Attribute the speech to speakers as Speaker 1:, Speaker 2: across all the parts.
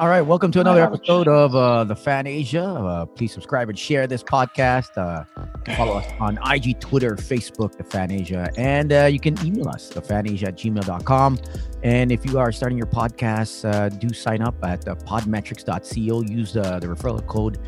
Speaker 1: All right, welcome to another episode of uh, the Fan Asia. Uh, please subscribe and share this podcast. Uh, follow us on IG, Twitter, Facebook, the Fan Asia, and uh, you can email us thefanasia at gmail.com. And if you are starting your podcast, uh, do sign up at uh, podmetrics.co. Use uh, the referral code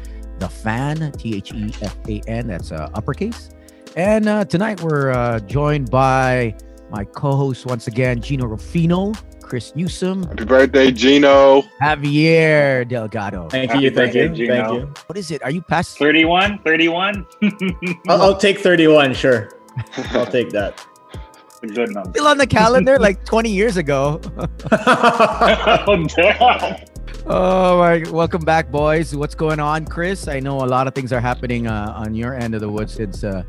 Speaker 1: the fan T H E F A N. That's uh, uppercase. And uh, tonight we're uh, joined by my co-host once again, Gino Rufino, Chris Newsom,
Speaker 2: Happy birthday, Gino.
Speaker 1: Javier Delgado.
Speaker 3: Thank you, thank you,
Speaker 2: Happy birthday,
Speaker 3: thank
Speaker 2: Gino.
Speaker 3: you.
Speaker 1: What is it? Are you past?
Speaker 4: 31 31
Speaker 3: I'll, I'll take 31, sure. I'll take that.
Speaker 4: a good number
Speaker 1: Still on the calendar like 20 years ago.
Speaker 4: oh, damn.
Speaker 1: Oh my! Welcome back, boys. What's going on, Chris? I know a lot of things are happening uh, on your end of the woods since uh,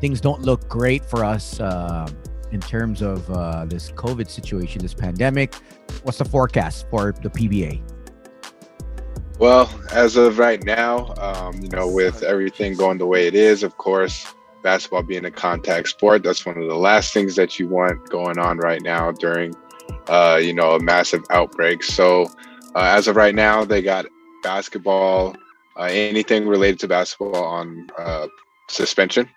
Speaker 1: things don't look great for us uh, in terms of uh, this COVID situation, this pandemic. What's the forecast for the PBA?
Speaker 2: Well, as of right now, um, you know, with everything going the way it is, of course, basketball being a contact sport, that's one of the last things that you want going on right now during, uh, you know, a massive outbreak. So, uh, as of right now, they got basketball, uh, anything related to basketball on uh, suspension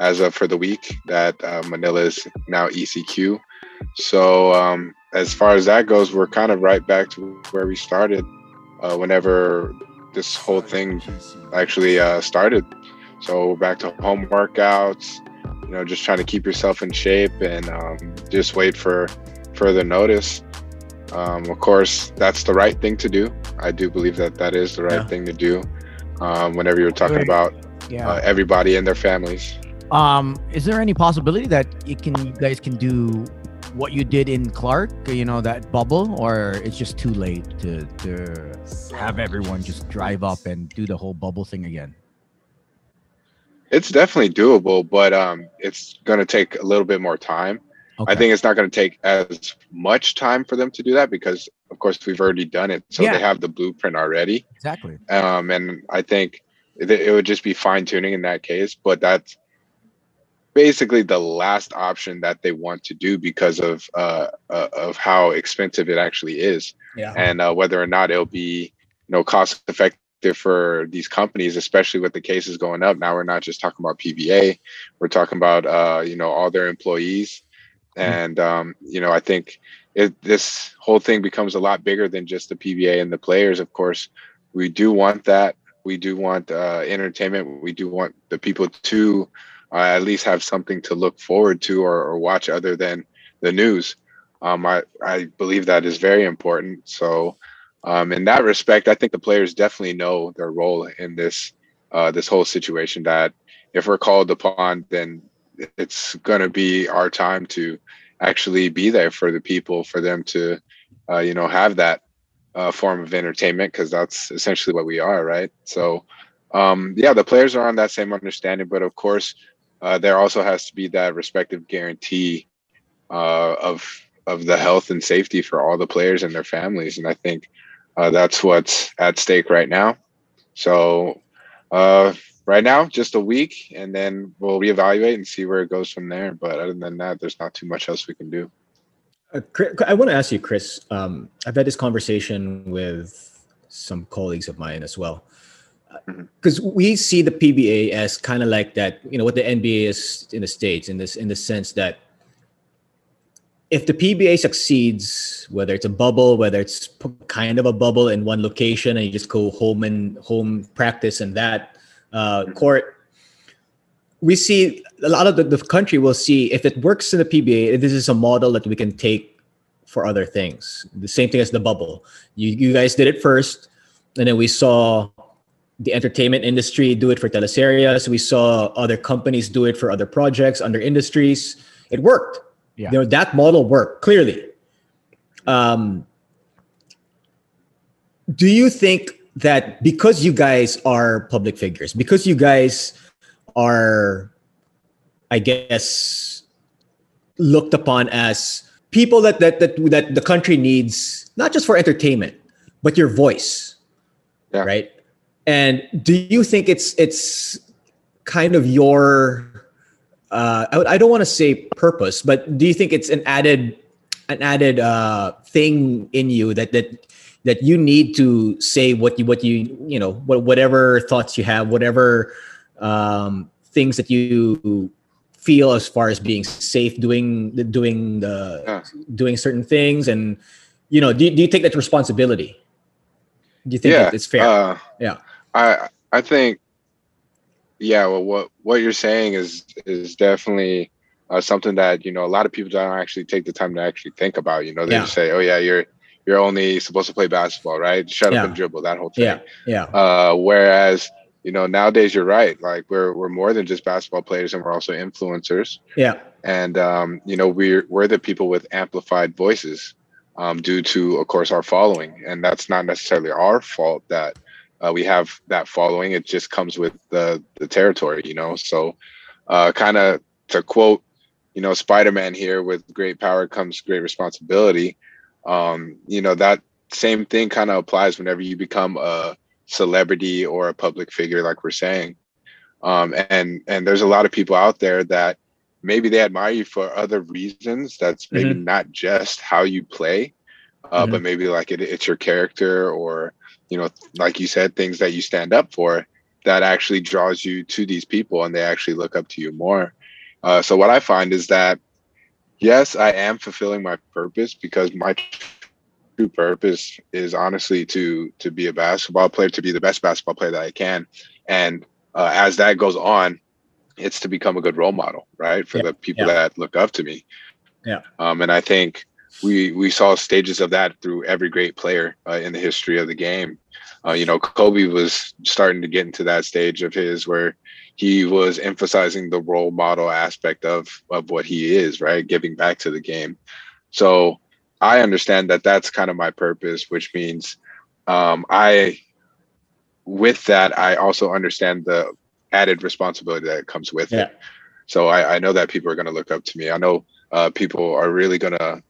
Speaker 2: as of for the week that uh, Manila is now ECQ. So, um, as far as that goes, we're kind of right back to where we started uh, whenever this whole thing actually uh, started. So we're back to home workouts, you know, just trying to keep yourself in shape and um, just wait for further notice. Um, of course, that's the right thing to do. I do believe that that is the right
Speaker 3: Yeah.
Speaker 2: thing to do. Um, whenever you're talking
Speaker 1: Right.
Speaker 2: about
Speaker 1: Yeah.
Speaker 2: uh, everybody and their families.
Speaker 1: Um, is there any possibility that you can you guys can do what you did in Clark, you know, that bubble, or it's just too late to to have everyone just drive up and do the whole bubble thing again?
Speaker 2: It's definitely doable, but um, it's going to take a little bit more time.
Speaker 1: Okay.
Speaker 2: I think it's not going to take as much time for them to do that because, of course, we've already done it. So
Speaker 1: Yeah.
Speaker 2: they have the blueprint already.
Speaker 1: exactly.
Speaker 2: Um, and I think it, it would just be fine tuning in that case. But that's basically the last option that they want to do because of uh, uh, of how expensive it actually is
Speaker 3: Yeah.
Speaker 2: and uh, whether or not it'll be you know cost effective for these companies especially with the cases going up now we're not just talking about pba we're talking about uh, you know all their employees and um, you know i think it, this whole thing becomes a lot bigger than just the pba and the players of course we do want that we do want uh, entertainment we do want the people to uh, at least have something to look forward to or, or watch other than the news um, I, I believe that is very important. So, um, in that respect, I think the players definitely know their role in this uh, this whole situation. That if we're called upon, then it's going to be our time to actually be there for the people, for them to, uh, you know, have that uh, form of entertainment because that's essentially what we are, right? So, um, yeah, the players are on that same understanding, but of course, uh, there also has to be that respective guarantee uh, of of the health and safety for all the players and their families. And I think uh, that's what's at stake right now. So uh, right now, just a week, and then we'll reevaluate and see where it goes from there. But other than that, there's not too much else we can do.
Speaker 3: Uh, Chris- I want to ask you, Chris. Um, I've had this conversation with some colleagues of mine as well.
Speaker 2: Mhm.
Speaker 3: Because we see the PBA as kind of like that, you know, what the NBA is in the States in this in the sense that if the PBA succeeds, whether it's a bubble, whether it's p- kind of a bubble in one location, and you just go home and home practice and that uh,
Speaker 2: Mm-hmm.
Speaker 3: court, we see a lot of the, the country will see if it works in the PBA. This is a model that we can take for other things. The same thing as the bubble. You you guys did it first, and then we saw the entertainment industry do it for teleserias. We saw other companies do it for other projects, under industries. It worked
Speaker 1: Yeah.
Speaker 3: you know that model worked clearly um do you think that because you guys are public figures because you guys are i guess looked upon as people that that that, that the country needs not just for entertainment but your voice
Speaker 2: Yeah.
Speaker 3: right and do you think it's it's kind of your uh, I, would- I don't want to say purpose, but do you think it's an added an added uh, thing in you that that that you need to say what you what you you know what, whatever thoughts you have whatever um, things that you feel as far as being safe doing doing the
Speaker 2: Yeah.
Speaker 3: doing certain things and you know do, you- do you take that responsibility do you think
Speaker 2: Yeah,
Speaker 3: that it's fair
Speaker 2: Uh,
Speaker 3: Yeah.
Speaker 2: I I think yeah, well what what you're saying is is definitely uh, something that, you know, a lot of people don't actually take the time to actually think about, you know, they
Speaker 3: Yeah.
Speaker 2: just say, "Oh yeah, you're you're only supposed to play basketball, right? Shut
Speaker 3: Yeah.
Speaker 2: up and dribble that whole thing."
Speaker 3: yeah yeah
Speaker 2: Uh, whereas, you know, nowadays you're right. Like we're we're more than just basketball players and we're also influencers
Speaker 3: yeah
Speaker 2: and um, you know we're we're the people with amplified voices um, due to of course our following and that's not necessarily our fault that uh, we have that following it just comes with the the territory you know so uh, kind of to quote you know spider-man here with great power comes great responsibility um, you know that same thing kind of applies whenever you become a celebrity or a public figure like we're saying um, and and there's a lot of people out there that maybe they admire you for other reasons that's maybe not just how you play uh,
Speaker 3: Mhm.
Speaker 2: but maybe like it, it's your character or you know like you said things that you stand up for that actually draws you to these people and they actually look up to you more uh, so what i find is that yes i am fulfilling my purpose because my true purpose is honestly to to be a basketball player to be the best basketball player that i can and uh, as that goes on it's to become a good role model, right? For
Speaker 3: Yeah,
Speaker 2: the people
Speaker 3: yeah.
Speaker 2: that look up to me.
Speaker 3: Yeah.
Speaker 2: Um, and I think we we saw stages of that through every great player uh, in the history of the game. Uh, you know, Kobe was starting to get into that stage of his where he was emphasizing the role model aspect of of what he is, right? Giving back to the game. So I understand that that's kind of my purpose, which means um, I, with that, I also understand the added responsibility that comes with
Speaker 3: Yeah.
Speaker 2: it. So I, I know that people are going to look up to me. I know uh, people are really going to,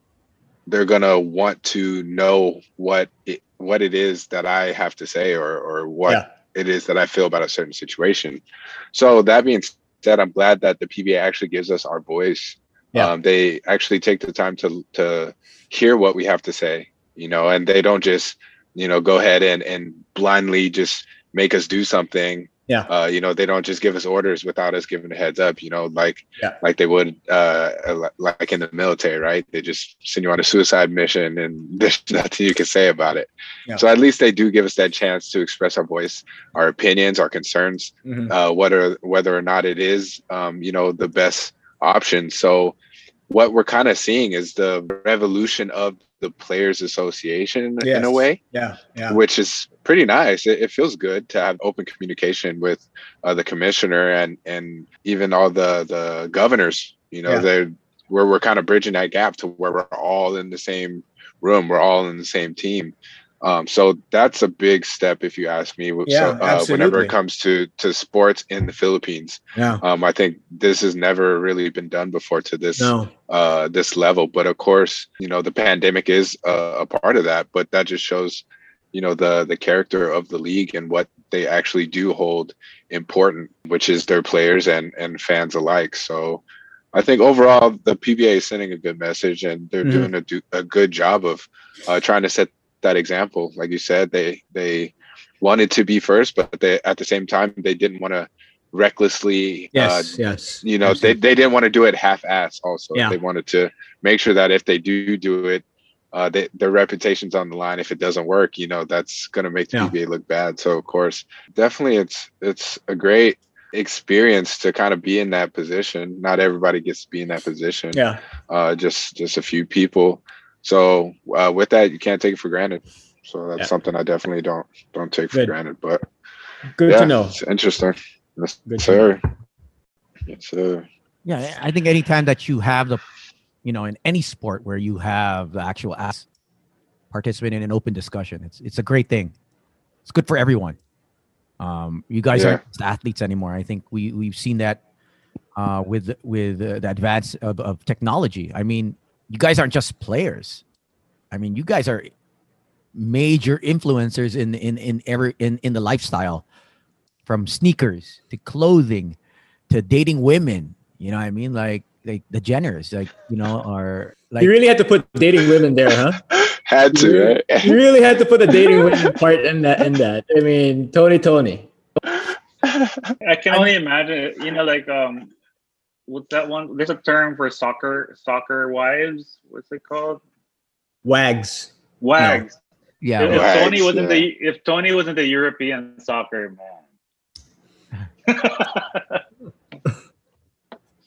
Speaker 2: they're going to want to know what it, what it is that I have to say or or what
Speaker 3: yeah
Speaker 2: it is that I feel about a certain situation. So that being said, I'm glad that the PBA actually gives us our voice.
Speaker 3: Yeah.
Speaker 2: Um, they actually take the time to to hear what we have to say, you know, and they don't just you know go ahead and and blindly just make us do something.
Speaker 3: Yeah.
Speaker 2: Uh, you know, they don't just give us orders without us giving a heads up. You know, like
Speaker 3: Yeah.
Speaker 2: like they would uh like in the military, right? They just send you on a suicide mission, and there's nothing you can say about it.
Speaker 3: Yeah.
Speaker 2: So at least they do give us that chance to express our voice, our opinions, our concerns,
Speaker 3: Mhm.
Speaker 2: uh, whether whether or not it is, um, you know, the best option. So what we're kind of seeing is the revolution of the players' association in
Speaker 3: Yes.
Speaker 2: a way
Speaker 3: yeah yeah
Speaker 2: which is pretty nice. It, it feels good to have open communication with uh, the commissioner and and even all the the governors. You know,
Speaker 3: Yeah.
Speaker 2: they're where we're kind of bridging that gap to where we're all in the same room, we're all in the same team. Um, so that's a big step, if you ask me. So,
Speaker 3: Yeah,
Speaker 2: uh, whenever
Speaker 3: absolutely.
Speaker 2: it comes to to sports in the Philippines,
Speaker 3: yeah
Speaker 2: um, I think this has never really been done before to this
Speaker 3: no
Speaker 2: uh, this level. But of course, you know the pandemic is uh, a part of that. But that just shows, you know, the the character of the league and what they actually do hold important, which is their players and and fans alike. So, I think overall the PBA is sending a good message and they're
Speaker 3: Mhm.
Speaker 2: doing a do, a good job of uh, trying to set that example. Like you said, they they wanted to be first, but they at the same time they didn't want to recklessly uh,
Speaker 3: yes yes
Speaker 2: you know they,
Speaker 3: Absolutely.
Speaker 2: they didn't want to do it half-ass also
Speaker 3: Yeah.
Speaker 2: they wanted to make sure that if they do do it uh, they, their reputation's on the line if it doesn't work you know that's going to make the
Speaker 3: Yeah.
Speaker 2: pba look bad so of course definitely it's it's a great experience to kind of be in that position not everybody gets to be in that position
Speaker 3: yeah
Speaker 2: uh, just just a few people so uh, with that you can't take it for granted so that's
Speaker 3: Yeah.
Speaker 2: something i definitely don't don't take for
Speaker 3: Good.
Speaker 2: granted but
Speaker 3: good
Speaker 2: yeah
Speaker 3: to know
Speaker 2: it's interesting yes
Speaker 3: Good to
Speaker 2: sir yes sir
Speaker 1: Yeah, I I think anytime that you have the, you know, in any sport where you have the actual ass participant in an open discussion, it's it's a great thing. It's good for everyone. Um, you guys
Speaker 2: Yeah.
Speaker 1: aren't just athletes anymore. I think we we've seen that uh, with with uh, the advance of, of technology. I mean, you guys aren't just players. I mean, you guys are major influencers in in in every in in the lifestyle, from sneakers to clothing to dating women. You know what I mean? Like like the Jenners, like you know, are like
Speaker 3: you really had to put dating women there, huh?
Speaker 2: Had
Speaker 3: You
Speaker 2: to, right?
Speaker 3: You really had to put the dating women part in that. In that, I mean, Tony, Tony.
Speaker 4: I can only imagine, you know, like um, what's that one? There's a term for soccer soccer wives. What's it called?
Speaker 3: Wags.
Speaker 4: Wags.
Speaker 1: yeah,
Speaker 4: If, if
Speaker 1: well,
Speaker 2: Wags,
Speaker 4: Tony wasn't
Speaker 2: yeah.
Speaker 4: the if Tony wasn't the European soccer man.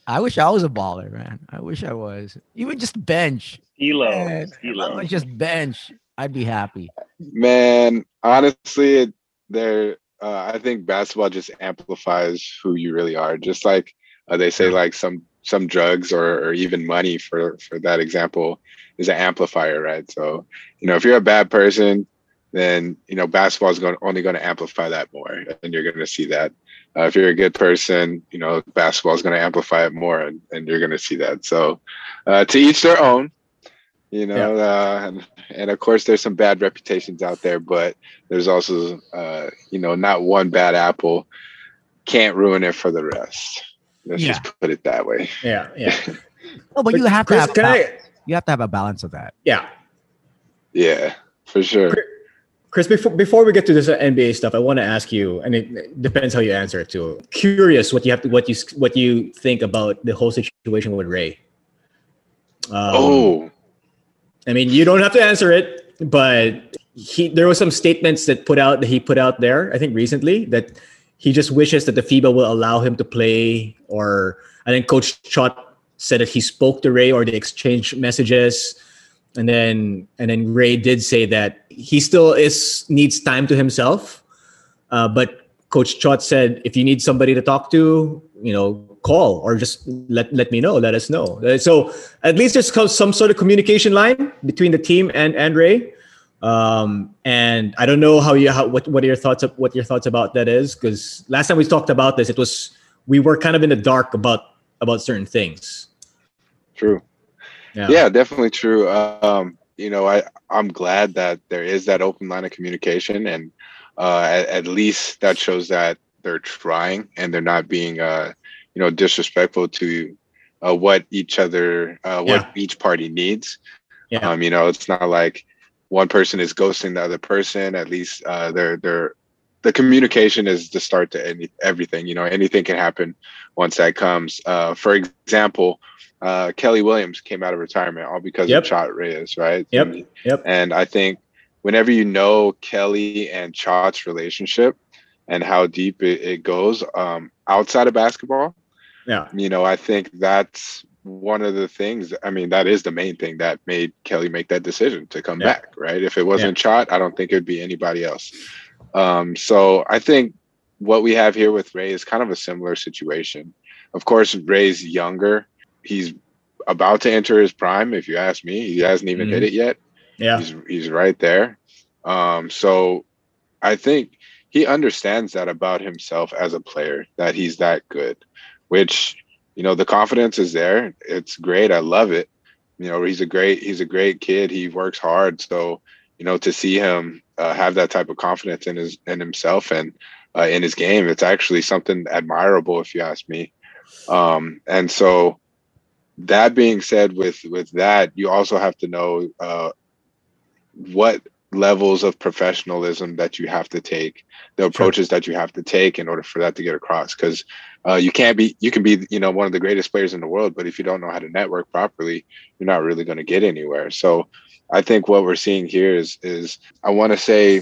Speaker 1: I wish I was a baller, man. I wish I was. Even just bench.
Speaker 4: Elo.
Speaker 1: man. If I
Speaker 4: Elo.
Speaker 1: was just bench. I'd be happy.
Speaker 2: Man, honestly, it, there. Uh, I think basketball just amplifies who you really are. Just like uh, they say, like some some drugs or, or even money for for that example is an amplifier, right? So you know, if you're a bad person, then you know basketball is going only going to amplify that more, and you're going to see that. Uh, if you're a good person, you know basketball is going to amplify it more, and, and you're going to see that. So uh, to each their own. You know, uh, and and of course there's some bad reputations out there but there's also uh you know not one bad apple can't ruin it for the rest let's just put it that way
Speaker 3: Yeah, yeah.
Speaker 1: No, but, you have
Speaker 3: Chris,
Speaker 1: to have
Speaker 3: Can
Speaker 1: ba-
Speaker 3: I?
Speaker 1: you have to have a balance of that.
Speaker 3: Yeah,
Speaker 2: yeah for sure
Speaker 3: Chris. Before before we get to this NBA stuff, I want to ask you, and it depends how you answer it too. Curious, what you have to, what you what you think about the whole situation with Ray? Um,
Speaker 2: oh
Speaker 3: I mean, you don't have to answer it, but he there were some statements that put out that he put out there, I think recently, that he just wishes that the FIBA will allow him to play or I think Coach Chot said that he spoke to Ray or they exchanged messages. And then and then Ray did say that he still is needs time to himself. Uh, but Coach Chot said, if you need somebody to talk to, you know, call or just let let me know, let us know. Uh, So at least there's co- some sort of communication line between the team and and Ray. Um, and I don't know how you how what what are your thoughts of what your thoughts about that is because last time we talked about this, it was we were kind of in the dark about about certain things.
Speaker 2: true yeah definitely true um you know i i'm glad that there is that open line of communication and uh at, at least that shows that they're trying and they're not being uh you know disrespectful to uh, what each other uh, what
Speaker 3: Yeah.
Speaker 2: each party needs
Speaker 3: Yeah.
Speaker 2: um you know it's not like one person is ghosting the other person at least uh they're they're the communication is the start to any everything you know anything can happen once that comes uh for example uh, Kelly Williams came out of retirement all because
Speaker 3: Yep.
Speaker 2: of Chot Reyes, right?
Speaker 3: Yep.
Speaker 2: And,
Speaker 3: Yep.
Speaker 2: and I think whenever you know Kelly and Chot's relationship and how deep it, it goes um, outside of basketball,
Speaker 3: Yeah.
Speaker 2: you know, I think that's one of the things. I mean, that is the main thing that made Kelly make that decision to come
Speaker 3: Yeah.
Speaker 2: back, right? If it wasn't Chot, I don't think it would be anybody else. Um, so I think what we have here with Ray is kind of a similar situation. Of course, Ray's younger. He's about to enter his prime, if you ask me. He hasn't even
Speaker 3: Mm-hmm.
Speaker 2: hit it yet
Speaker 3: Yeah.
Speaker 2: he's he's right there. Um, so I think he understands that about himself as a player that he's that good, which you know the confidence is there. It's great. I love it. You know he's a great he's a great kid. He works hard. So you know to see him uh, have that type of confidence in his in himself and uh, in his game, it's actually something admirable if you ask me. Um, and so that being said, with with that, you also have to know uh, what levels of professionalism that you have to take the approaches that you have to take in order for that to get across because uh, you can't be you can be you know one of the greatest players in the world but if you don't know how to network properly you're not really going to get anywhere so i think what we're seeing here is is i want to say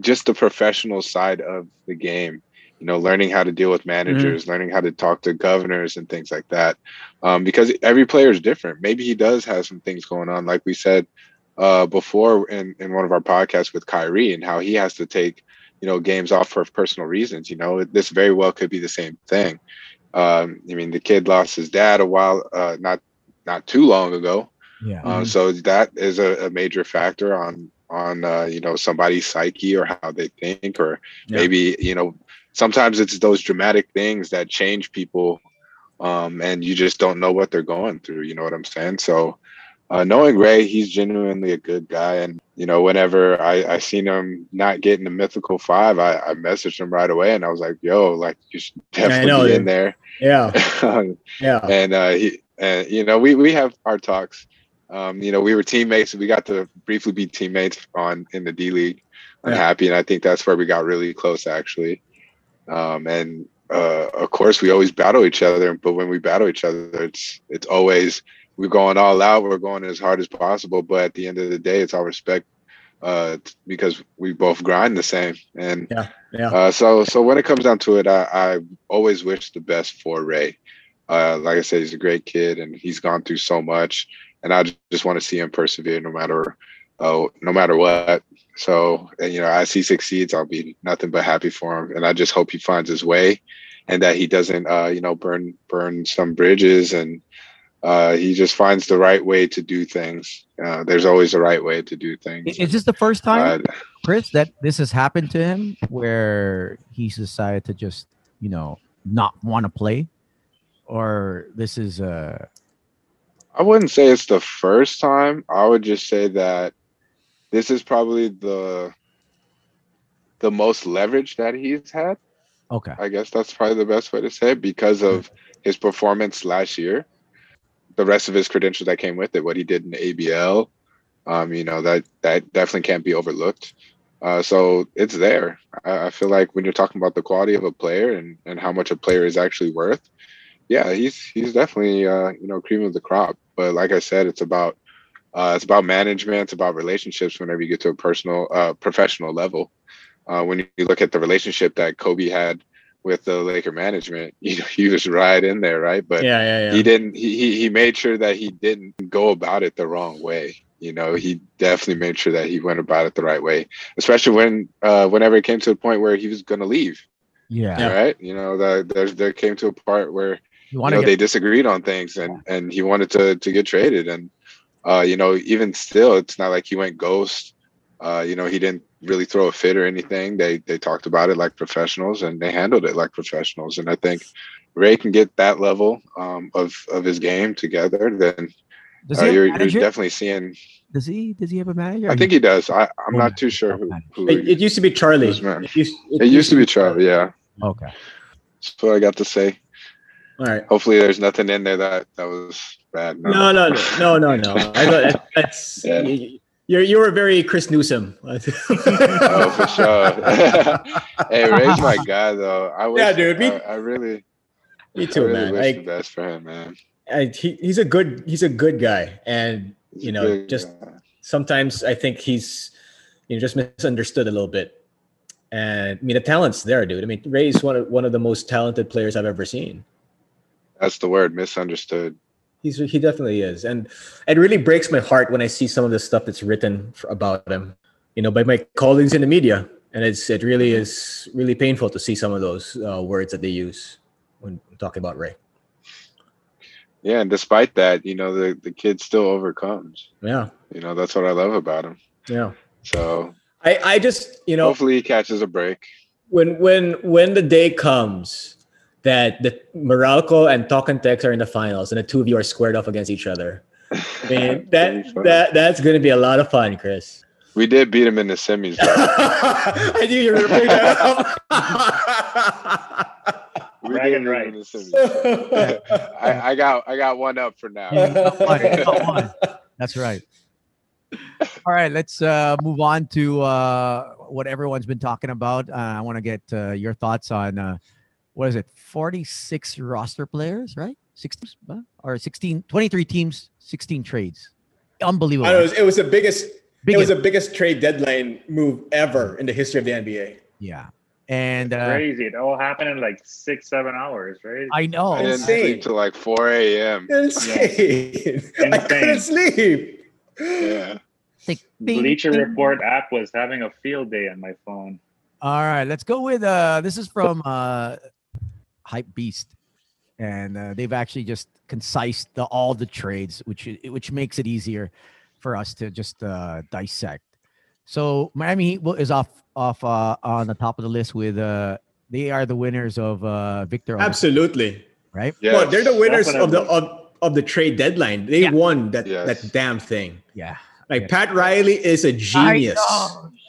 Speaker 2: just the professional side of the game you know learning how to deal with managers learning how to talk to governors and things like that um, because every player is different maybe he does have some things going on like we said uh, before in, in one of our podcasts with Kyrie and how he has to take, you know, games off for personal reasons. You know, this very well could be the same thing. Um, I mean, the kid lost his dad a while, uh, not not too long ago.
Speaker 1: Yeah.
Speaker 2: Uh,
Speaker 3: Mhm.
Speaker 2: so that is a, a major factor on on uh, you know somebody's psyche or how they think or
Speaker 3: Yeah.
Speaker 2: maybe you know sometimes it's those dramatic things that change people um, and you just don't know what they're going through. You know what I'm saying? So uh, knowing Ray, he's genuinely a good guy, and you know whenever I, I seen him not getting the mythical five, I, I messaged him right away, and I was like, "Yo, like you should
Speaker 3: Yeah, I
Speaker 2: definitely
Speaker 3: know,
Speaker 2: be
Speaker 3: dude.
Speaker 2: in there."
Speaker 3: Yeah. Yeah.
Speaker 2: and uh, he and you know we we have our talks. Um, you know, we were teammates. We got to briefly be teammates on in the D League. I'm
Speaker 3: Yeah.
Speaker 2: happy, and I think that's where we got really close, actually. Um, and uh, of course, we always battle each other, but when we battle each other, it's it's always we're going all out. We're going as hard as possible, but at the end of the day, it's all respect uh, t- because we both grind the same. And
Speaker 3: Yeah, yeah.
Speaker 2: Uh, so so when it comes down to it, I, I always wish the best for Ray. Uh, like I said, he's a great kid, and he's gone through so much. And I ju- just want to see him persevere, no matter uh, no matter what. So and, you know, as he succeeds, I'll be nothing but happy for him. And I just hope he finds his way, and that he doesn't, uh, you know, burn burn some bridges, and uh, he just finds the right way to do things. Uh, there's always the right way to do things.
Speaker 1: I- Is this the first time,
Speaker 2: Uh,
Speaker 1: Chris, that this has happened to him where he's decided to just, you know, not want to play? Or this is uh
Speaker 2: I wouldn't say it's the first time. I would just say that this is probably the the most leverage that he's had.
Speaker 1: okay.
Speaker 2: I guess that's probably the best way to say it because of his performance last year, the rest of his credentials that came with it, what he did in ABL, um, you know that that definitely can't be overlooked. Uh, so it's there. I, I feel like when you're talking about the quality of a player and and how much a player is actually worth, yeah, he's he's definitely uh, you know cream of the crop. But like I said, it's about uh, it's about management. It's about relationships. Whenever you get to a personal, uh, professional level, uh, when you look at the relationship that Kobe had with the Laker management, you know, he was right in there, right? But
Speaker 3: yeah, yeah, yeah.
Speaker 2: he didn't. He he- he made sure that he didn't go about it the wrong way. You know, he definitely made sure that he went about it the right way, especially when uh, whenever it came to the point where he was going to leave.
Speaker 1: Yeah.
Speaker 2: Right? You know, that there there came to a part where
Speaker 1: You
Speaker 2: you
Speaker 1: want
Speaker 2: know,
Speaker 1: to
Speaker 2: they
Speaker 1: get
Speaker 2: disagreed on things and and he wanted to to get traded and uh you know even still it's not like he went ghost uh you know he didn't really throw a fit or anything they they talked about it like professionals and they handled it like professionals and i think ray can get that level um of of his game together then
Speaker 1: does
Speaker 2: uh,
Speaker 1: he have
Speaker 2: you're,
Speaker 1: a
Speaker 2: you're
Speaker 1: manager?
Speaker 2: definitely seeing
Speaker 1: does he does he have a manager? Or
Speaker 2: i
Speaker 1: you-
Speaker 2: think he does i i'm
Speaker 1: Oh,
Speaker 2: not too sure who, who
Speaker 3: it, it used to be Charlie.
Speaker 2: Yes, ma'am.
Speaker 3: It used,
Speaker 2: it used to be Trevor, yeah
Speaker 1: okay.
Speaker 2: that's what i got to say
Speaker 3: All right.
Speaker 2: hopefully there's nothing in there that that was bad
Speaker 3: No, no, no, no, no. no. I thought that, that's
Speaker 2: Yeah.
Speaker 3: you, you're you were very Chris Newsom.
Speaker 2: oh, for sure. hey, Ray's my guy, though. I wish,
Speaker 3: Yeah, dude, me-
Speaker 2: I, I really,
Speaker 3: Me
Speaker 2: I
Speaker 3: too,
Speaker 2: really
Speaker 3: man.
Speaker 2: wish the
Speaker 3: Like
Speaker 2: best for him, man.
Speaker 3: I, he, he's a good he's a good guy, and
Speaker 2: He's
Speaker 3: you
Speaker 2: a uh,
Speaker 3: know
Speaker 2: good
Speaker 3: just
Speaker 2: guy.
Speaker 3: sometimes I think he's you know just misunderstood a little bit. And I mean the talent's there, dude. I mean Ray is one of one of the most talented players I've ever seen.
Speaker 2: that's the word misunderstood.
Speaker 3: He's he definitely is, and it really breaks my heart when I see some of the stuff that's written for, about him, you know, by my colleagues in the media, and it's it really is really painful to see some of those uh, words that they use when talking about Ray.
Speaker 2: Yeah, and despite that, you know, the the kid still overcomes.
Speaker 3: Yeah,
Speaker 2: You know, that's what I love about him.
Speaker 3: yeah.
Speaker 2: So
Speaker 3: I I just you know
Speaker 2: hopefully he catches a break.
Speaker 3: when when when the day comes that the Morocco and Tocantex are in the finals and the two of you are squared off against each other, I mean that
Speaker 2: That'd be fun.
Speaker 3: that that's gonna be a lot of fun, Chris.
Speaker 2: we did beat him in the semis. though.
Speaker 3: I knew you were gonna bring that up.
Speaker 2: We
Speaker 4: Bragging
Speaker 2: did beat him in the
Speaker 4: rights.
Speaker 2: semis. I, I got I got one up for now.
Speaker 1: Fine, got one. That's right. All right, let's uh, move on to uh, what everyone's been talking about. Uh, I want to get uh, your thoughts on uh, what is it? 46 roster players, right? 16 huh? or 16 23 teams, 16 trades. Unbelievable.
Speaker 5: I know, it was- it was the biggest. It was
Speaker 1: Biggest-
Speaker 5: the biggest trade deadline move ever in the history of the NBA.
Speaker 1: yeah. And uh,
Speaker 4: Crazy. It all happened in like six, seven hours, right?
Speaker 1: I know.
Speaker 2: I didn't
Speaker 5: Insane.
Speaker 2: sleep till like 4 a.m.
Speaker 5: Insane! I couldn't sleep.
Speaker 2: Yeah.
Speaker 1: Like, bing,
Speaker 4: Bleacher
Speaker 1: bing.
Speaker 4: Report app was having a field day on my phone.
Speaker 1: All right, let's go with uh this is from uh Hype Beast. And uh, they've actually just concised the all the trades, which i- which makes it easier for us to just uh dissect. So Miami Heat will- is off off uh on the top of the list with uh they are the winners of uh Victor Oladipo,
Speaker 5: Absolutely.
Speaker 1: right?
Speaker 2: Yes.
Speaker 5: Well, they're the winners
Speaker 4: That's what
Speaker 5: of the
Speaker 4: I
Speaker 5: of, of the trade deadline. They
Speaker 1: Yeah.
Speaker 5: won that
Speaker 2: Yes.
Speaker 5: that damn thing.
Speaker 1: Yeah.
Speaker 5: Like
Speaker 1: Yeah.
Speaker 5: Pat Riley is a genius.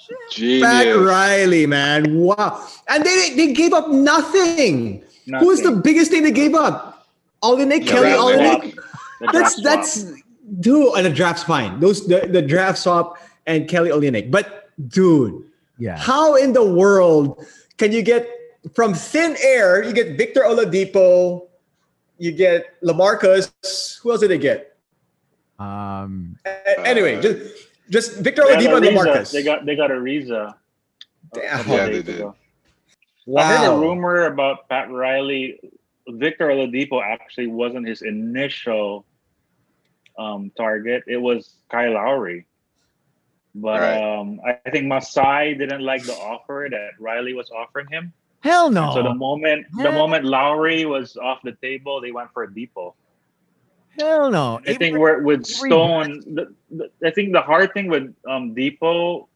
Speaker 5: Pat
Speaker 2: Genius.
Speaker 5: Riley, man, wow! And they they gave up nothing. Who's the
Speaker 4: Nothing.
Speaker 5: biggest thing they gave up? Olinick
Speaker 2: Yeah,
Speaker 4: Brad
Speaker 5: Kelly,
Speaker 2: Brandon
Speaker 5: Olinick.
Speaker 4: Clark. The
Speaker 3: that's
Speaker 4: draft
Speaker 3: that's
Speaker 4: swap.
Speaker 3: dude. And the draft's fine. Those the, the draft swap and Kelly Olynyk. But dude,
Speaker 1: Yeah.
Speaker 3: how in the world can you get from thin air? You get Victor Oladipo, you get Lamarcus. Who else did they get?
Speaker 1: Um,
Speaker 3: A- anyway,
Speaker 2: Uh,
Speaker 3: just just Victor
Speaker 4: They had
Speaker 3: Oladipo and
Speaker 4: Ariza.
Speaker 3: Lamarcus.
Speaker 4: They got they got Ariza. a
Speaker 3: Damn.
Speaker 4: couple
Speaker 2: Yeah,
Speaker 4: days
Speaker 2: they did.
Speaker 4: ago.
Speaker 3: wow.
Speaker 4: I heard a rumor about Pat Riley. Victor Oladipo actually wasn't his initial um, target. It was Kyle Lowry. But
Speaker 2: Right.
Speaker 4: um, I I think Masai didn't like the offer that Riley was offering him.
Speaker 1: hell
Speaker 4: And So
Speaker 1: no.
Speaker 4: the moment the
Speaker 1: Yeah.
Speaker 4: moment Lowry was off the table, they went for Depot.
Speaker 1: Hell no.
Speaker 4: I think
Speaker 1: Abra-
Speaker 4: we're, with
Speaker 1: Avery
Speaker 4: Stone, the, the, I think the hard thing with um, Depot,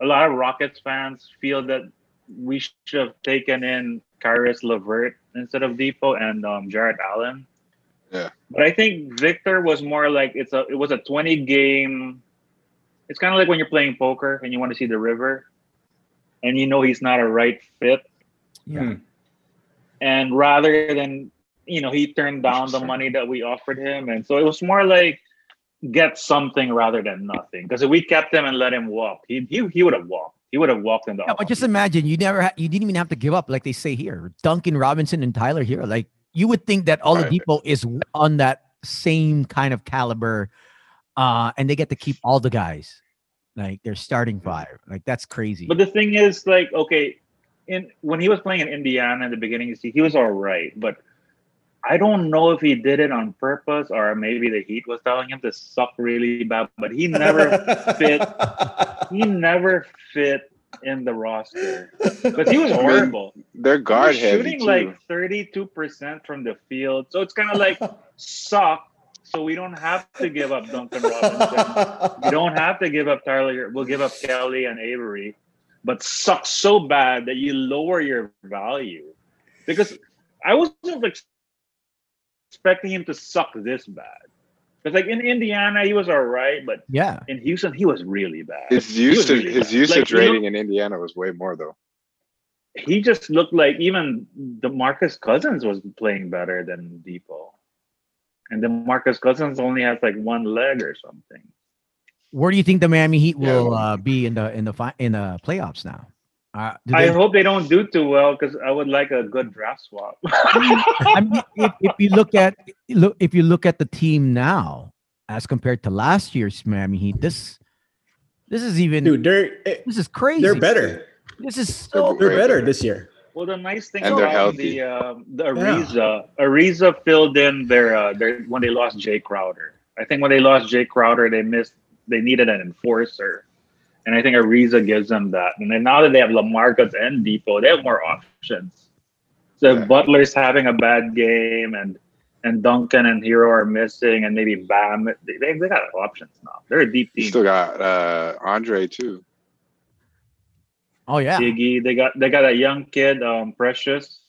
Speaker 4: a lot of Rockets fans feel that we should have taken in Kyrus Levert instead of Depot and um, Jared Allen.
Speaker 2: Yeah.
Speaker 4: But I think Victor was more like it's a it was a 20 game. It's kind of like when you're playing poker and you want to see the river, and you know he's not a right fit
Speaker 1: yeah.
Speaker 4: and rather than you know he turned down the money that we offered him and so it was more like get something rather than nothing because if we kept him and let him walk he he, he would have walked he would have walked in the
Speaker 1: Yeah, but just imagine you never ha- you didn't even have to give up like they say here. Duncan Robinson and Tyler Hero. Like you would think that
Speaker 2: Right.
Speaker 1: Oladipo is on that same kind of caliber, uh, and they get to keep all the guys. Like they're starting five. Like that's crazy.
Speaker 4: but the thing is like okay in when he was playing in indiana in the beginning you see he was all right but i don't know if he did it on purpose or maybe the heat was telling him to suck really bad but he never fit. he never fit in the roster because he was
Speaker 2: I mean,
Speaker 4: horrible
Speaker 2: They're guard E
Speaker 4: You're
Speaker 2: heavy too.
Speaker 4: shooting like 32% from the field. So it's kind of like suck. So we don't have to give up Duncan Robinson. we don't have to give up Tyler. We'll give up Kelly and Avery, but suck so bad that you lower your value. Because I wasn't like expecting him to suck this bad. Because like in Indiana, he was all right, but
Speaker 1: yeah.
Speaker 4: in Houston, he was really bad.
Speaker 2: his
Speaker 4: He was
Speaker 2: usage,
Speaker 4: really
Speaker 2: his
Speaker 4: bad. Like,
Speaker 2: usage
Speaker 4: you know-
Speaker 2: rating in Indiana was way more though.
Speaker 4: he just looked like even the Marcus Cousins was playing better than Depot. And then Marcus Cousins only has like one leg or something.
Speaker 1: Where do you think the Miami Heat
Speaker 2: Yeah.
Speaker 1: will uh, be in the in the fi- in the playoffs now? Uh, do
Speaker 4: I
Speaker 1: they,
Speaker 4: hope they don't do too well because I would like a good draft swap.
Speaker 1: I mean, if, if you look at look if you look at the team now as compared to last year's Miami Heat, this this is even
Speaker 3: Dude, they're eh,
Speaker 1: this is crazy.
Speaker 3: they're better.
Speaker 1: This is so
Speaker 2: They're
Speaker 3: They're
Speaker 2: Right.
Speaker 3: better this year.
Speaker 4: well, the nice thing
Speaker 2: And they're
Speaker 4: about
Speaker 2: healthy.
Speaker 4: the um the Ariza, Ariza filled in their uh, their when they lost Jay Crowder. I think when they lost Jay Crowder, they missed they needed an enforcer, and I think Ariza gives them that. And then now that they have Lamarcus and Depot, they have more options. So
Speaker 2: Yeah.
Speaker 4: if Butler's having a bad game, and and Duncan and Hero are missing, and maybe Bam. They, they, they got options now. They're a deep
Speaker 2: You
Speaker 4: team.
Speaker 2: still got uh, Andre too.
Speaker 1: oh yeah.
Speaker 4: Iggy. They got they got a young kid, um, Precious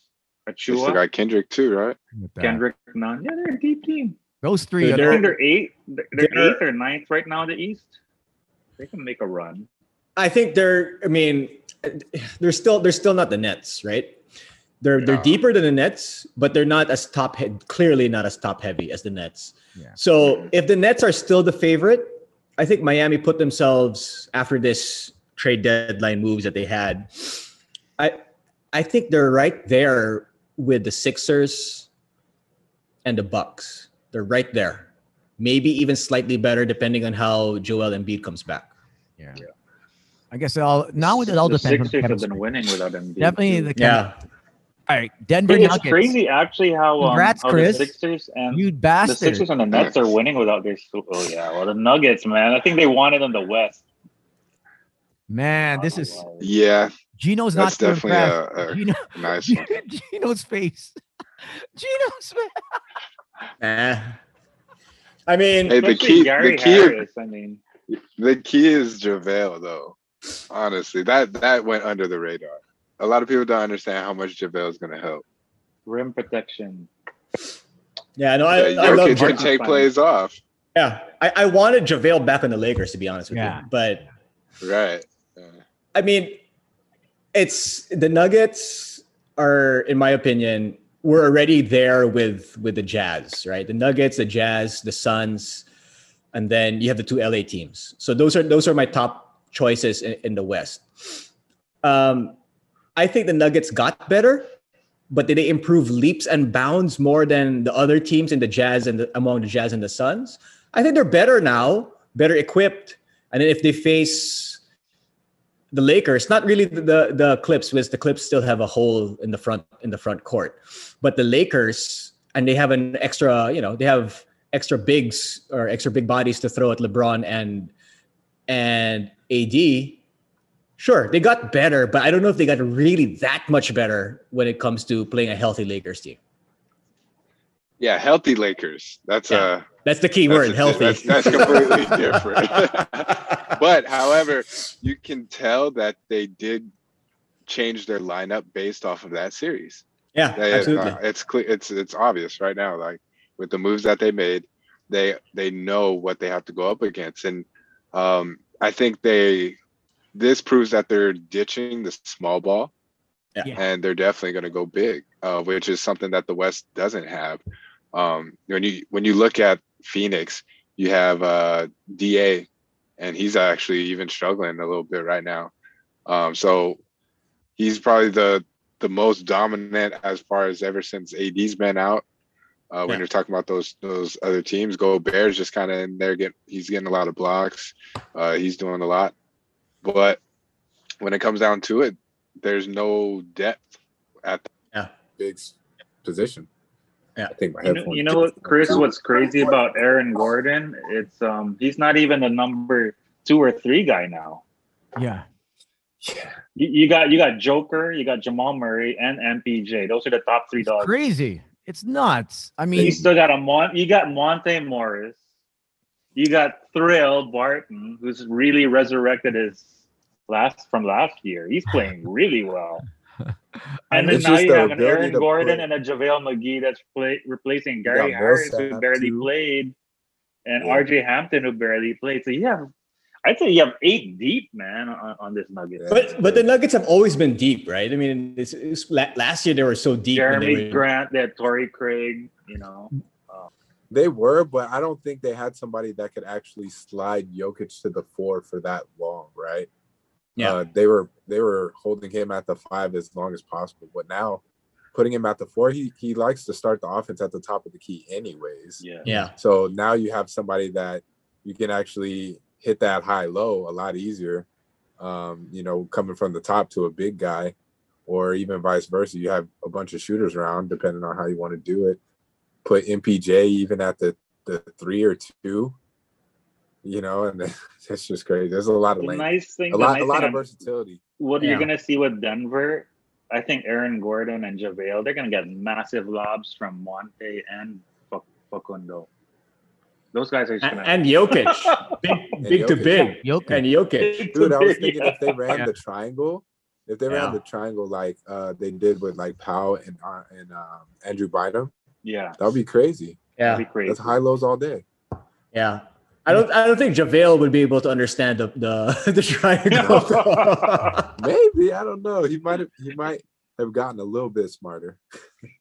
Speaker 2: You still
Speaker 4: Achua,
Speaker 2: got Kendrick too, right?
Speaker 1: with that.
Speaker 4: Kendrick Nunn. Yeah, they're a deep team.
Speaker 1: Those three
Speaker 3: Dude,
Speaker 1: are
Speaker 4: I
Speaker 3: They're-
Speaker 4: think they're eight. They're, they're
Speaker 3: they're-
Speaker 4: eighth or ninth right now in the East. They can make a run.
Speaker 3: I think they're. I mean, they're still they're still not the Nets, right? They're they're
Speaker 2: No.
Speaker 3: deeper than the Nets, but they're not as top he- clearly not as top heavy as the Nets.
Speaker 1: Yeah.
Speaker 3: So if the Nets are still the favorite, I think Miami put themselves after this trade deadline moves that they had. I I think they're right there with the Sixers and the Bucks. They're right there. Maybe even slightly better depending on how Joel Embiid comes back.
Speaker 1: yeah. I guess it all now it all
Speaker 4: the
Speaker 1: depends on the
Speaker 4: Sixers have
Speaker 1: chemistry.
Speaker 4: been winning without Embiid.
Speaker 1: Definitely the
Speaker 4: too.
Speaker 1: yeah.
Speaker 3: Yeah.
Speaker 1: All right, Denver
Speaker 4: It's
Speaker 1: Nuggets.
Speaker 4: crazy, actually, how, um,
Speaker 1: Congrats,
Speaker 4: how
Speaker 1: Chris.
Speaker 4: the Sixers and
Speaker 1: You
Speaker 4: the
Speaker 1: bastard.
Speaker 4: Sixers and the Nets are winning without their. su- Oh yeah, well the Nuggets, man. I think they won it in the West.
Speaker 1: Man, this
Speaker 4: Oh,
Speaker 1: is
Speaker 4: wow.
Speaker 2: Yeah,
Speaker 1: Gino's
Speaker 2: that's
Speaker 1: not
Speaker 2: definitely a, a
Speaker 1: Gino,
Speaker 2: nice one.
Speaker 1: Gino's face. Gino's face.
Speaker 3: Eh. I mean,
Speaker 2: Hey, the
Speaker 4: Especially
Speaker 2: key,
Speaker 4: Gary
Speaker 2: the key,
Speaker 4: Harris. I mean,
Speaker 2: the key is JaVale though. Honestly, that that went under the radar. A lot of people don't understand how much JaVale is going to help.
Speaker 4: rim protection.
Speaker 3: yeah, no, I,
Speaker 2: Yeah,
Speaker 3: I love
Speaker 2: Jokic can
Speaker 3: Jokic.
Speaker 2: take
Speaker 4: Fine.
Speaker 2: plays off,
Speaker 3: Yeah, I, I wanted JaVale back on the Lakers to be honest with
Speaker 1: Yeah.
Speaker 3: you, but
Speaker 2: right? Yeah.
Speaker 3: I mean, it's the Nuggets are, in my opinion, we're already there with with the Jazz, right? The Nuggets, the Jazz, the Suns, and then you have the two LA teams. So those are those are my top choices in, in the West. Um, I think the Nuggets got better, but did they improve leaps and bounds more than the other teams in the Jazz and the, among the Jazz and the Suns? I think they're better now, better equipped. And then if they face the Lakers, not really the, the the Clips, because the Clips still have a hole in the front in the front court, but the Lakers and they have an extra, you know, they have extra bigs or extra big bodies to throw at LeBron and and AD. Sure, they got better, but I don't know if they got really that much better when it comes to playing a healthy Lakers team.
Speaker 2: Yeah, healthy Lakers. That's a
Speaker 3: Yeah. That's the key word,
Speaker 2: a-
Speaker 3: healthy.
Speaker 2: That's, that's completely different. but however, you can tell that they did change their lineup based off of that series.
Speaker 3: yeah,
Speaker 2: They- uh,
Speaker 3: absolutely.
Speaker 2: it's clear. It's it's obvious right now. Like with the moves that they made, they they know what they have to go up against, and um, I think they this proves that they're ditching the small ball
Speaker 3: Yeah.
Speaker 1: Yeah.
Speaker 2: and they're definitely going to go big, uh, which is something that the West doesn't have. Um, when you when you look at Phoenix, you have uh, Da, and he's actually even struggling a little bit right now. Um, so he's probably the the most dominant as far as ever since AD's been out. Uh, when
Speaker 3: Yeah.
Speaker 2: you're talking about those those other teams, Go Bears just kind of in there. Get he's getting a lot of blocks. Uh, he's doing a lot, but when it comes down to it, there's no depth at
Speaker 6: big s- position.
Speaker 3: Yeah.
Speaker 6: I think my
Speaker 4: You know,
Speaker 6: headphones
Speaker 4: you know what, Chris? What's crazy about Aaron Gordon? It's um, he's not even a number two or three guy now.
Speaker 1: Yeah.
Speaker 4: You, you got you got Joker, you got Jamal Murray, and MPJ. Those are the top three dogs.
Speaker 1: Crazy. It's nuts. I
Speaker 4: You
Speaker 1: mean,
Speaker 4: still got a Mon- You got Monte Morris. You got Thrill Barton, who's really resurrected his last from last year. He's playing really well. And then
Speaker 6: It's
Speaker 4: now
Speaker 6: just
Speaker 4: you
Speaker 6: the
Speaker 4: have an
Speaker 6: ability
Speaker 4: Aaron
Speaker 6: to
Speaker 4: Gordon
Speaker 6: play.
Speaker 4: and a JaVale McGee that's play, replacing Gary
Speaker 6: got
Speaker 4: Harris,
Speaker 6: Millsap,
Speaker 4: who barely
Speaker 6: too.
Speaker 4: played, and
Speaker 6: Yeah.
Speaker 4: RJ Hampton, who barely played. So you have, I'd say you have eight deep, man, on, on this nugget.
Speaker 6: Yeah.
Speaker 3: But but the Nuggets have always been deep, right? I mean, it's, it's, la- last year they were so deep. when
Speaker 4: Jeremy
Speaker 3: they were-
Speaker 4: Grant, they had Torrey Craig, you know.
Speaker 6: They were, but I don't think they had somebody that could actually slide Jokic to the four for that long, right?
Speaker 3: Yeah.
Speaker 6: Uh, they were they were holding him at the five as long as possible, but now putting him at the four, he he likes to start the offense at the top of the key, anyways.
Speaker 4: Yeah.
Speaker 3: yeah,
Speaker 6: So now you have somebody that you can actually hit that high low a lot easier. Um, you know, coming from the top to a big guy, or even vice versa. You have a bunch of shooters around, depending on how you want to do it. Put MPJ even at the the three or two, you know, and that's just crazy. There's a lot of
Speaker 4: The
Speaker 6: length,
Speaker 4: nice thing,
Speaker 6: a
Speaker 4: the
Speaker 6: lot, a
Speaker 4: nice
Speaker 6: lot of
Speaker 4: thing I'm-
Speaker 6: versatility.
Speaker 4: what
Speaker 3: Yeah.
Speaker 4: you're gonna see with Denver, I think Aaron Gordon and JaVale, they're gonna get massive lobs from Monte and Fa- Facundo. Those guys are just
Speaker 3: and,
Speaker 4: gonna
Speaker 3: and Jokic, big big to
Speaker 6: Jokic.
Speaker 3: big,
Speaker 1: Jokic.
Speaker 3: and Jokic.
Speaker 6: Dude, I was thinking if they ran
Speaker 3: Yeah.
Speaker 6: the triangle, if they
Speaker 3: Yeah.
Speaker 6: ran the triangle like uh they did with like Powell and uh, and um, Andrew Bynum,
Speaker 4: yeah,
Speaker 6: that would be crazy.
Speaker 3: Yeah,
Speaker 4: that'd be crazy.
Speaker 6: That's high lows all day.
Speaker 3: yeah. I don't I don't think Javale would be able to understand the the, the triangle.
Speaker 6: Maybe I don't know. He might have. He might have gotten a little bit smarter.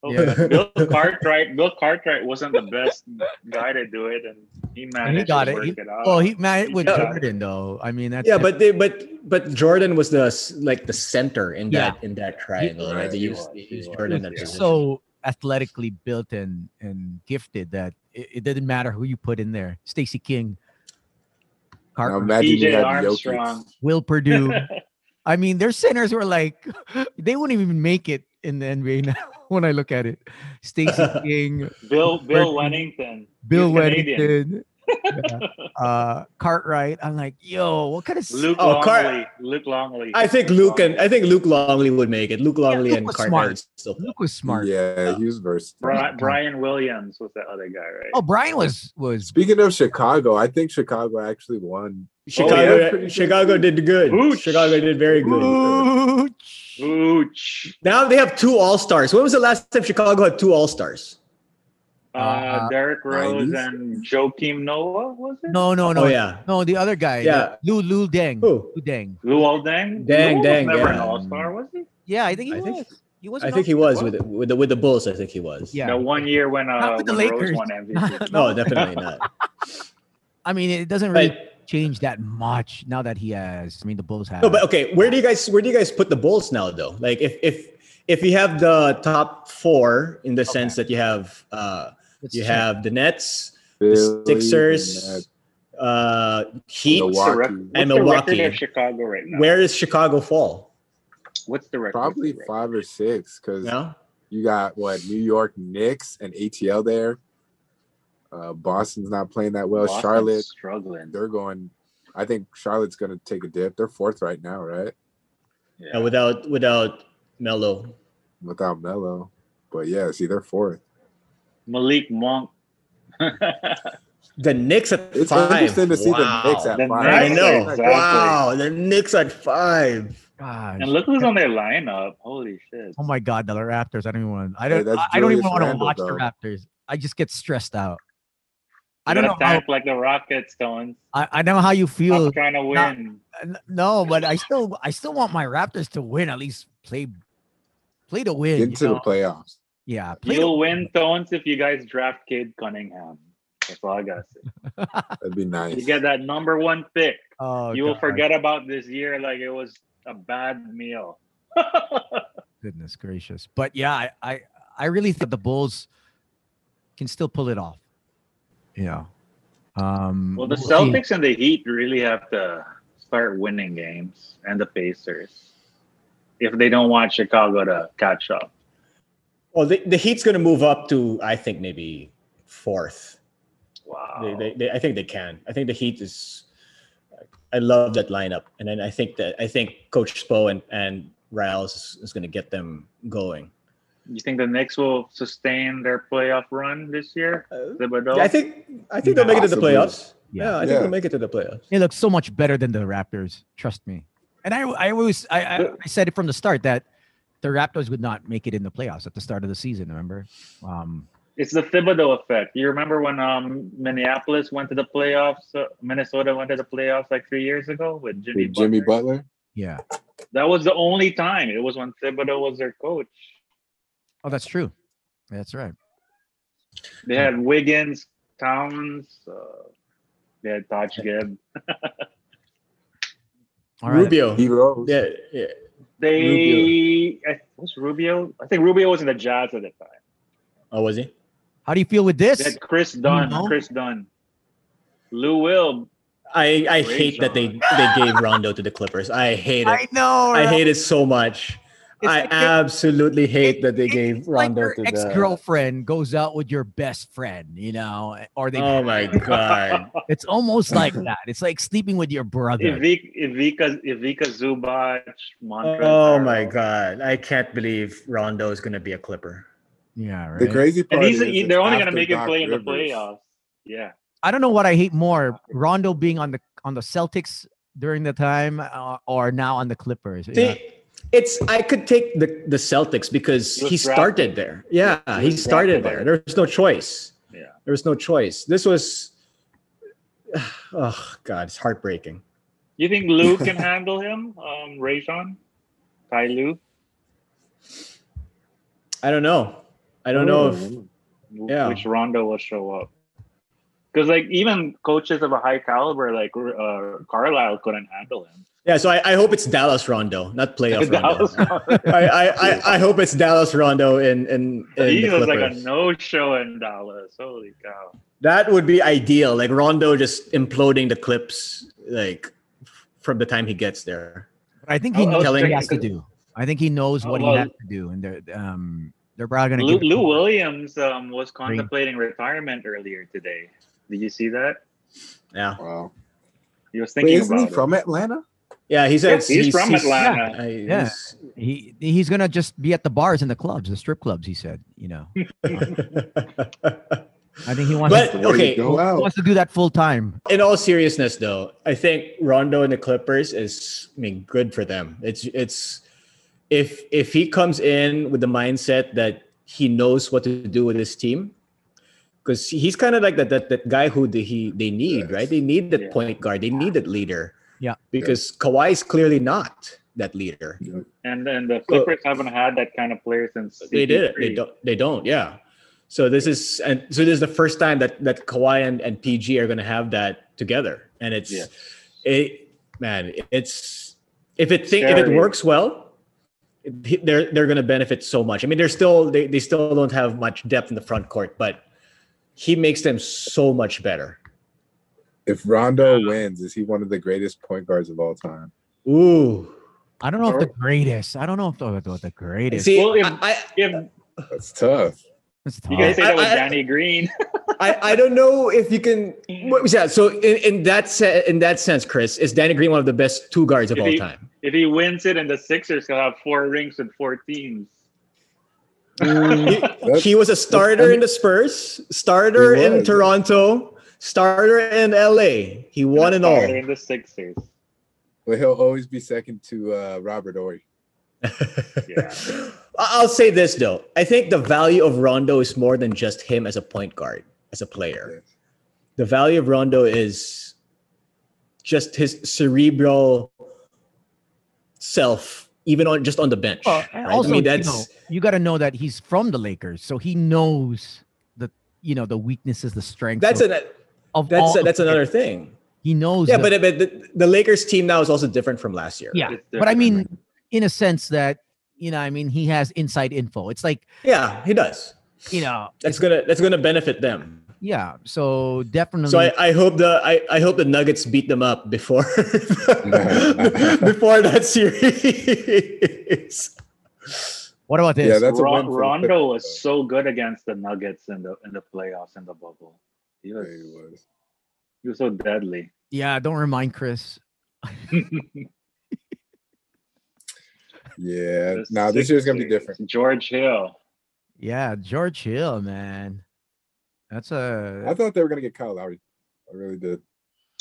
Speaker 4: Oh,
Speaker 1: Yeah.
Speaker 4: but Bill Cartwright, Bill Cartwright wasn't the best guy to do it, and he managed
Speaker 1: got
Speaker 4: to
Speaker 1: it.
Speaker 4: work
Speaker 1: He-
Speaker 4: it out.
Speaker 1: well, he man, it
Speaker 4: uh, He
Speaker 1: with
Speaker 4: got it.
Speaker 1: Jordan though. I mean, that's
Speaker 3: yeah, but they but but Jordan was the s- like the center in
Speaker 1: Yeah.
Speaker 3: that in that triangle, right? They
Speaker 6: Right.
Speaker 3: used, they used Jordan at
Speaker 1: It's
Speaker 3: position.
Speaker 1: so athletically built and and gifted that it, it didn't matter who you put in there. Stacey King,
Speaker 6: Now
Speaker 1: Carter,
Speaker 6: imagine you
Speaker 4: PJ
Speaker 6: had
Speaker 4: Armstrong.
Speaker 6: Jokic.
Speaker 1: Will Purdue. I mean, their centers were like they wouldn't even make it in the NBA now. When I look at it, Stacey King,
Speaker 4: Bill Bill
Speaker 1: Burton.
Speaker 4: Wennington.
Speaker 1: Bill
Speaker 4: He's
Speaker 1: Wennington,
Speaker 4: Canadian.
Speaker 1: yeah, uh, Cartwright. I'm like, yo, what kind of s-
Speaker 4: Luke
Speaker 3: Oh, Car-
Speaker 4: Longley. Luke Longley.
Speaker 3: I think Luke and I think Luke Longley would make it. Luke
Speaker 1: Luke
Speaker 3: Longley and
Speaker 1: was
Speaker 3: Carter
Speaker 1: smart.
Speaker 3: would still play.
Speaker 1: Luke was smart.
Speaker 6: Yeah, he was versatile.
Speaker 4: Bri- Brian Williams was that other guy, right?
Speaker 1: Oh, Brian was was
Speaker 6: Speaking of Chicago, I think Chicago actually won.
Speaker 3: Chicago,
Speaker 6: yeah, pretty good.
Speaker 3: Chicago did good.
Speaker 4: Ooch.
Speaker 3: Chicago did very good.
Speaker 1: Ooch.
Speaker 4: Ooch.
Speaker 3: Now they have two All Stars. When was the last time Chicago had two All Stars?
Speaker 4: Uh,
Speaker 1: Uh,
Speaker 4: Derek Rose
Speaker 6: 90s?
Speaker 4: and Joakim Noah, was it?
Speaker 1: No, no, no.
Speaker 3: Oh yeah.
Speaker 1: No, the other guy.
Speaker 3: Yeah.
Speaker 1: Yeah. Lou Lou Deng.
Speaker 3: Who?
Speaker 1: Lou Deng.
Speaker 4: Luol Deng?
Speaker 3: Dang,
Speaker 4: Luol
Speaker 3: dang,
Speaker 4: was never an
Speaker 3: yeah.
Speaker 4: all-star, was he?
Speaker 1: Yeah, I think he
Speaker 3: I
Speaker 1: was.
Speaker 3: think-
Speaker 1: He was.
Speaker 3: I think he was with the, with the with the Bulls. I think he was.
Speaker 1: Yeah.
Speaker 4: The one year when uh
Speaker 1: Not with the
Speaker 4: when Rose
Speaker 1: Lakers.
Speaker 4: won MVP.
Speaker 3: No, definitely not.
Speaker 1: I mean, it doesn't really
Speaker 3: But
Speaker 1: change that much now that he has. I mean, the Bulls have.
Speaker 3: no, but okay. Where do you guys where do you guys put the Bulls now though? Like if if if you have the top four in the sense that you have uh
Speaker 1: Let's
Speaker 3: you
Speaker 1: check.
Speaker 3: have the Nets,
Speaker 6: Philly,
Speaker 3: the Sixers, uh Heat.
Speaker 4: What's the rec-
Speaker 6: Milwaukee.
Speaker 4: what's
Speaker 3: And
Speaker 4: the
Speaker 3: Milwaukee.
Speaker 4: record of Chicago right now?
Speaker 3: Where does Chicago fall?
Speaker 4: What's the record?
Speaker 6: probably
Speaker 4: right
Speaker 6: five or six because
Speaker 3: No.
Speaker 6: you got what New York Knicks and ATL there. Uh, Boston's not playing that
Speaker 4: now?
Speaker 6: well.
Speaker 4: Boston's
Speaker 6: uh, Charlotte,
Speaker 4: struggling.
Speaker 6: they're going. I think Charlotte's going to take a dip. They're fourth right now, right?
Speaker 4: Yeah.
Speaker 3: Uh, without without Melo.
Speaker 6: Without Melo, but yeah, see, they're fourth.
Speaker 4: Malik Monk.
Speaker 3: The Knicks at
Speaker 6: It's
Speaker 3: five.
Speaker 6: interesting to see
Speaker 3: Wow.
Speaker 6: the Knicks at
Speaker 4: The
Speaker 6: five.
Speaker 3: I
Speaker 4: Knicks,
Speaker 3: know.
Speaker 4: exactly.
Speaker 3: Wow, the Knicks at five.
Speaker 1: Gosh.
Speaker 4: and look who's on their lineup. Holy shit.
Speaker 1: Oh my God, the Raptors! I don't even want. I don't.
Speaker 6: that's
Speaker 1: I- I don't even
Speaker 6: Julius
Speaker 1: want to
Speaker 6: Randle,
Speaker 1: watch
Speaker 6: though.
Speaker 1: the Raptors. I just get stressed out. I
Speaker 4: You
Speaker 1: don't know.
Speaker 4: gotta
Speaker 1: How,
Speaker 4: Tank like the Rockets, Stones.
Speaker 1: I, I know how you feel.
Speaker 4: Stop trying to
Speaker 1: not-
Speaker 4: win.
Speaker 1: N- No, but I still, I still want my Raptors to win. At least play, play to win.
Speaker 6: Get
Speaker 1: you
Speaker 6: into the
Speaker 1: know?
Speaker 6: playoffs.
Speaker 1: yeah, play to
Speaker 4: You'll win, Stones, if you guys draft Cade Cunningham. That's all I gotta say.
Speaker 6: That'd be nice.
Speaker 4: You get that number one pick.
Speaker 1: Oh,
Speaker 4: you will
Speaker 1: God,
Speaker 4: forget about this year like it was a bad meal.
Speaker 1: Goodness gracious! But yeah, I, I, I really think the Bulls can still pull it off. You know. Um,
Speaker 4: well, the
Speaker 1: we'll see.
Speaker 4: Celtics and the Heat really have to start winning games, and the Pacers, if they don't want Chicago to catch up.
Speaker 3: Well, the, the Heat's going to move up to I think maybe fourth.
Speaker 4: Wow.
Speaker 3: They, they, they, I think they can. I think the Heat is. I love that lineup, and then I think that I think Coach Spo and and Riles is, going to get them going.
Speaker 4: you think the Knicks will sustain their playoff run this year?
Speaker 3: Uh,
Speaker 4: Thibodeau?
Speaker 3: I think I think they'll make it to the
Speaker 6: Possibly.
Speaker 3: playoffs.
Speaker 1: Yeah.
Speaker 3: Yeah, I think
Speaker 6: Yeah.
Speaker 3: they'll make it to the playoffs.
Speaker 1: They look so much better than the Raptors. Trust me. And I, I always, I, I, I said it from the start that the Raptors would not make it in the playoffs at the start of the season. Remember? Um,
Speaker 4: It's the Thibodeau effect. You remember when um, Minneapolis went to the playoffs, uh, Minnesota went to the playoffs like three years ago with Jimmy.
Speaker 6: With Jimmy
Speaker 4: Butler?
Speaker 6: Butler.
Speaker 1: yeah.
Speaker 4: That was the only time. It was when Thibodeau was their coach.
Speaker 1: Oh, that's true. That's right.
Speaker 4: They had Wiggins, Towns. Uh, they had Taj Gibb.
Speaker 1: All right.
Speaker 3: Rubio.
Speaker 6: He rose.
Speaker 3: Yeah, yeah.
Speaker 4: They
Speaker 6: Rubio.
Speaker 4: I, was Rubio. I think Rubio was in the Jazz at the time.
Speaker 3: Oh, was he?
Speaker 1: How do you feel with
Speaker 4: They
Speaker 1: this?
Speaker 4: had Chris Dunn.
Speaker 1: No.
Speaker 4: Chris Dunn. Lou Will.
Speaker 3: I I
Speaker 4: Great
Speaker 3: hate that they they gave Rondo to the Clippers. I hate it. I,
Speaker 1: know.
Speaker 3: hate it so much.
Speaker 1: It's
Speaker 3: I
Speaker 1: like they're-
Speaker 3: absolutely hate that they
Speaker 1: it's
Speaker 3: gave
Speaker 1: like
Speaker 3: Rondo
Speaker 1: your
Speaker 3: to
Speaker 1: ex
Speaker 3: the.
Speaker 1: girlfriend goes out with your best friend, you know, or they.
Speaker 3: Oh my god!
Speaker 1: It's almost like that. It's like sleeping with your brother.
Speaker 4: Ivica, Ivica, Ivica Zubac, Montrezl.
Speaker 3: Oh
Speaker 4: Harrell.
Speaker 3: my god! I can't believe Rondo is going to be a Clipper.
Speaker 1: Yeah, right.
Speaker 6: The crazy
Speaker 4: And
Speaker 6: part
Speaker 4: he's
Speaker 6: is
Speaker 4: he,
Speaker 6: it's
Speaker 4: they're only
Speaker 6: after
Speaker 4: gonna make him
Speaker 6: Doc
Speaker 4: play in the
Speaker 6: Rivers.
Speaker 4: playoffs. Yeah.
Speaker 1: I don't know what I hate more: Rondo being on the on the Celtics during the time, uh, or now on the Clippers. you know?
Speaker 3: See, it's I could take the the Celtics because
Speaker 4: He was
Speaker 3: he started there. Yeah,
Speaker 4: He
Speaker 3: he
Speaker 4: was
Speaker 3: started
Speaker 4: drafted
Speaker 3: there.
Speaker 4: there.
Speaker 3: There was no choice.
Speaker 4: Yeah.
Speaker 3: there was no choice. This was. Oh god, it's heartbreaking.
Speaker 4: You think Lou can handle him? Um, Rajon, Ty Lue.
Speaker 3: I don't know. I don't know
Speaker 4: Oh.
Speaker 3: if
Speaker 4: w-
Speaker 3: Yeah.
Speaker 4: which Rondo will show up. Because like even coaches of a high caliber like uh, Carlisle couldn't handle him.
Speaker 3: Yeah, so I, I hope it's Dallas Rondo, not playoff Rondo.
Speaker 4: Dallas Rondo.
Speaker 3: I, I, I, I hope it's Dallas Rondo in in, in
Speaker 4: he
Speaker 3: the
Speaker 4: was like a
Speaker 3: Clippers.
Speaker 4: no-show in Dallas. Holy cow!
Speaker 3: that would be ideal. Like Rondo just imploding the clips like from the time he gets there.
Speaker 1: But I think he
Speaker 3: oh,
Speaker 4: I- I
Speaker 1: knows
Speaker 4: was
Speaker 1: what he
Speaker 4: thinking-
Speaker 1: has to do. I think he knows what
Speaker 4: Well-
Speaker 1: he has to do, and they're um they're probably gonna
Speaker 4: Lou,
Speaker 1: give it
Speaker 4: Lou
Speaker 1: to him.
Speaker 4: Williams um, was contemplating retirement earlier today. Did you see that?
Speaker 3: Yeah,
Speaker 6: Wow.
Speaker 4: He was
Speaker 6: Wait,
Speaker 4: thinking
Speaker 6: isn't
Speaker 4: about
Speaker 6: he
Speaker 4: it.
Speaker 6: from Atlanta?
Speaker 3: yeah. He says
Speaker 4: he's from Atlanta.
Speaker 3: I-
Speaker 1: Yeah.
Speaker 3: he's-
Speaker 1: He he's gonna just be at the bars and the clubs, the strip clubs. He said, you know, I think he wants
Speaker 3: but
Speaker 1: to,
Speaker 6: Way to
Speaker 3: okay,
Speaker 1: he
Speaker 6: go out.
Speaker 1: wants to do that full time.
Speaker 3: in all seriousness though i think rondo and the clippers is i mean good for them it's it's if if he comes in with the mindset that he knows what to do with his team because he's kind of like that, that that guy who the, he they need
Speaker 6: Yes.
Speaker 3: right they need that
Speaker 4: Yeah.
Speaker 3: point guard they need that leader
Speaker 1: Yeah.
Speaker 3: because Kawhi's clearly not that leader.
Speaker 4: And then the Clippers haven't had that kind of player since
Speaker 3: They did. They
Speaker 4: CP3.
Speaker 3: don't. They don't. Yeah. So this is and so this is the first time that that Kawhi and, and PG are going to have that together, and it's
Speaker 4: Yeah.
Speaker 3: it man, it's if it think, if it
Speaker 4: Scary.
Speaker 3: works well, it- they're they're going to benefit so much. I mean, they're still they, they still don't have much depth in the front court, but he makes them so much better.
Speaker 6: If Rondo
Speaker 3: Uh,
Speaker 6: wins, is he one of the greatest point guards of all time?
Speaker 3: Ooh,
Speaker 1: I don't know if the greatest. I don't know if the, the, the greatest.
Speaker 3: see,
Speaker 4: Well, if-
Speaker 3: I,
Speaker 4: If
Speaker 6: That's tough.
Speaker 1: It's
Speaker 4: you
Speaker 1: tough.
Speaker 4: guys say that was
Speaker 3: I- I-
Speaker 4: Danny Green,
Speaker 3: I, I don't know if you can. What was that? So in, in that se- in that sense, Chris is Danny Green one of the best two guards of
Speaker 4: If
Speaker 3: all
Speaker 4: he-
Speaker 3: time.
Speaker 4: if he wins it and the Sixers can have four rings with four teams.
Speaker 6: That's-
Speaker 3: he was a starter in the Spurs, starter
Speaker 6: He
Speaker 3: in
Speaker 6: was.
Speaker 3: Toronto, starter in LA. He won and all.
Speaker 4: In the Sixers.
Speaker 6: But he'll always be second to uh, Robert Ory.
Speaker 4: Yeah.
Speaker 3: I- I'll say this though. I think the value of Rondo is more than just him as a point guard, as a player. The value of Rondo is just his cerebral self, even on just on the bench.
Speaker 1: Well,
Speaker 3: right?
Speaker 1: and also,
Speaker 3: I mean,
Speaker 1: you, know,
Speaker 3: that's
Speaker 1: you got to know that he's from the Lakers, so he knows the you know the weaknesses, the strengths.
Speaker 3: that's
Speaker 1: of,
Speaker 3: an
Speaker 1: of
Speaker 3: that's
Speaker 1: all
Speaker 3: that's
Speaker 1: of-
Speaker 3: another thing.
Speaker 1: He knows.
Speaker 3: Yeah,
Speaker 1: the-
Speaker 3: but, but the, the Lakers team now is also different from last year.
Speaker 1: yeah,
Speaker 4: It's
Speaker 1: but I
Speaker 4: different.
Speaker 1: mean, in a sense that you know, I mean, he has inside info. It's like
Speaker 3: yeah, he does.
Speaker 1: you know,
Speaker 3: That's gonna that's gonna benefit them.
Speaker 1: yeah. So definitely,
Speaker 3: So I, I hope the I, I hope the Nuggets beat them up before before that series.
Speaker 1: what about this?
Speaker 6: Yeah, that's a
Speaker 4: Ron-
Speaker 6: win for the
Speaker 4: Rondo was
Speaker 6: Clippers,
Speaker 4: so good against the Nuggets in the in the playoffs in the bubble. He
Speaker 6: though.
Speaker 4: was,
Speaker 6: Yeah, he was.
Speaker 4: he was so deadly.
Speaker 1: yeah, don't remind Chris.
Speaker 6: Yeah.
Speaker 4: The
Speaker 6: Nah, this year's gonna be
Speaker 4: Sixers.
Speaker 6: different.
Speaker 4: George Hill.
Speaker 1: Yeah, George Hill, man. That's a
Speaker 6: I thought they were gonna get Kyle Lowry. I really did.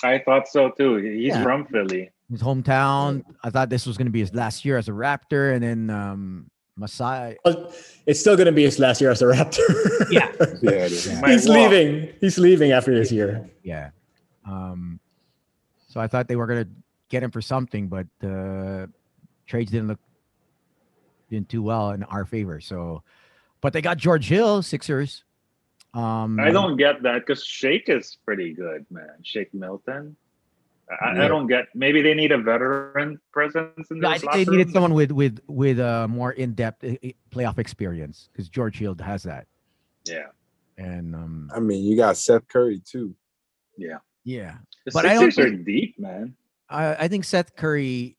Speaker 4: I thought so too. He's
Speaker 1: Yeah.
Speaker 4: from Philly.
Speaker 1: his hometown. I thought this was going to be his last year as a Raptor, and then um Masai.
Speaker 3: Well, it's still gonna be his last year as a Raptor.
Speaker 1: Yeah.
Speaker 6: Yeah, it is.
Speaker 1: Yeah.
Speaker 4: Might
Speaker 3: he's
Speaker 4: walk.
Speaker 3: leaving. He's leaving after this year.
Speaker 1: Yeah. Um, so I thought they were gonna get him for something, but uh, trades didn't look didn't do well in our favor. So, but they got George Hill, Sixers. Um,
Speaker 4: I don't get that because Shake is pretty good, man. Shake Milton. I, I
Speaker 6: Yeah.
Speaker 4: don't get. Maybe they need a veteran presence in
Speaker 1: Yeah, I
Speaker 4: this.
Speaker 1: think they needed someone with with with a more in depth playoff experience because George Hill has that.
Speaker 4: Yeah,
Speaker 1: And um,
Speaker 6: I mean, you got Seth Curry too.
Speaker 4: yeah.
Speaker 1: yeah,
Speaker 4: The
Speaker 1: But I don't
Speaker 4: Sixers are deep, man.
Speaker 1: I, I think Seth Curry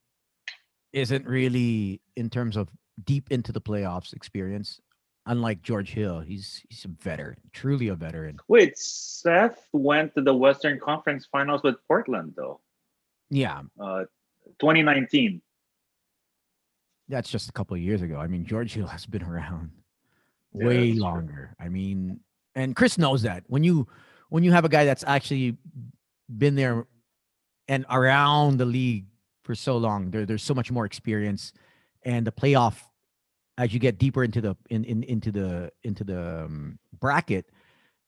Speaker 1: isn't really in terms of deep into the playoffs experience. Unlike George Hill, he's he's a veteran, truly a veteran.
Speaker 4: Wait, Seth went to the Western Conference Finals with Portland though.
Speaker 1: Yeah,
Speaker 4: Uh, 2019.
Speaker 1: that's just a couple of years ago. I mean, George Hill has been around way
Speaker 4: that's true.
Speaker 1: longer. I mean, and Chris knows that when you when you have a guy that's actually been there and around the league for so long, there, there's so much more experience, and the playoff as you get deeper into the in, in into the into the um, bracket,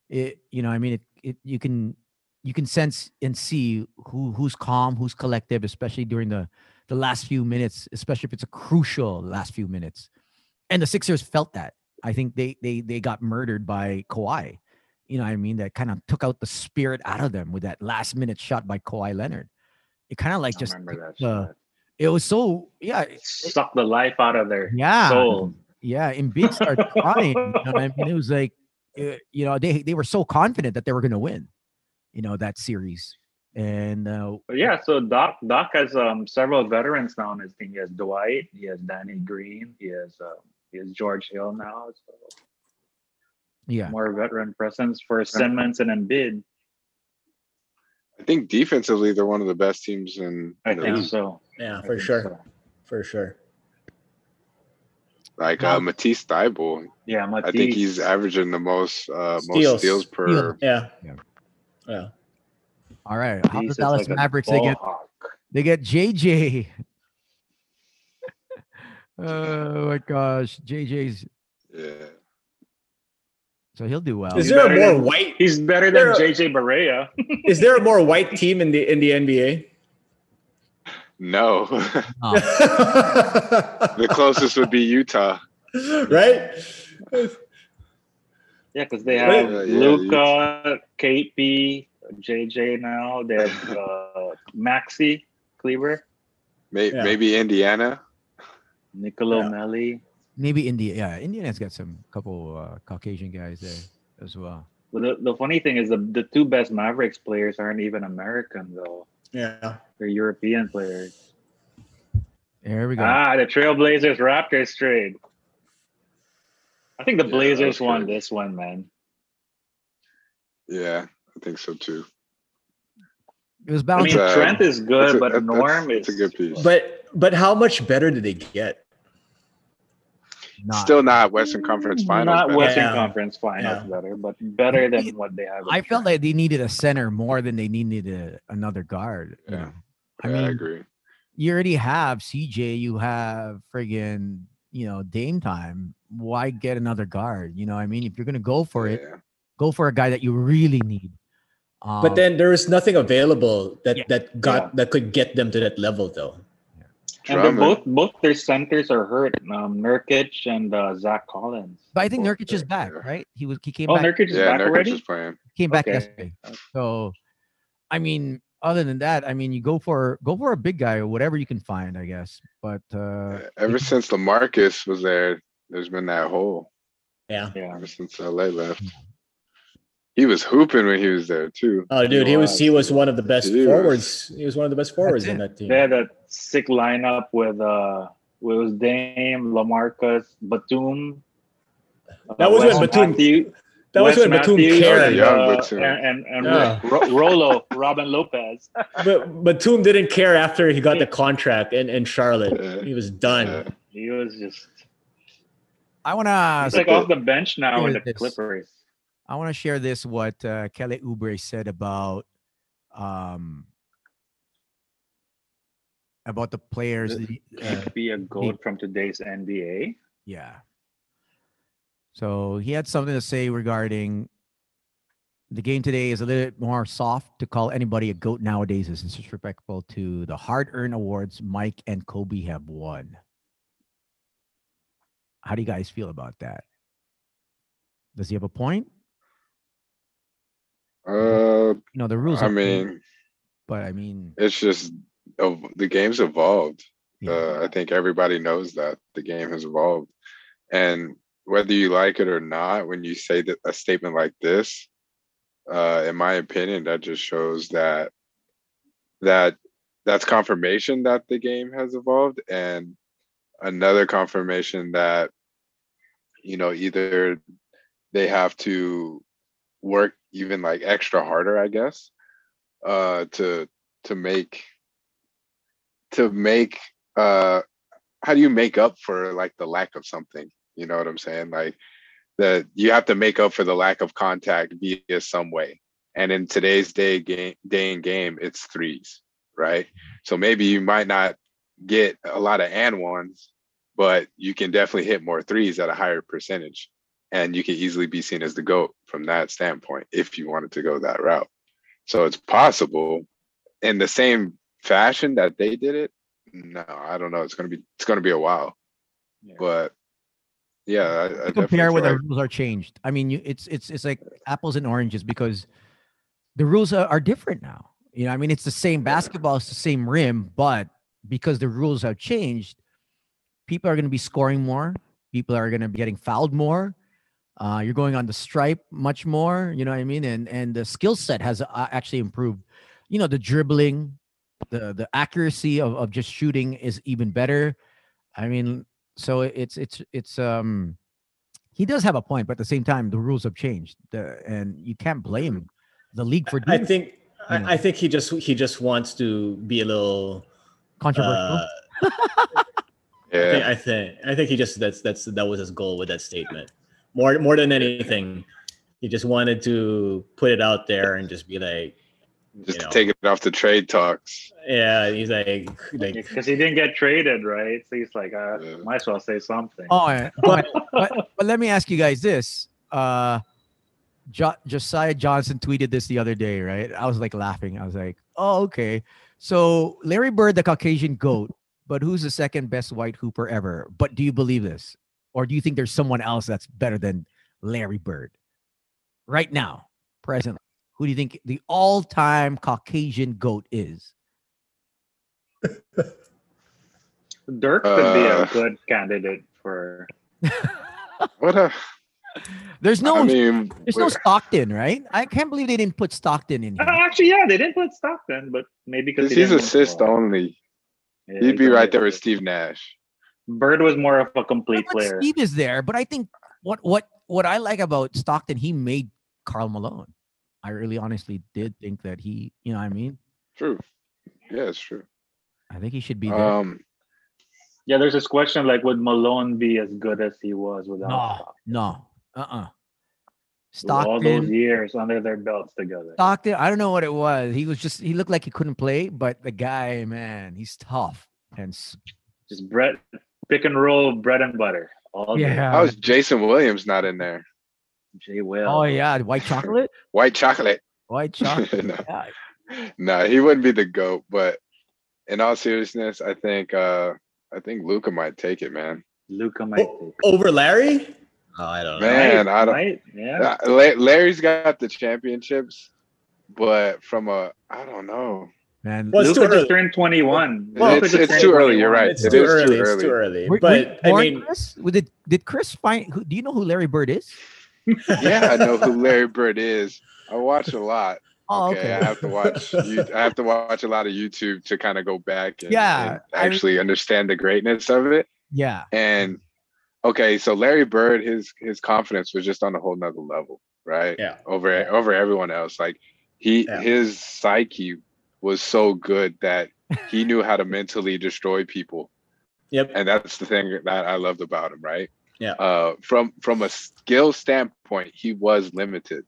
Speaker 1: it you know, I mean, it, it you can you can sense and see who who's calm, who's collective, especially during the the last few minutes, especially if it's a crucial last few minutes. And the Sixers felt that. I think they they they got murdered by Kawhi. You know what I mean? That kind of took out the spirit out of them with that last minute shot by Kawhi Leonard. It kind of like
Speaker 4: I
Speaker 1: just
Speaker 4: remember that.
Speaker 1: uh,
Speaker 4: shot.
Speaker 1: it was so yeah it-
Speaker 4: Suck the life out of their
Speaker 1: yeah
Speaker 4: soul.
Speaker 1: yeah and Embiid started crying. You know what I mean? It was like uh, you know they they were so confident that they were going to win. You know that series and uh,
Speaker 4: But yeah, so Doc Doc has um several veterans now on his team. He has Dwight, he has Danny Green, he has um, he has George Hill now. So
Speaker 1: yeah
Speaker 4: more veteran presence for Simmons and Embiid.
Speaker 2: I think defensively they're one of the best teams in.
Speaker 4: I
Speaker 2: the
Speaker 4: think
Speaker 2: league.
Speaker 4: so.
Speaker 3: Yeah,
Speaker 4: I
Speaker 3: for
Speaker 4: think
Speaker 3: sure.
Speaker 4: so.
Speaker 3: For sure.
Speaker 2: Like uh, Matisse Thybulle,
Speaker 4: Yeah,
Speaker 2: I
Speaker 4: Matisse.
Speaker 2: think he's averaging the most uh,
Speaker 3: Steals.
Speaker 2: most steals per.
Speaker 3: Yeah.
Speaker 1: Yeah.
Speaker 3: Yeah.
Speaker 1: all right how
Speaker 4: Matisse
Speaker 1: the
Speaker 4: is
Speaker 1: Dallas
Speaker 4: like a
Speaker 1: Mavericks they
Speaker 4: ball
Speaker 1: get
Speaker 4: hawk.
Speaker 1: they get JJ. oh my gosh, JJ's
Speaker 2: Yeah.
Speaker 1: so he'll do well.
Speaker 3: Is
Speaker 4: He's
Speaker 3: there a
Speaker 4: better
Speaker 3: more
Speaker 4: than-
Speaker 3: white
Speaker 4: He's better
Speaker 3: They're-
Speaker 4: than JJ Barea.
Speaker 3: is there a more white team in the in the NBA?
Speaker 2: No, the closest would be Utah.
Speaker 5: right?
Speaker 4: Yeah, because they
Speaker 5: Wait.
Speaker 4: have
Speaker 2: Yeah, yeah,
Speaker 4: Luca, KP, JJ now. They have uh, Maxi Cleaver,
Speaker 2: May-
Speaker 5: Yeah.
Speaker 2: Maybe Indiana.
Speaker 4: Nicolo
Speaker 5: Yeah.
Speaker 4: Melli.
Speaker 1: Maybe India. Yeah, Indiana's got some couple uh, Caucasian guys there as well.
Speaker 4: But the, the funny thing is, the, the two best Mavericks players aren't even American, though.
Speaker 5: Yeah.
Speaker 4: They're European players.
Speaker 1: There we go.
Speaker 4: Ah, the Trailblazers Raptors trade. I think the
Speaker 2: Yeah, that
Speaker 4: Blazers
Speaker 2: was
Speaker 4: won
Speaker 2: good.
Speaker 4: this one, man.
Speaker 2: Yeah, I think so too.
Speaker 1: it was
Speaker 4: I
Speaker 1: bound.
Speaker 4: mean,
Speaker 1: to
Speaker 2: a-
Speaker 4: Trent is
Speaker 2: that's
Speaker 4: good,
Speaker 2: a-
Speaker 4: but
Speaker 2: that- that's-
Speaker 4: Norm
Speaker 2: that's
Speaker 4: is
Speaker 2: a good piece.
Speaker 5: But
Speaker 3: But how much better did they get?
Speaker 1: not.
Speaker 2: Still not Western Conference Finals.
Speaker 4: Not
Speaker 2: better.
Speaker 4: Western
Speaker 5: Yeah.
Speaker 4: Conference Finals
Speaker 5: Yeah.
Speaker 4: better, but better
Speaker 1: Yeah.
Speaker 4: than what they have. in
Speaker 1: I felt
Speaker 4: Trent.
Speaker 1: like they needed a center more than they needed a, another guard. you
Speaker 2: Yeah.
Speaker 1: know. I
Speaker 2: Yeah, I,
Speaker 1: mean,
Speaker 2: agree.
Speaker 1: you already have CJ, you have friggin', you know, Dame time. Why get another guard? You know, what I mean, if you're gonna go for it,
Speaker 2: Yeah.
Speaker 1: go for a guy that you really need. Um,
Speaker 3: But then there was nothing available that
Speaker 1: Yeah.
Speaker 3: that got
Speaker 4: Yeah.
Speaker 3: that could get them to that level, though.
Speaker 4: And they're
Speaker 2: Drummond.
Speaker 4: both both their centers are hurt. Um, Nurkic and uh, Zach Collins.
Speaker 1: but I think
Speaker 2: Well,
Speaker 1: Nurkic is
Speaker 2: yeah,
Speaker 1: back,
Speaker 2: yeah.
Speaker 1: right? He was he came
Speaker 4: Oh,
Speaker 1: back
Speaker 4: Nurkic is
Speaker 2: Yeah,
Speaker 4: back
Speaker 2: Nurkic
Speaker 4: already.
Speaker 2: is playing.
Speaker 1: came back
Speaker 4: okay.
Speaker 1: yesterday. So, I mean, other than that, I mean, you go for go for a big guy or whatever you can find, I guess. But uh,
Speaker 2: Yeah, Ever since Lamarcus was there, there's been that hole.
Speaker 3: Yeah.
Speaker 4: Yeah,
Speaker 2: Ever since LA left, he was hooping when he was there too.
Speaker 3: Oh, dude, he was he was one of the best
Speaker 2: He was-
Speaker 3: forwards. He was one of the best forwards in that team.
Speaker 4: they had a sick lineup with uh, with was Dame, Lamarcus, Batum. uh,
Speaker 3: That was
Speaker 4: Wes
Speaker 3: when Batum-
Speaker 4: Matthew-
Speaker 3: that was
Speaker 4: Wes
Speaker 3: when Batum
Speaker 4: Matthews
Speaker 3: cared.
Speaker 4: and,
Speaker 2: Young
Speaker 4: uh,
Speaker 2: Batum.
Speaker 4: and, and, and
Speaker 3: Yeah.
Speaker 4: Ro- Rolo, Robin Lopez.
Speaker 3: But Batum didn't care after he got the contract in, in Charlotte.
Speaker 2: Yeah.
Speaker 3: He was done.
Speaker 2: Yeah.
Speaker 4: He was just
Speaker 1: I wanna
Speaker 3: Ah,
Speaker 4: he's like off the bench now
Speaker 1: Look
Speaker 4: with
Speaker 1: at
Speaker 4: the
Speaker 1: this.
Speaker 4: Clippers.
Speaker 1: I want to share this what uh, Kelly Oubre said about um about the players.
Speaker 4: The-
Speaker 1: that he- uh,
Speaker 4: Could be a goat from today's NBA.
Speaker 1: yeah. So he had something to say regarding the game today is a little bit more soft. To call anybody a goat nowadays is disrespectful to the hard-earned awards Mike and Kobe have won. How do you guys feel about that? Does he have a point?
Speaker 2: Uh,
Speaker 1: You know the rules.
Speaker 2: I
Speaker 1: are clear,
Speaker 2: mean,
Speaker 1: but I mean,
Speaker 2: it's just uh, the game's evolved.
Speaker 1: yeah.
Speaker 2: Uh, I think everybody knows that the game has evolved. And whether you like it or not, when you say that a statement like this, uh, in my opinion, that just shows that that that's confirmation that the game has evolved and another confirmation that you know either they have to work even like extra harder i guess uh to to make to make uh how do you make up for like the lack of something you know what i'm saying like that you have to make up for the lack of contact via some way and in today's day game day and game it's threes right so maybe you might not get a lot of and ones but you can definitely hit more threes at a higher percentage and you can easily be seen as the goat from that standpoint if you wanted to go that route so it's possible in the same fashion that they did it no i don't know it's going to be it's going to be a while
Speaker 4: Yeah.
Speaker 2: but yeah i,
Speaker 1: to
Speaker 2: I definitely
Speaker 1: compare when
Speaker 2: feel
Speaker 1: the rules are changed. I mean, you, it's it's it's like apples and oranges because the rules are, are different now. You know, I mean, it's the same basketball, it's the same rim, but because the rules have changed, people are going to be scoring more. People are going to be getting fouled more. Uh, you're going on the stripe much more. You know what I mean? And and the skill set has uh, actually improved. You know, the dribbling, the the accuracy of of just shooting is even better. I mean, so it's it's it's um he does have a point, but at the same time, the rules have changed, the, and you can't blame the league for
Speaker 3: Mm-hmm. I
Speaker 1: doing
Speaker 3: think
Speaker 1: Yeah.
Speaker 3: I, I think he just he just wants to be a little
Speaker 1: controversial.
Speaker 3: uh, I think-
Speaker 2: yeah
Speaker 3: I think I think he just that's that's that was his goal with that statement. More more than anything, he just wanted to put it out there and just be like,
Speaker 2: just
Speaker 3: you know,
Speaker 2: to take it off the trade talks
Speaker 3: yeah. He's like, like
Speaker 4: Because he didn't get traded, right? So he's like, I
Speaker 2: Yeah.
Speaker 4: might as well say something.
Speaker 1: oh, yeah. but, but, but let me ask you guys this: uh, jo- Josiah Johnson tweeted this the other day, right? I was like laughing. I was like, "Oh, okay." So Larry Bird, the Caucasian goat, but who's the second best white hooper ever? But do you believe this, or do you think there's someone else that's better than Larry Bird right now, presently? Who do you think the all-time Caucasian goat is?
Speaker 4: Dirk could be a
Speaker 2: Uh,
Speaker 4: good candidate for.
Speaker 2: What a.
Speaker 1: There's no,
Speaker 2: I mean,
Speaker 1: there's no
Speaker 2: we're-
Speaker 1: Stockton, right? I can't believe they didn't put Stockton in
Speaker 4: Uh,
Speaker 1: here.
Speaker 4: actually, yeah, they didn't put Stockton, but maybe because
Speaker 2: he's assist only. He'd be right there with Steve Nash.
Speaker 4: Bird was more of a
Speaker 1: Yeah,
Speaker 4: complete
Speaker 1: but
Speaker 4: player.
Speaker 1: Steve is there, but I think what what what I like about Stockton, he made Carl Malone. I really honestly did think that he, you know, what I mean,
Speaker 2: True. Yeah, it's true.
Speaker 1: I think he should be there.
Speaker 2: Um,
Speaker 4: Yeah, there's this question like, would Malone be as good as he was
Speaker 1: no,
Speaker 4: without
Speaker 1: no, uh, uh
Speaker 4: Stockton? With all those
Speaker 1: Stockton,
Speaker 4: years under their belts together?
Speaker 1: Stockton. I don't know what it was. He was just he looked like he couldn't play, but the guy, man, he's tough and s-
Speaker 4: Just bread, pick and roll, bread and butter. All day.
Speaker 2: how's Jason Williams not in there?
Speaker 4: Jay Will.
Speaker 1: Oh yeah, white chocolate,
Speaker 2: White chocolate.
Speaker 1: white chocolate.
Speaker 2: No.
Speaker 1: yeah.
Speaker 2: no, he wouldn't be the goat. But in all seriousness, I think uh I think Luca might take it, man.
Speaker 4: Luca might.
Speaker 3: O- over Larry?
Speaker 7: Oh, I don't know.
Speaker 2: Oh, Man, I don't.
Speaker 4: Might, yeah.
Speaker 2: Uh, La- Larry's got the championships, but from a I don't know.
Speaker 1: man.
Speaker 3: Well, it's too
Speaker 4: Luca just
Speaker 3: early.
Speaker 4: turned 21.
Speaker 2: Well,
Speaker 4: Luka
Speaker 2: it's-
Speaker 4: just
Speaker 2: it's
Speaker 4: turned
Speaker 2: too early, you're
Speaker 4: 21.
Speaker 2: right.
Speaker 3: It's
Speaker 2: It
Speaker 3: too
Speaker 2: is too
Speaker 3: early. It's
Speaker 2: early.
Speaker 3: too early.
Speaker 1: Were- were you
Speaker 3: but I
Speaker 1: born,
Speaker 3: mean,
Speaker 1: Chris? Well, did did Chris find? Who, do you know who Larry Bird is?
Speaker 2: Yeah, I know who Larry Bird is. I watch a lot.
Speaker 1: Oh,
Speaker 2: okay, I have to watch. You, I have to watch a lot of YouTube to kind of go back and,
Speaker 1: Yeah,
Speaker 2: and
Speaker 1: I-
Speaker 2: actually understand the greatness of it.
Speaker 1: Yeah.
Speaker 2: And okay, so Larry Bird, his his confidence was just on a whole nother level, right?
Speaker 3: Yeah.
Speaker 2: Over over everyone else. Like he
Speaker 3: Yeah.
Speaker 2: his psyche was so good that he knew how to mentally destroy people.
Speaker 3: Yep.
Speaker 2: And that's the thing that I loved about him, right?
Speaker 3: Yeah.
Speaker 2: Uh from from a skill standpoint, he was limited.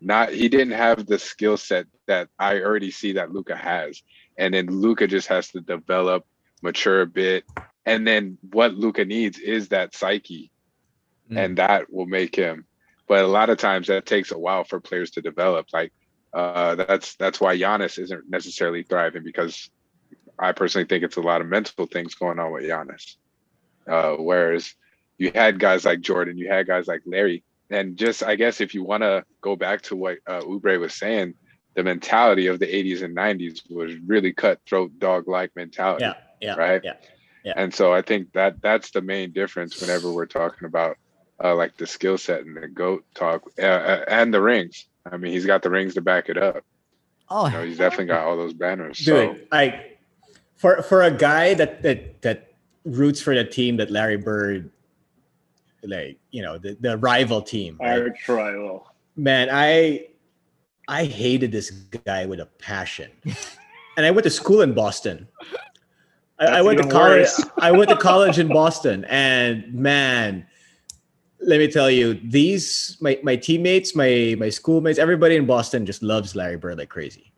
Speaker 2: Not he didn't have the skill set that I already see that Luca has. And then Luca just has to develop, mature a bit, and then what Luca needs is that psyche,
Speaker 3: Mm.
Speaker 2: and that will make him. But a lot of times that takes a while for players to develop. Like uh, that's that's why Giannis isn't necessarily thriving because I personally think it's a lot of mental things going on with Giannis. Uh, whereas you had guys like Jordan, you had guys like Larry, and just I guess if you want to go back to what uh, Ubre was saying, the mentality of the '80s and '90s was really cutthroat, dog-like mentality
Speaker 3: yeah. Yeah.
Speaker 2: right?
Speaker 3: Yeah. Yeah.
Speaker 2: And so I think that that's the main difference whenever we're talking about uh, like the skill set and the goat talk uh, uh, and the rings. I mean, he's got the rings to back it up.
Speaker 1: Oh,
Speaker 2: You know, he's definitely got all those banners. So
Speaker 3: Dude, I for for a guy that that that roots for the team that Larry Bird like, you know, the, the rival team. right?
Speaker 4: Our trial.
Speaker 3: Man, I I hated this guy with a passion. and I went to school in Boston. I, I
Speaker 4: That's
Speaker 3: went to
Speaker 4: even
Speaker 3: college.
Speaker 4: worse.
Speaker 3: I went to college in Boston, and man, let me tell you, these my my teammates, my my schoolmates, everybody in Boston just loves Larry Bird like crazy.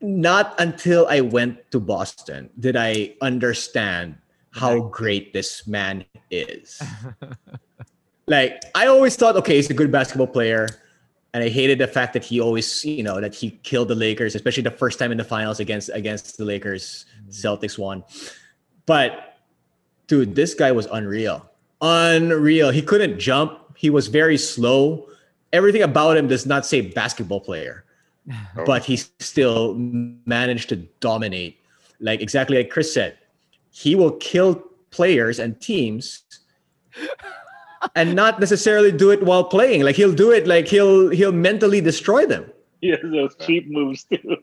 Speaker 3: Not until I went to Boston did I understand how great this man is. like I always thought, okay, he's a good basketball player. And I hated the fact that he always, you know, that he killed the Lakers, especially the first time in the finals against against the Lakers. Celtics won. But dude, this guy was unreal. Unreal. He couldn't jump. He was very slow. Everything about him does not say basketball player,
Speaker 2: Oh.
Speaker 3: but he still managed to dominate. Like exactly like Chris said, he will kill players and teams and not necessarily do it while playing. Like he'll do it like he'll he'll mentally destroy them.
Speaker 4: He has those cheap moves too.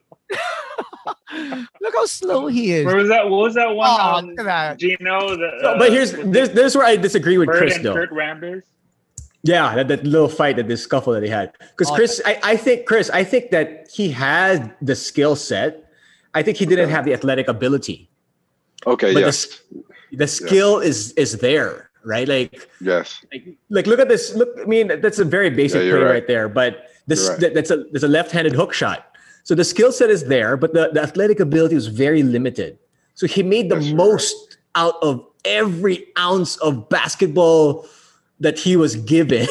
Speaker 1: Look how slow he is.
Speaker 4: Where was that? What was that one?
Speaker 1: Oh,
Speaker 4: um,
Speaker 1: look at that.
Speaker 4: Gino. The, uh,
Speaker 3: So, but here's this this is where I disagree with
Speaker 4: Bird
Speaker 3: Chris
Speaker 4: and
Speaker 3: though.
Speaker 4: Kurt Rambis.
Speaker 3: Yeah, that, that little fight, that this scuffle that he had. Because
Speaker 1: Oh,
Speaker 3: Chris, I, I think Chris, I think that he had the skill set. I think he didn't have the athletic ability,
Speaker 2: okay,
Speaker 3: but the
Speaker 2: Uh, yes,
Speaker 3: s the skill is is there, right? Like,
Speaker 2: yes,
Speaker 3: like, like look at this. Look, I mean, that's a very basic
Speaker 2: Yeah, you're
Speaker 3: play right.
Speaker 2: right.
Speaker 3: there. But this
Speaker 2: You're right.
Speaker 3: that, that's a there's a left-handed hook shot. So the skill set is there, but the, the athletic ability was very limited. So he made the
Speaker 2: Yes, you're right.
Speaker 3: most out of every ounce of basketball that he was given,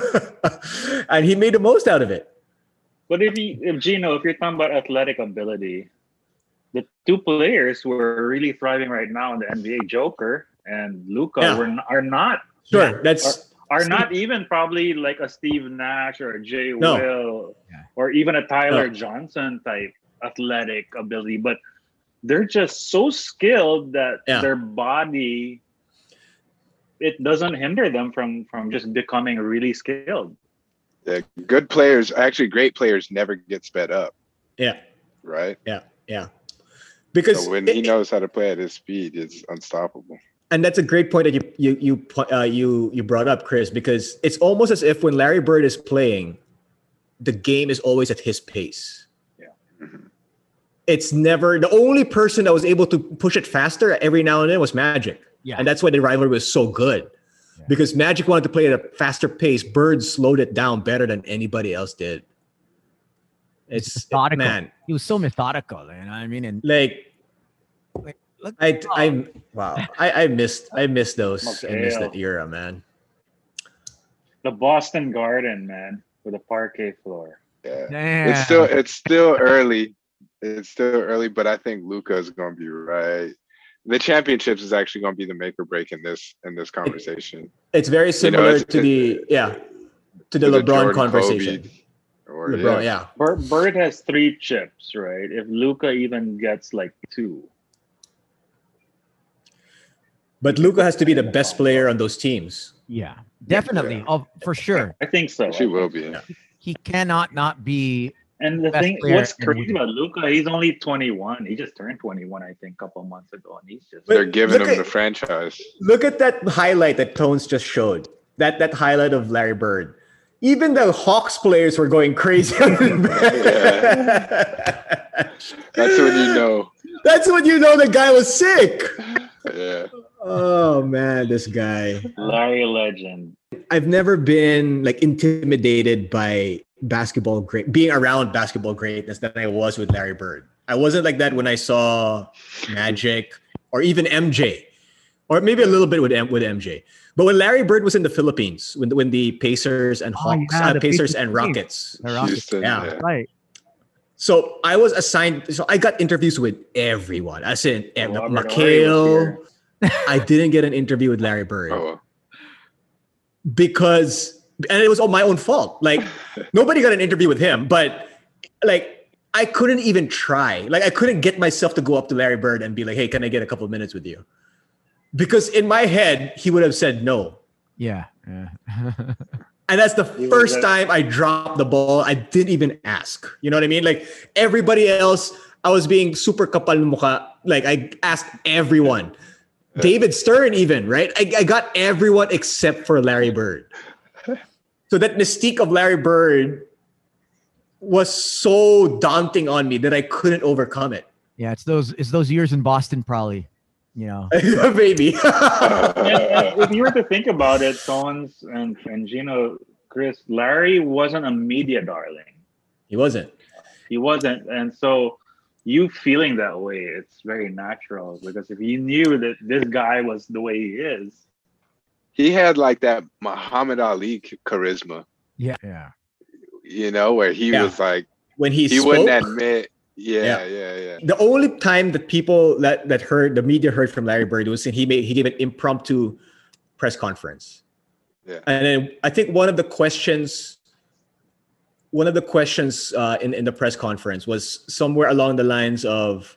Speaker 3: and he made the most out of it.
Speaker 4: But if he, if Gino, if you're talking about athletic ability, the two players who are really thriving right now in the NBA, Joker and Luca,
Speaker 3: Yeah.
Speaker 4: were, n- are not
Speaker 2: Uh,
Speaker 3: Sure, that's
Speaker 4: are not even probably like a Steve Nash or a Jay
Speaker 3: No.
Speaker 4: Will
Speaker 1: Yeah.
Speaker 4: or even a Tyler Johnson type athletic ability, but they're just so skilled that
Speaker 3: Yeah.
Speaker 4: their body it doesn't hinder them from from just becoming really skilled.
Speaker 2: The good players, actually great players, never get sped up,
Speaker 3: yeah,
Speaker 2: right?
Speaker 3: yeah, yeah. Because
Speaker 2: So when
Speaker 3: it-
Speaker 2: he knows how to play at his speed, it's unstoppable.
Speaker 3: and that's a great point that you you you po- uh, you you brought up, Chris. Because it's almost as if when Larry Bird is playing, the game is always at his pace.
Speaker 4: Yeah.
Speaker 2: Mhm.
Speaker 3: It's never the only person that was able to push it faster every now and then was Magic,
Speaker 1: Yeah.
Speaker 3: and that's why the rivalry was so good.
Speaker 1: Yeah.
Speaker 3: Because Magic wanted to play at a faster pace, Bird slowed it down better than anybody else did. It's
Speaker 1: methodical.
Speaker 3: man,
Speaker 1: He was so methodical, you know what I mean? And
Speaker 3: like
Speaker 1: look,
Speaker 3: I I wow. I, I missed I missed those. I missed
Speaker 4: Mateo.
Speaker 3: that era, man.
Speaker 4: The Boston Garden, man, with a parquet floor.
Speaker 2: Yeah.
Speaker 1: damn.
Speaker 2: It's still it's still early. It's still early, but I think Luca is going to be right. The championships is actually going to be the make or break in this in this conversation.
Speaker 3: It's very similar
Speaker 2: it's-
Speaker 3: to the yeah to the
Speaker 2: To the
Speaker 3: LeBron
Speaker 2: Jordan,
Speaker 3: conversation.
Speaker 2: Kobe, Or
Speaker 3: LeBron, yeah.
Speaker 2: yeah,
Speaker 4: Bird, Bird has three chips, right? If Luca even gets like two,
Speaker 3: But Luca has to be the best player on those teams.
Speaker 1: yeah, definitely.
Speaker 2: Yeah.
Speaker 1: Oh, for sure.
Speaker 4: I think so.
Speaker 2: she will be.
Speaker 1: He cannot not be.
Speaker 4: And the
Speaker 1: Best
Speaker 4: thing,
Speaker 1: player
Speaker 4: what's
Speaker 1: in
Speaker 4: crazy
Speaker 1: the-
Speaker 4: about Luca, he's only 21. He just turned 21, I think, a couple months ago, and he's just.
Speaker 3: But
Speaker 2: They're giving
Speaker 3: look
Speaker 2: him
Speaker 3: at-
Speaker 2: the franchise.
Speaker 3: Look at that highlight that Tones just showed. That that highlight of Larry Bird. Even the Hawks players were going crazy.
Speaker 2: That's when you know.
Speaker 3: That's when you know the guy was sick.
Speaker 2: Yeah.
Speaker 3: Oh man, this guy.
Speaker 4: Larry Legend.
Speaker 3: I've never been like intimidated by basketball great being around basketball greatness than I was with Larry Bird. I wasn't like that when I saw Magic or even MJ, or maybe a little bit with M- with MJ. But when Larry Bird was in the Philippines, when when the Pacers and
Speaker 1: Oh,
Speaker 3: Hawks,
Speaker 1: yeah,
Speaker 3: uh,
Speaker 1: the
Speaker 3: Pacers
Speaker 1: Pacers
Speaker 3: and
Speaker 1: team.
Speaker 3: Rockets,
Speaker 1: They're off
Speaker 2: Houston.
Speaker 3: Yeah.
Speaker 2: yeah.
Speaker 1: right.
Speaker 3: so I was assigned. So I got interviews with everyone. I said,
Speaker 4: Oh, Robert Ory
Speaker 3: McHale.
Speaker 4: was
Speaker 3: I didn't get an interview with Larry Bird.
Speaker 2: Oh, well.
Speaker 3: because and it was all my own fault. Like nobody got an interview with him, but like I couldn't even try. Like I couldn't get myself to go up to Larry Bird and be like, "Hey, can I get a couple minutes with you?" Because in my head, he would have said no.
Speaker 1: Yeah. yeah.
Speaker 3: And that's the
Speaker 4: He
Speaker 3: first
Speaker 4: would
Speaker 3: time
Speaker 4: have-
Speaker 3: I dropped the ball. I didn't even ask. You know what I mean? Like everybody else, I was being super kapal mukha. Like I asked everyone.
Speaker 2: Yeah.
Speaker 3: David Stern, even, right? I, I got everyone except for Larry Bird. So that mystique of Larry Bird was so daunting on me that I couldn't overcome it.
Speaker 1: yeah. It's those. It's those years in Boston, probably. You know.
Speaker 3: Maybe.
Speaker 4: And- and uh, if you were to think about it, Tones and, and Gino, Chris, Larry wasn't a media darling.
Speaker 3: he wasn't.
Speaker 4: He wasn't. And so you feeling that way, it's very natural because if you knew that this guy was the way he is,
Speaker 2: He had like that Muhammad Ali ch- charisma,
Speaker 1: Yeah. Yeah.
Speaker 2: you know, where he
Speaker 3: Yeah.
Speaker 2: was like
Speaker 3: When he,
Speaker 2: he,
Speaker 3: spoke,
Speaker 2: wouldn't admit. Yeah, yeah, yeah.
Speaker 3: the only time that people that that heard the media heard from Larry Bird was he made he gave an impromptu press conference.
Speaker 2: Yeah.
Speaker 3: And then I think one of the questions one of the questions uh, in in the press conference was somewhere along the lines of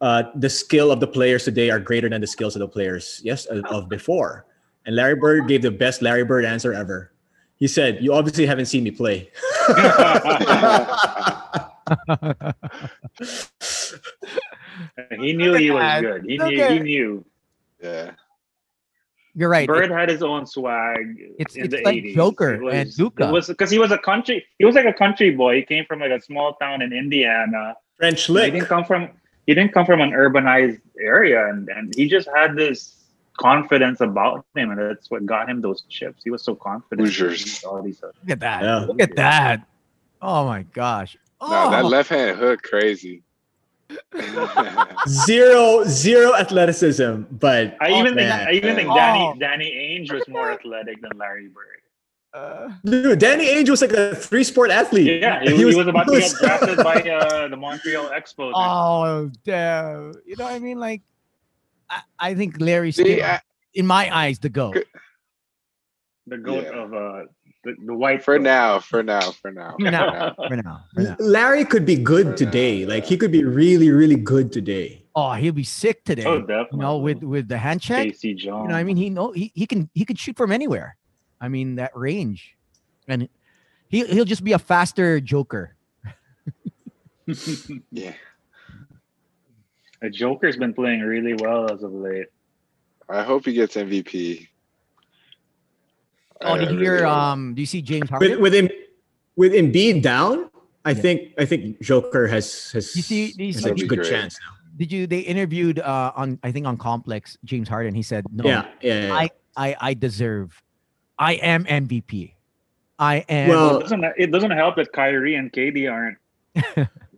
Speaker 3: uh, the skill of the players today are greater than the skills of the players yes of, of before. And Larry Bird gave the best Larry Bird answer ever. He said, "You obviously haven't seen me play."
Speaker 4: he knew he was
Speaker 1: at
Speaker 4: good. He
Speaker 1: Look
Speaker 4: knew, he
Speaker 1: at-
Speaker 4: knew.
Speaker 2: Yeah.
Speaker 1: You're right.
Speaker 4: Bird had his own swag.
Speaker 1: It's-
Speaker 4: in
Speaker 1: it's
Speaker 4: the
Speaker 1: like
Speaker 4: 80s.
Speaker 1: Joker
Speaker 4: It was-
Speaker 1: and Luka.
Speaker 4: It was because he was a country. He was like a country boy. He came from like a small town in Indiana.
Speaker 3: French
Speaker 4: He
Speaker 3: lick.
Speaker 4: didn't come from. He didn't come from an urbanized area, and and he just had this confidence about him, and that's what got him those chips. He was so confident.
Speaker 2: Hoosiers.
Speaker 4: All these. uh,
Speaker 1: Look at that.
Speaker 3: Yeah.
Speaker 1: Look at that. Oh my gosh. Oh,
Speaker 2: No, that left hand hook crazy.
Speaker 3: zero zero athleticism but
Speaker 4: I even think
Speaker 3: man.
Speaker 4: I even think
Speaker 1: Oh.
Speaker 4: Danny Danny Ainge was more athletic than Larry Bird.
Speaker 1: Uh,
Speaker 5: Dude, Danny Ainge was like a three sport athlete.
Speaker 4: Yeah, he, he was, about to get drafted by uh, the Montreal Expos.
Speaker 1: Oh damn! You know what I mean? Like, I, I think Larry's
Speaker 2: See,
Speaker 1: still,
Speaker 2: I,
Speaker 1: in my eyes the goat.
Speaker 4: the goat
Speaker 2: Yeah.
Speaker 4: of uh, the, the white.
Speaker 2: for
Speaker 4: goat. Oh,
Speaker 2: now, for now, for now, for
Speaker 1: Now.
Speaker 2: now.
Speaker 1: For now, for now.
Speaker 5: Larry could be good today. Like he could be really, really good today.
Speaker 1: Oh, he'll be sick today.
Speaker 4: Oh,
Speaker 1: you
Speaker 4: definitely.
Speaker 1: know, with with the hand check.
Speaker 4: Casey Jones.
Speaker 1: You know, what I mean, he know he, he can he can shoot from anywhere. I mean that range, and he he'll just be a faster
Speaker 2: Uh,
Speaker 1: Joker.
Speaker 2: Yeah,
Speaker 4: the Joker's been playing really well as of late.
Speaker 2: I hope he gets MVP.
Speaker 1: Oh,
Speaker 2: I- I
Speaker 1: did you
Speaker 2: really
Speaker 1: hear?
Speaker 2: hope.
Speaker 1: Um, do you see James Harden?
Speaker 5: With with him with Embiid down, I think I think Joker has has,
Speaker 1: You see- you
Speaker 5: has
Speaker 1: see-
Speaker 5: a
Speaker 2: That'd be
Speaker 5: good
Speaker 2: great.
Speaker 5: chance now.
Speaker 1: did you? They interviewed uh on I think on Complex James Harden. He said no.
Speaker 5: Yeah, yeah. yeah.
Speaker 1: I I I deserve. I am MVP. I am.
Speaker 5: Well-
Speaker 4: It doesn't it doesn't help that Kyrie and KD aren't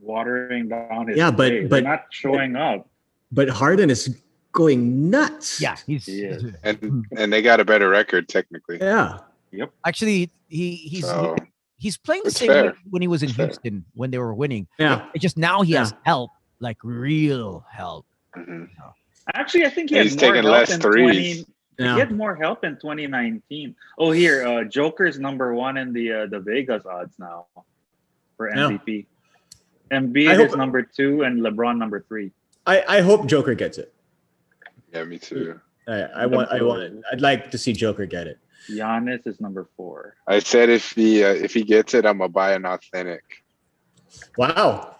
Speaker 4: watering down his
Speaker 5: Yeah, but-
Speaker 4: play. They're
Speaker 5: but-
Speaker 4: not showing up.
Speaker 5: but Harden is going nuts.
Speaker 1: yeah, he's,
Speaker 4: He is.
Speaker 1: he's-
Speaker 2: and and they got a better record technically.
Speaker 5: Yeah.
Speaker 1: actually he he's
Speaker 2: So
Speaker 1: he's playing the
Speaker 2: it's
Speaker 1: same way
Speaker 2: fair.
Speaker 1: when he was in
Speaker 2: It's fair.
Speaker 1: Houston when they were winning.
Speaker 5: Yeah.
Speaker 1: It's just now he
Speaker 5: Yeah.
Speaker 1: has help, like real help.
Speaker 2: mhm.
Speaker 4: Actually, I think he
Speaker 2: And
Speaker 4: had
Speaker 2: he's
Speaker 4: more
Speaker 2: taking
Speaker 4: help
Speaker 2: less
Speaker 4: in
Speaker 2: threes.
Speaker 4: 20, He
Speaker 5: Yeah.
Speaker 4: had more help in 2019. Oh, here, uh, Joker's number one in the uh, the Vegas odds now for
Speaker 5: Yeah.
Speaker 4: MVP.
Speaker 5: I
Speaker 4: Embiid
Speaker 5: hope-
Speaker 4: is number two and LeBron number three.
Speaker 5: I, I hope Joker gets it.
Speaker 2: yeah, me too.
Speaker 5: I, I want I want it. I'd like to see Joker get it.
Speaker 4: Giannis is number four.
Speaker 2: I said if he uh, if he gets it, I'm gonna buy an authentic.
Speaker 5: Wow.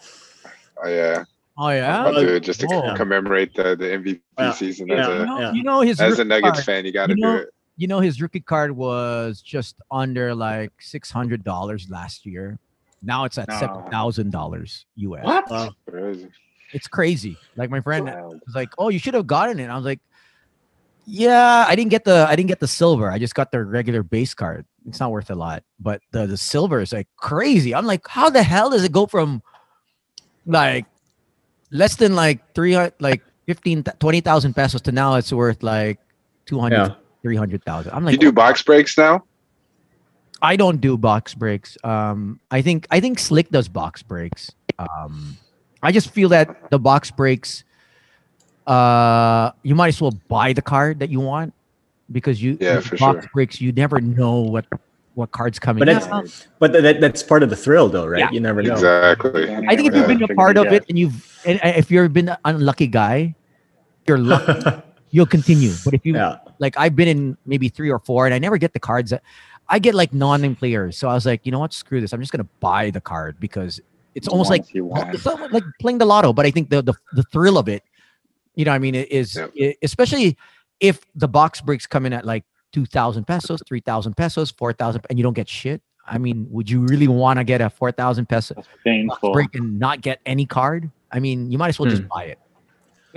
Speaker 2: Oh yeah,
Speaker 1: Oh yeah.
Speaker 2: I'll do it just to
Speaker 1: Oh.
Speaker 2: commemorate the, the MVP
Speaker 5: Yeah.
Speaker 2: season
Speaker 5: Yeah.
Speaker 2: as
Speaker 1: You
Speaker 2: a
Speaker 1: know,
Speaker 5: Yeah.
Speaker 1: you know his
Speaker 2: as a
Speaker 1: rookie
Speaker 2: Nuggets
Speaker 1: card,
Speaker 2: fan. You got to
Speaker 1: You know-
Speaker 2: do it.
Speaker 1: you know his rookie card was just under like six hundred dollars last year. Now it's at
Speaker 4: No.
Speaker 1: seven thousand dollars US.
Speaker 5: Wow.
Speaker 2: Crazy.
Speaker 1: It's crazy. Like my friend
Speaker 4: Wild.
Speaker 1: was like, "Oh, you should have gotten it." I was like, "Yeah, I didn't get the I didn't get the silver. I just got the regular base card. It's not worth a lot, but the the silver is like crazy. I'm like, how the hell does it go from like less than like 300 like 15 20,000 pesos to now it's worth like 200
Speaker 5: Yeah.
Speaker 1: 300,000. I'm like
Speaker 2: You do box breaks now?
Speaker 1: I don't do box breaks. Um, I think I think Slick does box breaks. Um, I just feel that the box breaks, uh, you might as well buy the card that you want because you
Speaker 2: Yeah,
Speaker 1: with
Speaker 2: for
Speaker 1: box
Speaker 2: sure.
Speaker 1: breaks you never know what what cards coming.
Speaker 5: But
Speaker 1: out.
Speaker 5: it's- But that, that's part of the thrill though, right?
Speaker 1: Yeah.
Speaker 5: You never know.
Speaker 2: Exactly.
Speaker 1: I think if you've been a part of it and you've and and if you've been an unlucky guy, you're lucky. you'll continue. But if you
Speaker 5: yeah.
Speaker 1: like I've been in maybe three or four, and I never get the cards. that- I get like non-name players, so I was like, you know what, screw this. I'm just gonna buy the card because it's almost like
Speaker 4: you want.
Speaker 1: it's not like playing the lotto. But I think the the, the thrill of it, you know, what I mean, it is
Speaker 2: Yep.
Speaker 1: i- especially if the box breaks come in at like two thousand pesos, three thousand pesos, four thousand, and you don't get shit. I mean, would you really want to get a four thousand peso
Speaker 4: That's
Speaker 1: box
Speaker 4: painful.
Speaker 1: break and not get any card? I mean, you might as well just buy it.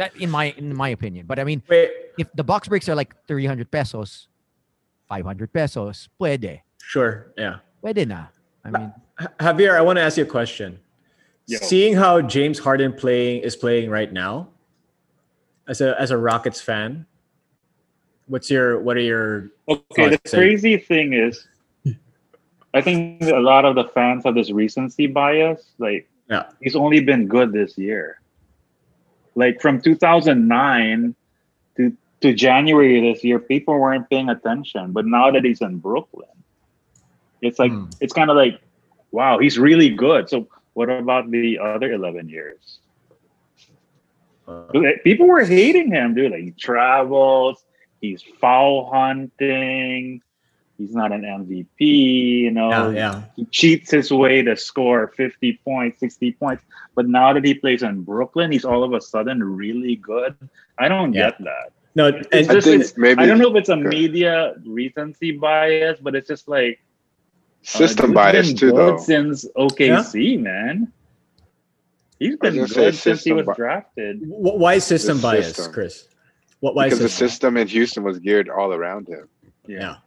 Speaker 1: That, in my in my opinion, but I mean,
Speaker 5: Wait,
Speaker 1: if the box breaks are like 300 pesos, 500 pesos, puede.
Speaker 5: sure. Yeah.
Speaker 1: Puede na. I mean,
Speaker 5: H- Javier, I want to ask you a question.
Speaker 4: Yo.
Speaker 5: Seeing how James Harden playing is playing right now, as a as a Rockets fan, what's your what are your
Speaker 4: Okay, the
Speaker 5: Sorry, say-
Speaker 4: crazy thing is, I think a lot of the fans have this recency bias. Like,
Speaker 5: Yeah.
Speaker 4: he's only been good this year. Like from 2009 to to January this year, people weren't paying attention. But now that he's in Brooklyn, it's like
Speaker 5: Hmm.
Speaker 4: it's kind of like, wow, he's really good. So what about the other 11 years?
Speaker 5: uh,
Speaker 4: Dude, People were hating him, dude. Like he travels, he's foul hunting, he's not an MVP, you know.
Speaker 2: Um,
Speaker 5: yeah, yeah.
Speaker 4: He cheats his way to score 50 points, 60 points. But now that he plays in Brooklyn, he's all of a sudden really good. I don't
Speaker 5: Yeah.
Speaker 4: get that.
Speaker 5: No,
Speaker 4: It's
Speaker 5: and
Speaker 2: I
Speaker 4: just
Speaker 2: think
Speaker 4: it's-
Speaker 2: maybe
Speaker 4: I don't know if it's a
Speaker 2: Sure.
Speaker 4: media recency bias, but it's just like uh,
Speaker 2: system
Speaker 4: dude's
Speaker 2: bias
Speaker 4: been
Speaker 2: too,
Speaker 4: good
Speaker 2: though.
Speaker 4: Since OKC, man, he's been
Speaker 2: gonna say
Speaker 4: good since he
Speaker 2: system
Speaker 4: was
Speaker 2: bi-
Speaker 4: drafted.
Speaker 5: wh- why system
Speaker 2: The
Speaker 5: bias,
Speaker 2: system.
Speaker 5: Chris? What why
Speaker 2: Because the
Speaker 5: system?
Speaker 2: system in Houston was geared all around him.
Speaker 5: Yeah,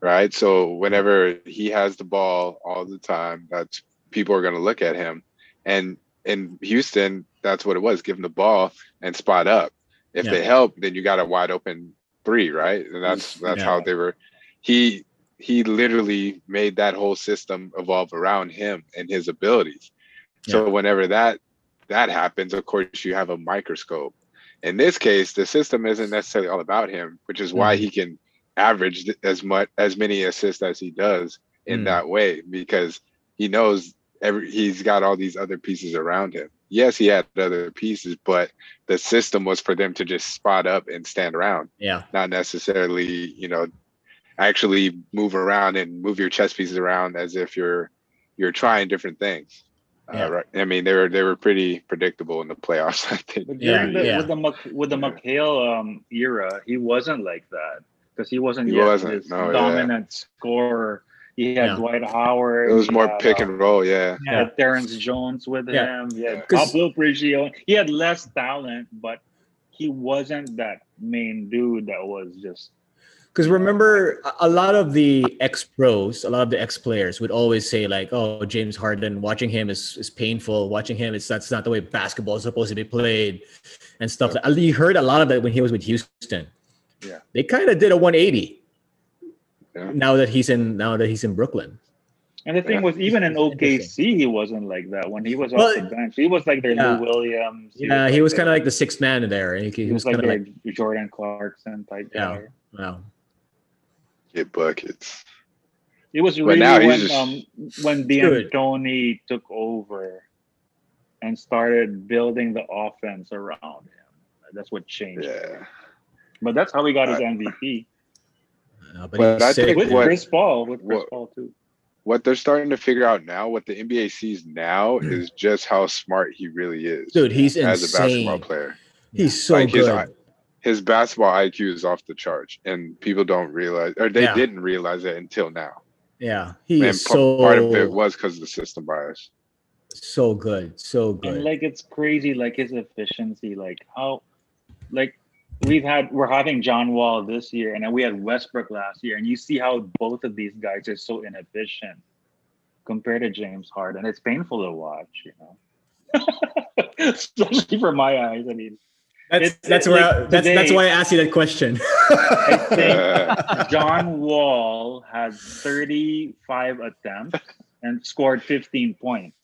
Speaker 2: right? So whenever he has the ball all the time, that's people are going to look at him. And in Houston, that's what it was: give him the ball and spot up. If
Speaker 5: Yeah.
Speaker 2: they help, then you got a wide open three, right? And that's that's
Speaker 5: Yeah.
Speaker 2: how they were. He he literally made that whole system evolve around him and his abilities. So whenever that that happens, of course, you have a microscope. In this case, the system isn't necessarily all about him, which is
Speaker 5: Mm-hmm.
Speaker 2: why he can average th- as much as many assists as he does in
Speaker 3: Mm.
Speaker 2: that way because he knows every he's got all these other pieces around him. Yes, he had other pieces, but the system was for them to just spot up and stand around,
Speaker 3: Yeah.
Speaker 2: not necessarily, you know, actually move around and move your chess pieces around as if you're you're trying different things.
Speaker 3: Yeah.
Speaker 2: Uh, right. I mean, they were they were pretty predictable in the playoffs. I think.
Speaker 4: But
Speaker 3: Yeah,
Speaker 4: during the
Speaker 3: yeah.
Speaker 4: with the Mc, with the
Speaker 2: Yeah.
Speaker 4: McHale um, era, he wasn't like that because he wasn't
Speaker 2: He
Speaker 4: yet
Speaker 2: wasn't,
Speaker 4: this
Speaker 2: no, yeah.
Speaker 4: dominant scorer. He had
Speaker 3: Yeah.
Speaker 4: Dwight Howard.
Speaker 2: It was
Speaker 4: he
Speaker 2: more
Speaker 4: had,
Speaker 2: pick
Speaker 4: uh,
Speaker 2: and roll, yeah.
Speaker 4: he had Terrence Jones with
Speaker 3: Yeah.
Speaker 4: him. Yeah,
Speaker 3: 'Cause-
Speaker 4: Pablo Prigioni. He had less talent, but he wasn't that main dude that was just
Speaker 3: Because remember, a- a lot of the ex pros, a lot of the ex players would always say, like, oh, James Harden, watching him is, is painful. Watching him, it's that's not the way basketball is supposed to be played and stuff. like You heard a lot of that when he was with Houston.
Speaker 2: Yeah.
Speaker 3: They kind of did a 180
Speaker 2: Yeah.
Speaker 3: now that he's in now that he's in Brooklyn.
Speaker 4: And the thing
Speaker 2: Yeah.
Speaker 4: was, even in
Speaker 3: Interesting.
Speaker 4: OKC, he wasn't like that. When he was off
Speaker 3: Well,
Speaker 4: the bench, he was like their
Speaker 3: yeah.
Speaker 4: Lou Williams.
Speaker 3: Yeah, Uh, he was kind
Speaker 4: of
Speaker 3: of like the sixth man there. And he, he
Speaker 4: he
Speaker 3: was
Speaker 4: was
Speaker 3: kind
Speaker 4: like
Speaker 3: of
Speaker 4: their
Speaker 3: like,
Speaker 4: Jordan Clarkson type
Speaker 3: Yeah.
Speaker 4: guy.
Speaker 3: wow.
Speaker 2: Get buckets.
Speaker 4: It was
Speaker 2: But
Speaker 4: really
Speaker 2: now he's
Speaker 4: when
Speaker 2: just-
Speaker 4: um, when
Speaker 3: Dude.
Speaker 4: D'Antoni took over and started building the offense around him. That's what changed.
Speaker 2: Yeah.
Speaker 4: But that's how he got his MVP
Speaker 3: Uh, but
Speaker 2: But
Speaker 3: he's
Speaker 2: I
Speaker 3: sick,
Speaker 2: think
Speaker 4: with
Speaker 3: man.
Speaker 2: what-
Speaker 4: Chris Paul. With Chris
Speaker 2: what-
Speaker 4: Paul too.
Speaker 2: What they're starting to figure out now, what the NBA sees now,
Speaker 1: Hmm.
Speaker 2: is just how smart he really is
Speaker 3: dude, he's
Speaker 2: as a
Speaker 3: insane.
Speaker 2: basketball player.
Speaker 3: He's so
Speaker 2: Like, his
Speaker 3: good.
Speaker 2: eye- His basketball IQ is off the charts, and people don't realize, or they
Speaker 3: Yeah.
Speaker 2: didn't realize it until now.
Speaker 3: yeah, he
Speaker 2: and
Speaker 3: is
Speaker 2: pa- part of it
Speaker 3: so
Speaker 2: was because of the system bias.
Speaker 3: so good, so good.
Speaker 4: and like it's crazy like his efficiency like how like we've had we're having john wall this year and then we had westbrook last year and you see how both of these guys are so inefficient compared to james harden it's painful to watch you know especially for my eyes i mean
Speaker 3: That's
Speaker 4: It's-
Speaker 3: that's
Speaker 4: it-
Speaker 3: where I,
Speaker 4: like,
Speaker 3: that's that's
Speaker 4: today-
Speaker 3: why I asked you that question.
Speaker 4: i think
Speaker 2: Uh,
Speaker 4: john wall had 35 attempts and scored 15 points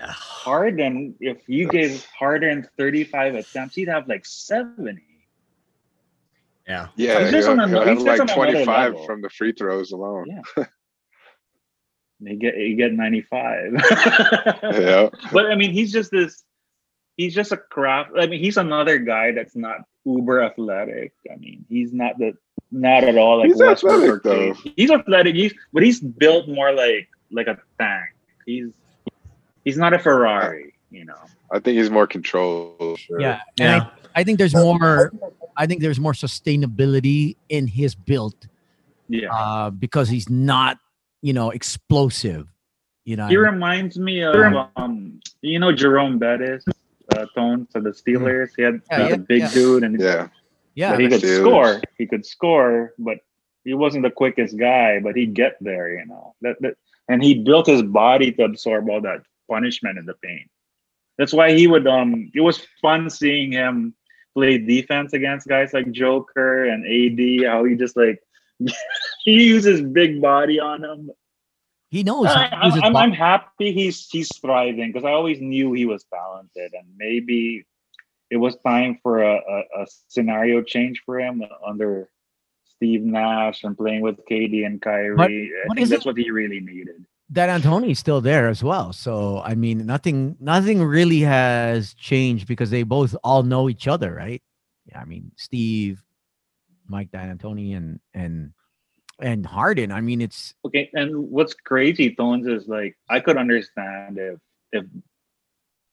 Speaker 4: Harden, if you gave Harden 35 attempts, he'd have like 70.
Speaker 3: yeah,
Speaker 2: yeah,
Speaker 4: He's just on
Speaker 2: he'll-
Speaker 4: a-
Speaker 2: he'll
Speaker 4: he's
Speaker 2: have
Speaker 4: just on
Speaker 2: like
Speaker 4: another
Speaker 2: 25
Speaker 4: level.
Speaker 2: from the free throws alone.
Speaker 4: Yeah. You get you get 95.
Speaker 2: Yeah.
Speaker 4: but I mean, he's just this. He's just a craft. I mean, he's another guy that's not uber athletic. I mean, he's not the not at all like
Speaker 2: He's
Speaker 4: Westbrook
Speaker 2: athletic,
Speaker 4: or
Speaker 2: though.
Speaker 4: Cade. He's athletic. He's but he's built more like like a tank. He's he's not a Ferrari, you know.
Speaker 2: I think he's more controlled.
Speaker 6: Sure.
Speaker 1: Yeah. And
Speaker 3: yeah,
Speaker 1: I, I think there's more. I think there's more sustainability in his build
Speaker 4: Yeah.
Speaker 1: uh, because he's not, you know, explosive. You know,
Speaker 4: He
Speaker 1: what I mean?
Speaker 4: reminds me of um, you know Jerome Bettis, uh, Tone to the Steelers. He had
Speaker 1: Yeah,
Speaker 4: he's
Speaker 1: yeah,
Speaker 4: a big
Speaker 1: yeah.
Speaker 4: dude, and
Speaker 2: Yeah.
Speaker 1: yeah,
Speaker 4: he could
Speaker 2: Steelers.
Speaker 4: score. He could score, but he wasn't the quickest guy. But he'd get there, you know. That, that and he built his body to absorb all that punishment and the pain. That's why he would. Um, it was fun seeing him play defense against guys like Joker and AD. How he just like he uses big body on them.
Speaker 1: he knows. how
Speaker 4: I,
Speaker 1: to use his
Speaker 4: am
Speaker 1: body.
Speaker 4: Uh, I'm happy he's he's thriving because I always knew he was talented, and maybe it was time for a, a, a scenario change for him under Steve Nash and playing with KD and Kyrie. I
Speaker 1: what
Speaker 4: think
Speaker 1: is
Speaker 4: that's
Speaker 1: it-
Speaker 4: what he really needed.
Speaker 1: that Antoni's still there as well. So I mean, nothing, nothing really has changed because they both all know each other, right? Yeah, I mean, Steve, Mike D'Antoni, and and and Harden. I mean, it's
Speaker 4: Okay, and what's crazy, Tones, is like I could understand if if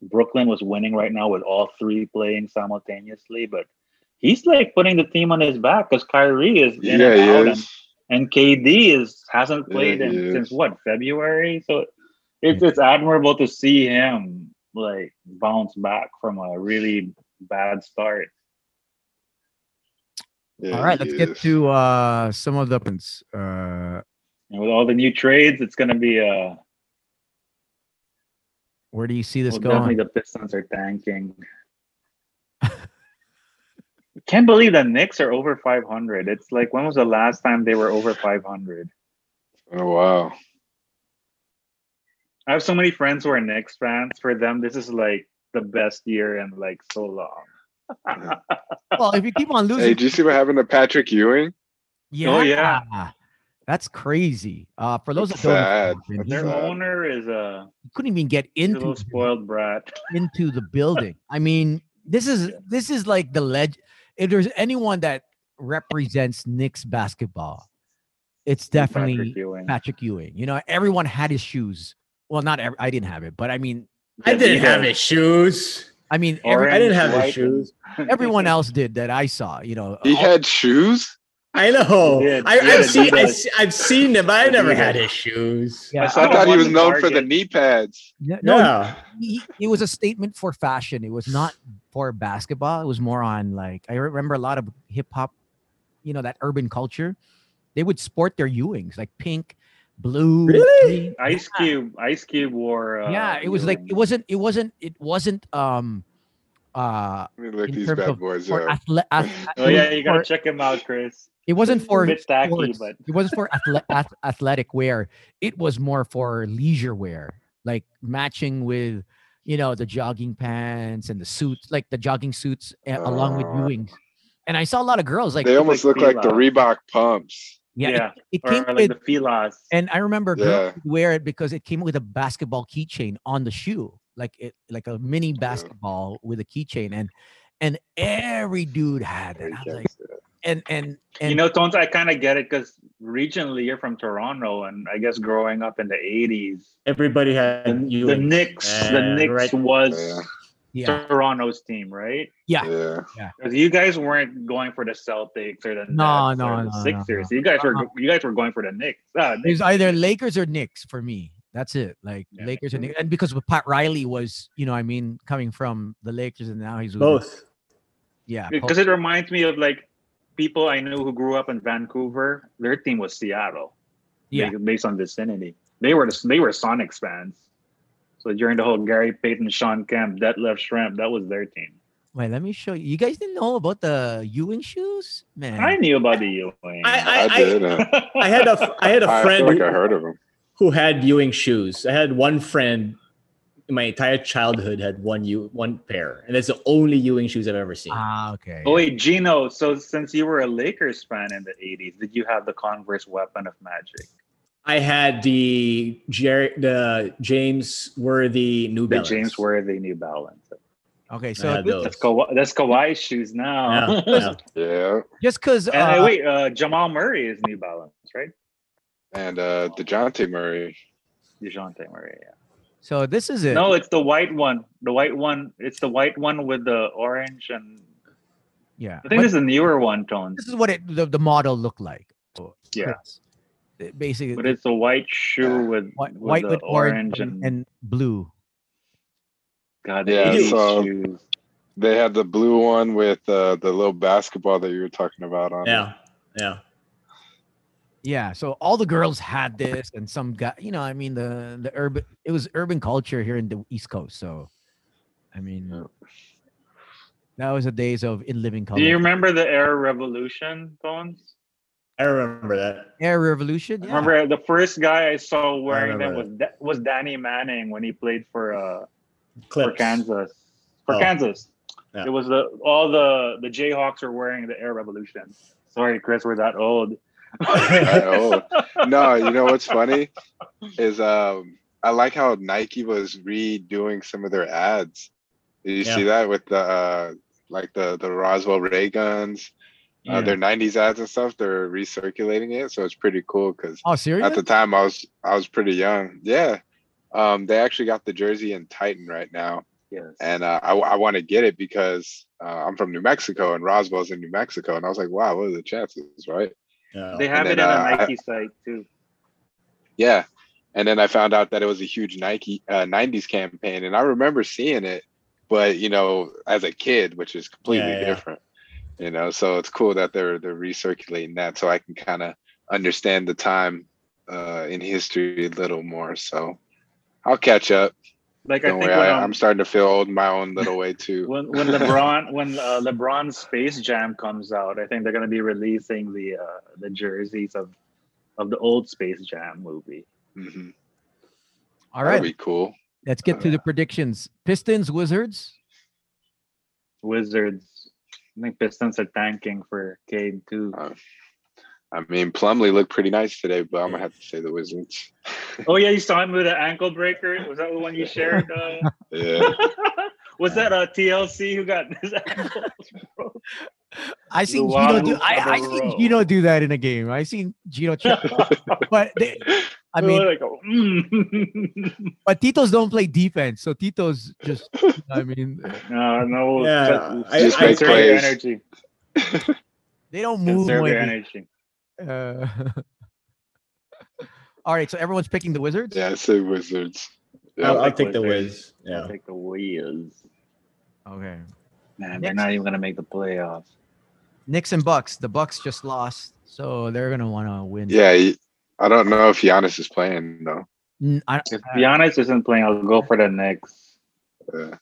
Speaker 4: Brooklyn was winning right now with all three playing simultaneously, but he's like putting the team on his back because Kyrie is in
Speaker 2: Yeah,
Speaker 4: and out,
Speaker 2: he
Speaker 4: and
Speaker 2: is.
Speaker 4: and KD is hasn't
Speaker 2: Yeah,
Speaker 4: played in,
Speaker 2: he is.
Speaker 4: since what February, so it's it's admirable to see him like bounce back from a really bad start.
Speaker 2: Yeah,
Speaker 1: all right.
Speaker 2: he
Speaker 1: Let's get
Speaker 2: is.
Speaker 1: to uh some of the uh
Speaker 4: And with all the new trades, it's gonna be uh
Speaker 1: where do you see this
Speaker 4: well, definitely
Speaker 1: going?
Speaker 4: the Pistons are tanking. Can't believe the Knicks are over 500. It's like when was the last time they were over 500?
Speaker 2: Oh wow.
Speaker 4: I have so many friends who are Knicks fans. For them, this is like the best year in like so long.
Speaker 1: well, if you keep on losing,
Speaker 2: Hey, did you see what happened to Patrick Ewing?
Speaker 1: yeah,
Speaker 4: Oh, yeah.
Speaker 1: that's crazy. Uh, for those that
Speaker 2: That's
Speaker 1: don't,
Speaker 2: sad.
Speaker 1: know, man,
Speaker 2: That's
Speaker 1: he
Speaker 4: Their
Speaker 2: sad.
Speaker 4: owner is a,
Speaker 1: couldn't even get
Speaker 4: he's a
Speaker 1: into
Speaker 4: little spoiled brat.
Speaker 1: into the building. I mean, this is this is like the leg. If there's anyone that represents Knicks basketball, it's definitely
Speaker 4: Patrick Ewing.
Speaker 1: Patrick Ewing. You know, everyone had his shoes. Well, not every, I didn't have it, but I mean,
Speaker 5: I
Speaker 4: Yeah,
Speaker 5: didn't
Speaker 4: he
Speaker 5: have
Speaker 4: does.
Speaker 5: his shoes.
Speaker 1: I mean, every,
Speaker 4: Orange,
Speaker 5: I didn't have his
Speaker 4: white,
Speaker 5: shoes.
Speaker 4: and-
Speaker 1: everyone else did that I saw. You know, oh,
Speaker 2: He
Speaker 1: all-
Speaker 2: had shoes.
Speaker 5: I know.
Speaker 4: He did.
Speaker 5: I,
Speaker 4: He had
Speaker 5: I've seen. I,
Speaker 4: Adidas.
Speaker 5: see- I've seen them. I
Speaker 4: He
Speaker 5: never
Speaker 4: did.
Speaker 5: had his shoes.
Speaker 1: yeah,
Speaker 4: I
Speaker 2: So I
Speaker 4: Oh,
Speaker 2: thought he
Speaker 4: one
Speaker 2: was
Speaker 4: to
Speaker 2: known for the
Speaker 4: Target.
Speaker 2: knee pads.
Speaker 1: no,
Speaker 5: Yeah.
Speaker 1: he, it was a statement for fashion. It was not for basketball. It was more on like I remember a lot of hip hop, you know, that urban culture. They would sport their Ewings like pink, blue.
Speaker 5: Really?
Speaker 1: green.
Speaker 4: Ice Cube, Ice Cube wore. Uh,
Speaker 1: yeah, it was like it
Speaker 4: Ewing.
Speaker 1: wasn't. It wasn't. It wasn't. Um, uh,
Speaker 2: Let me look
Speaker 1: In
Speaker 2: these
Speaker 1: terms
Speaker 2: bad
Speaker 1: of-
Speaker 2: boys
Speaker 1: for
Speaker 2: up.
Speaker 1: athle- ath-
Speaker 4: Oh
Speaker 1: it was
Speaker 4: yeah, you gotta
Speaker 1: for-
Speaker 4: check him out, Chris.
Speaker 1: It wasn't for
Speaker 4: bit tacky,
Speaker 1: sports.
Speaker 4: but-
Speaker 1: it wasn't for athle- ath- athletic wear. It was more for leisure wear, like matching with, you know, the jogging pants and the suits, like the jogging suits uh, along with
Speaker 2: Uh,
Speaker 1: Ewings. And I saw a lot of girls like,
Speaker 2: They almost
Speaker 4: like
Speaker 2: look like the
Speaker 4: Fila.
Speaker 2: Reebok pumps.
Speaker 1: yeah, it-
Speaker 4: yeah,
Speaker 1: it,
Speaker 4: Or
Speaker 1: came
Speaker 4: like
Speaker 1: with,
Speaker 4: the Filas.
Speaker 1: and I remember girls
Speaker 2: Yeah.
Speaker 1: would wear it because it came with a basketball keychain on the shoe, like it, like a mini basketball with a keychain, and and every dude had it. I was like, and and and
Speaker 4: you know, Tones, I kind of get it because regionally you're from Toronto, and I guess growing up in the '80s,
Speaker 5: Everybody had
Speaker 4: the,
Speaker 5: you.
Speaker 4: the Knicks, the
Speaker 5: Uh,
Speaker 4: Knicks
Speaker 5: right.
Speaker 4: was
Speaker 1: yeah,
Speaker 4: Toronto's team, right?
Speaker 1: Yeah.
Speaker 2: Yeah.
Speaker 4: 'Cause you guys weren't going for the Celtics or the
Speaker 1: No,
Speaker 4: Nets
Speaker 1: no,
Speaker 4: or
Speaker 1: no,
Speaker 4: the
Speaker 1: no,
Speaker 4: Sixers. You guys were
Speaker 1: Uh-uh.
Speaker 4: you guys were going for the Knicks. Ah,
Speaker 1: It was
Speaker 4: Knicks.
Speaker 1: either Lakers or Knicks for me. That's it. Like
Speaker 4: Yeah.
Speaker 1: Lakers and Knicks. And because with Pat Riley was, you know, I mean, coming from the Lakers and now he's with
Speaker 5: Both.
Speaker 1: Yeah.
Speaker 4: because it reminds me of like people I knew who grew up in Vancouver. Their team was Seattle.
Speaker 1: Yeah.
Speaker 4: ba- based on vicinity, they were the, they were Sonics fans. So during the whole Gary Payton, Sean Kemp, Detlef Shrimp, that was their team.
Speaker 1: Wait, let me show you. You guys didn't know about the Ewing shoes? Man.
Speaker 4: I knew about the Ewing.
Speaker 5: I-
Speaker 2: I, did. uh,
Speaker 5: I had a. I had a
Speaker 2: I
Speaker 5: friend
Speaker 2: feel like
Speaker 5: who,
Speaker 2: I heard of him.
Speaker 5: who had Ewing shoes. I had one friend. in My entire childhood had one you one pair, and that's the only Ewing shoes I've ever seen.
Speaker 1: ah, okay.
Speaker 4: oh wait, Gino. So since you were a Lakers fan in the '80s, did you have the Converse weapon of magic?
Speaker 5: I had the Jer- the James Worthy New
Speaker 4: The
Speaker 5: Balance.
Speaker 4: James Worthy New Balance.
Speaker 1: okay.
Speaker 5: I
Speaker 1: So
Speaker 5: had
Speaker 1: just-
Speaker 5: those.
Speaker 4: That's Kawhi, that's Kawhi's shoes now.
Speaker 5: Yeah, yeah.
Speaker 2: Yeah.
Speaker 1: just because
Speaker 4: and uh,
Speaker 1: uh,
Speaker 4: wait, uh, Jamal Murray is New Balance, right?
Speaker 2: And uh DeJounte Murray.
Speaker 4: Dejounte Murray. Yeah.
Speaker 1: so this is it.
Speaker 4: No, it's the white one. The white one. It's the white one with the orange and
Speaker 1: yeah.
Speaker 4: I
Speaker 1: But
Speaker 4: think this is a newer one, Tone.
Speaker 1: this is what it the, the model looked like. Oh,
Speaker 4: Yeah.
Speaker 1: Chris. It basically
Speaker 4: But it's a white shoe with
Speaker 1: white,
Speaker 4: with
Speaker 1: white
Speaker 4: the
Speaker 1: with orange and, and blue.
Speaker 4: God, the
Speaker 2: Yeah,
Speaker 4: 80s
Speaker 2: so-
Speaker 4: shoes.
Speaker 2: They had the blue one with uh, the little basketball that you were talking about on. it.
Speaker 5: yeah, yeah.
Speaker 1: Yeah, so all the girls had this, and some guy, you know, I mean, the the urban, it was urban culture here in the East Coast. So, I mean, that was the days of in living color.
Speaker 4: Do you remember the Air Revolution, Tones?
Speaker 5: I remember that.
Speaker 1: Air Revolution?
Speaker 4: I
Speaker 1: Yeah.
Speaker 4: Remember uh, the first guy I saw wearing them
Speaker 5: remember
Speaker 4: was Da- was Danny Manning when he played for uh for
Speaker 5: Clips.
Speaker 4: Kansas. For
Speaker 5: Oh.
Speaker 4: Kansas,
Speaker 5: Yeah.
Speaker 4: it was the all the the Jayhawks are wearing the Air Revolution. Sorry, Chris, we're that old.
Speaker 2: That old. No, you know what's funny is um I like how Nike was redoing some of their ads. Did you
Speaker 5: Yeah.
Speaker 2: see that with the uh like the the Roswell ray guns, uh,
Speaker 5: Yeah.
Speaker 2: their '90s ads and stuff? They're recirculating it, so it's pretty cool because
Speaker 1: Oh, serious?
Speaker 2: at the time I was I was pretty young. Yeah. Um, they actually got the jersey in Titan right now,
Speaker 4: Yes.
Speaker 2: and uh, I, want to get it because uh, I'm from New Mexico and Roswell's in New Mexico, and I was like, wow, what are the chances, right?
Speaker 5: Yeah.
Speaker 4: They have
Speaker 2: And
Speaker 4: it
Speaker 2: then,
Speaker 4: on
Speaker 2: uh, I-
Speaker 4: a Nike site too.
Speaker 2: Yeah. And then I found out that it was a huge Nike uh, '90s campaign, and I remember seeing it, but you know, as a kid, which is completely
Speaker 5: Yeah, yeah.
Speaker 2: different, you know. So it's cool that they're they're recirculating that, so I can kind of understand the time uh, in history a little more. So I'll catch up.
Speaker 4: Like
Speaker 2: Don't
Speaker 4: I think
Speaker 2: worry,
Speaker 4: when,
Speaker 2: I,
Speaker 4: um,
Speaker 2: I'm starting to feel old in my own little way too.
Speaker 4: when when LeBron when uh, LeBron's Space Jam comes out, I think they're gonna be releasing the uh, the jerseys of of the old Space Jam movie.
Speaker 2: Mhm.
Speaker 1: All
Speaker 2: That'd
Speaker 1: right,
Speaker 2: be cool.
Speaker 1: let's get to the predictions. Pistons, Wizards.
Speaker 4: Wizards. I think Pistons are tanking for Cade too.
Speaker 2: Uh, I mean, Plumlee looked pretty nice today, but I'm gonna have to say the Wizards.
Speaker 4: Oh yeah, you saw him with an ankle breaker. Was that the one you shared? Uh,
Speaker 2: Yeah,
Speaker 4: was that uh, TLC who got his ankle?
Speaker 1: I seen Gino
Speaker 4: Luau
Speaker 1: do. I, I
Speaker 4: Cabarro.
Speaker 1: seen Gino do that in a game. I seen Gino trip, but they, I
Speaker 4: We
Speaker 1: mean,
Speaker 4: were like, oh, mm.
Speaker 1: but Tito's don't play defense, so Tito's just. I mean,
Speaker 4: no, no,
Speaker 5: Yeah,
Speaker 4: con-
Speaker 5: I-
Speaker 2: Just I- make
Speaker 4: conserve your
Speaker 2: plays.
Speaker 4: energy.
Speaker 1: they don't move
Speaker 4: Conserve your
Speaker 1: when.
Speaker 4: energy.
Speaker 1: they- Uh, all right, so everyone's picking the Wizards.
Speaker 2: yeah, I say Wizards.
Speaker 5: I'll,
Speaker 2: Yeah.
Speaker 5: I'll take the
Speaker 4: Wizards.
Speaker 5: Wiz.
Speaker 4: I'll
Speaker 5: Yeah.
Speaker 4: Take the wheels.
Speaker 1: Okay.
Speaker 4: Man, they're not even gonna make the playoffs.
Speaker 1: Knicks and Bucks. The Bucks just lost, so they're gonna want to win.
Speaker 2: Yeah, he- I don't know if Giannis is playing though.
Speaker 1: Mm, I-
Speaker 4: If Giannis isn't playing, I'll go for the Knicks.
Speaker 2: Yeah,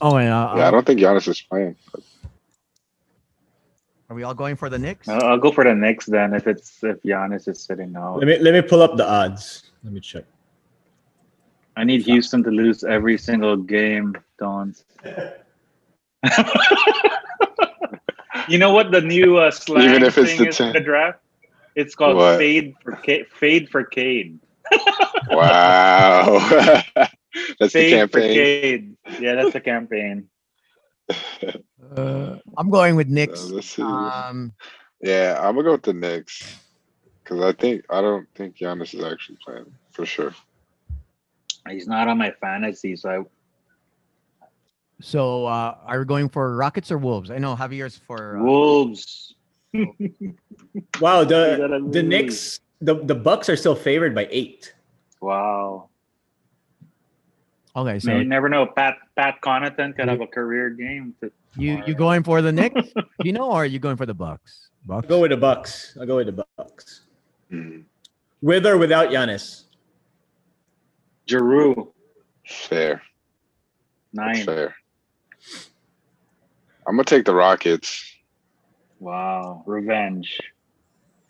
Speaker 1: oh, and uh,
Speaker 2: yeah I don't think Giannis is playing.
Speaker 1: are we all going for the Knicks?
Speaker 4: I'll, I'll go for the Knicks then if it's if Giannis is sitting out.
Speaker 5: Let me let me pull up the odds. Let me check.
Speaker 4: I need Houston to lose every single game, Don. you know what the new uh, slang
Speaker 2: Even if it's
Speaker 4: thing
Speaker 2: the
Speaker 4: is for
Speaker 2: ten-
Speaker 4: the draft? It's called
Speaker 2: What?
Speaker 4: fade for Ca- fade for Cade.
Speaker 2: Wow, that's the
Speaker 4: Fade for
Speaker 2: campaign.
Speaker 4: Cade. Yeah, that's the campaign.
Speaker 1: Uh, I'm going with
Speaker 2: Uh,
Speaker 1: Knicks.
Speaker 2: let's see.
Speaker 1: Um,
Speaker 2: Yeah, I'm gonna go with the Knicks because I think I don't think Giannis is actually playing for sure.
Speaker 4: He's not on my fantasy, so I
Speaker 1: so uh, are we going for Rockets or Wolves? I know Javier's for uh,
Speaker 4: Wolves.
Speaker 5: Wow,
Speaker 4: We gotta
Speaker 5: the the
Speaker 4: lose.
Speaker 5: Knicks, the the Bucks are still favored by eight.
Speaker 4: Wow.
Speaker 1: Okay, so
Speaker 4: Man, you never know. Pat Pat Connaughton could have a career game. To,
Speaker 1: you you going for the Knicks? you know, or are you going for the Bucks? Bucks.
Speaker 5: I'll go with the Bucks. I'll go with the Bucks.
Speaker 2: Mm,
Speaker 5: With or without Giannis.
Speaker 4: Giroux
Speaker 2: fair,
Speaker 4: nine.
Speaker 2: fair. I'm gonna take the Rockets.
Speaker 4: Wow, revenge.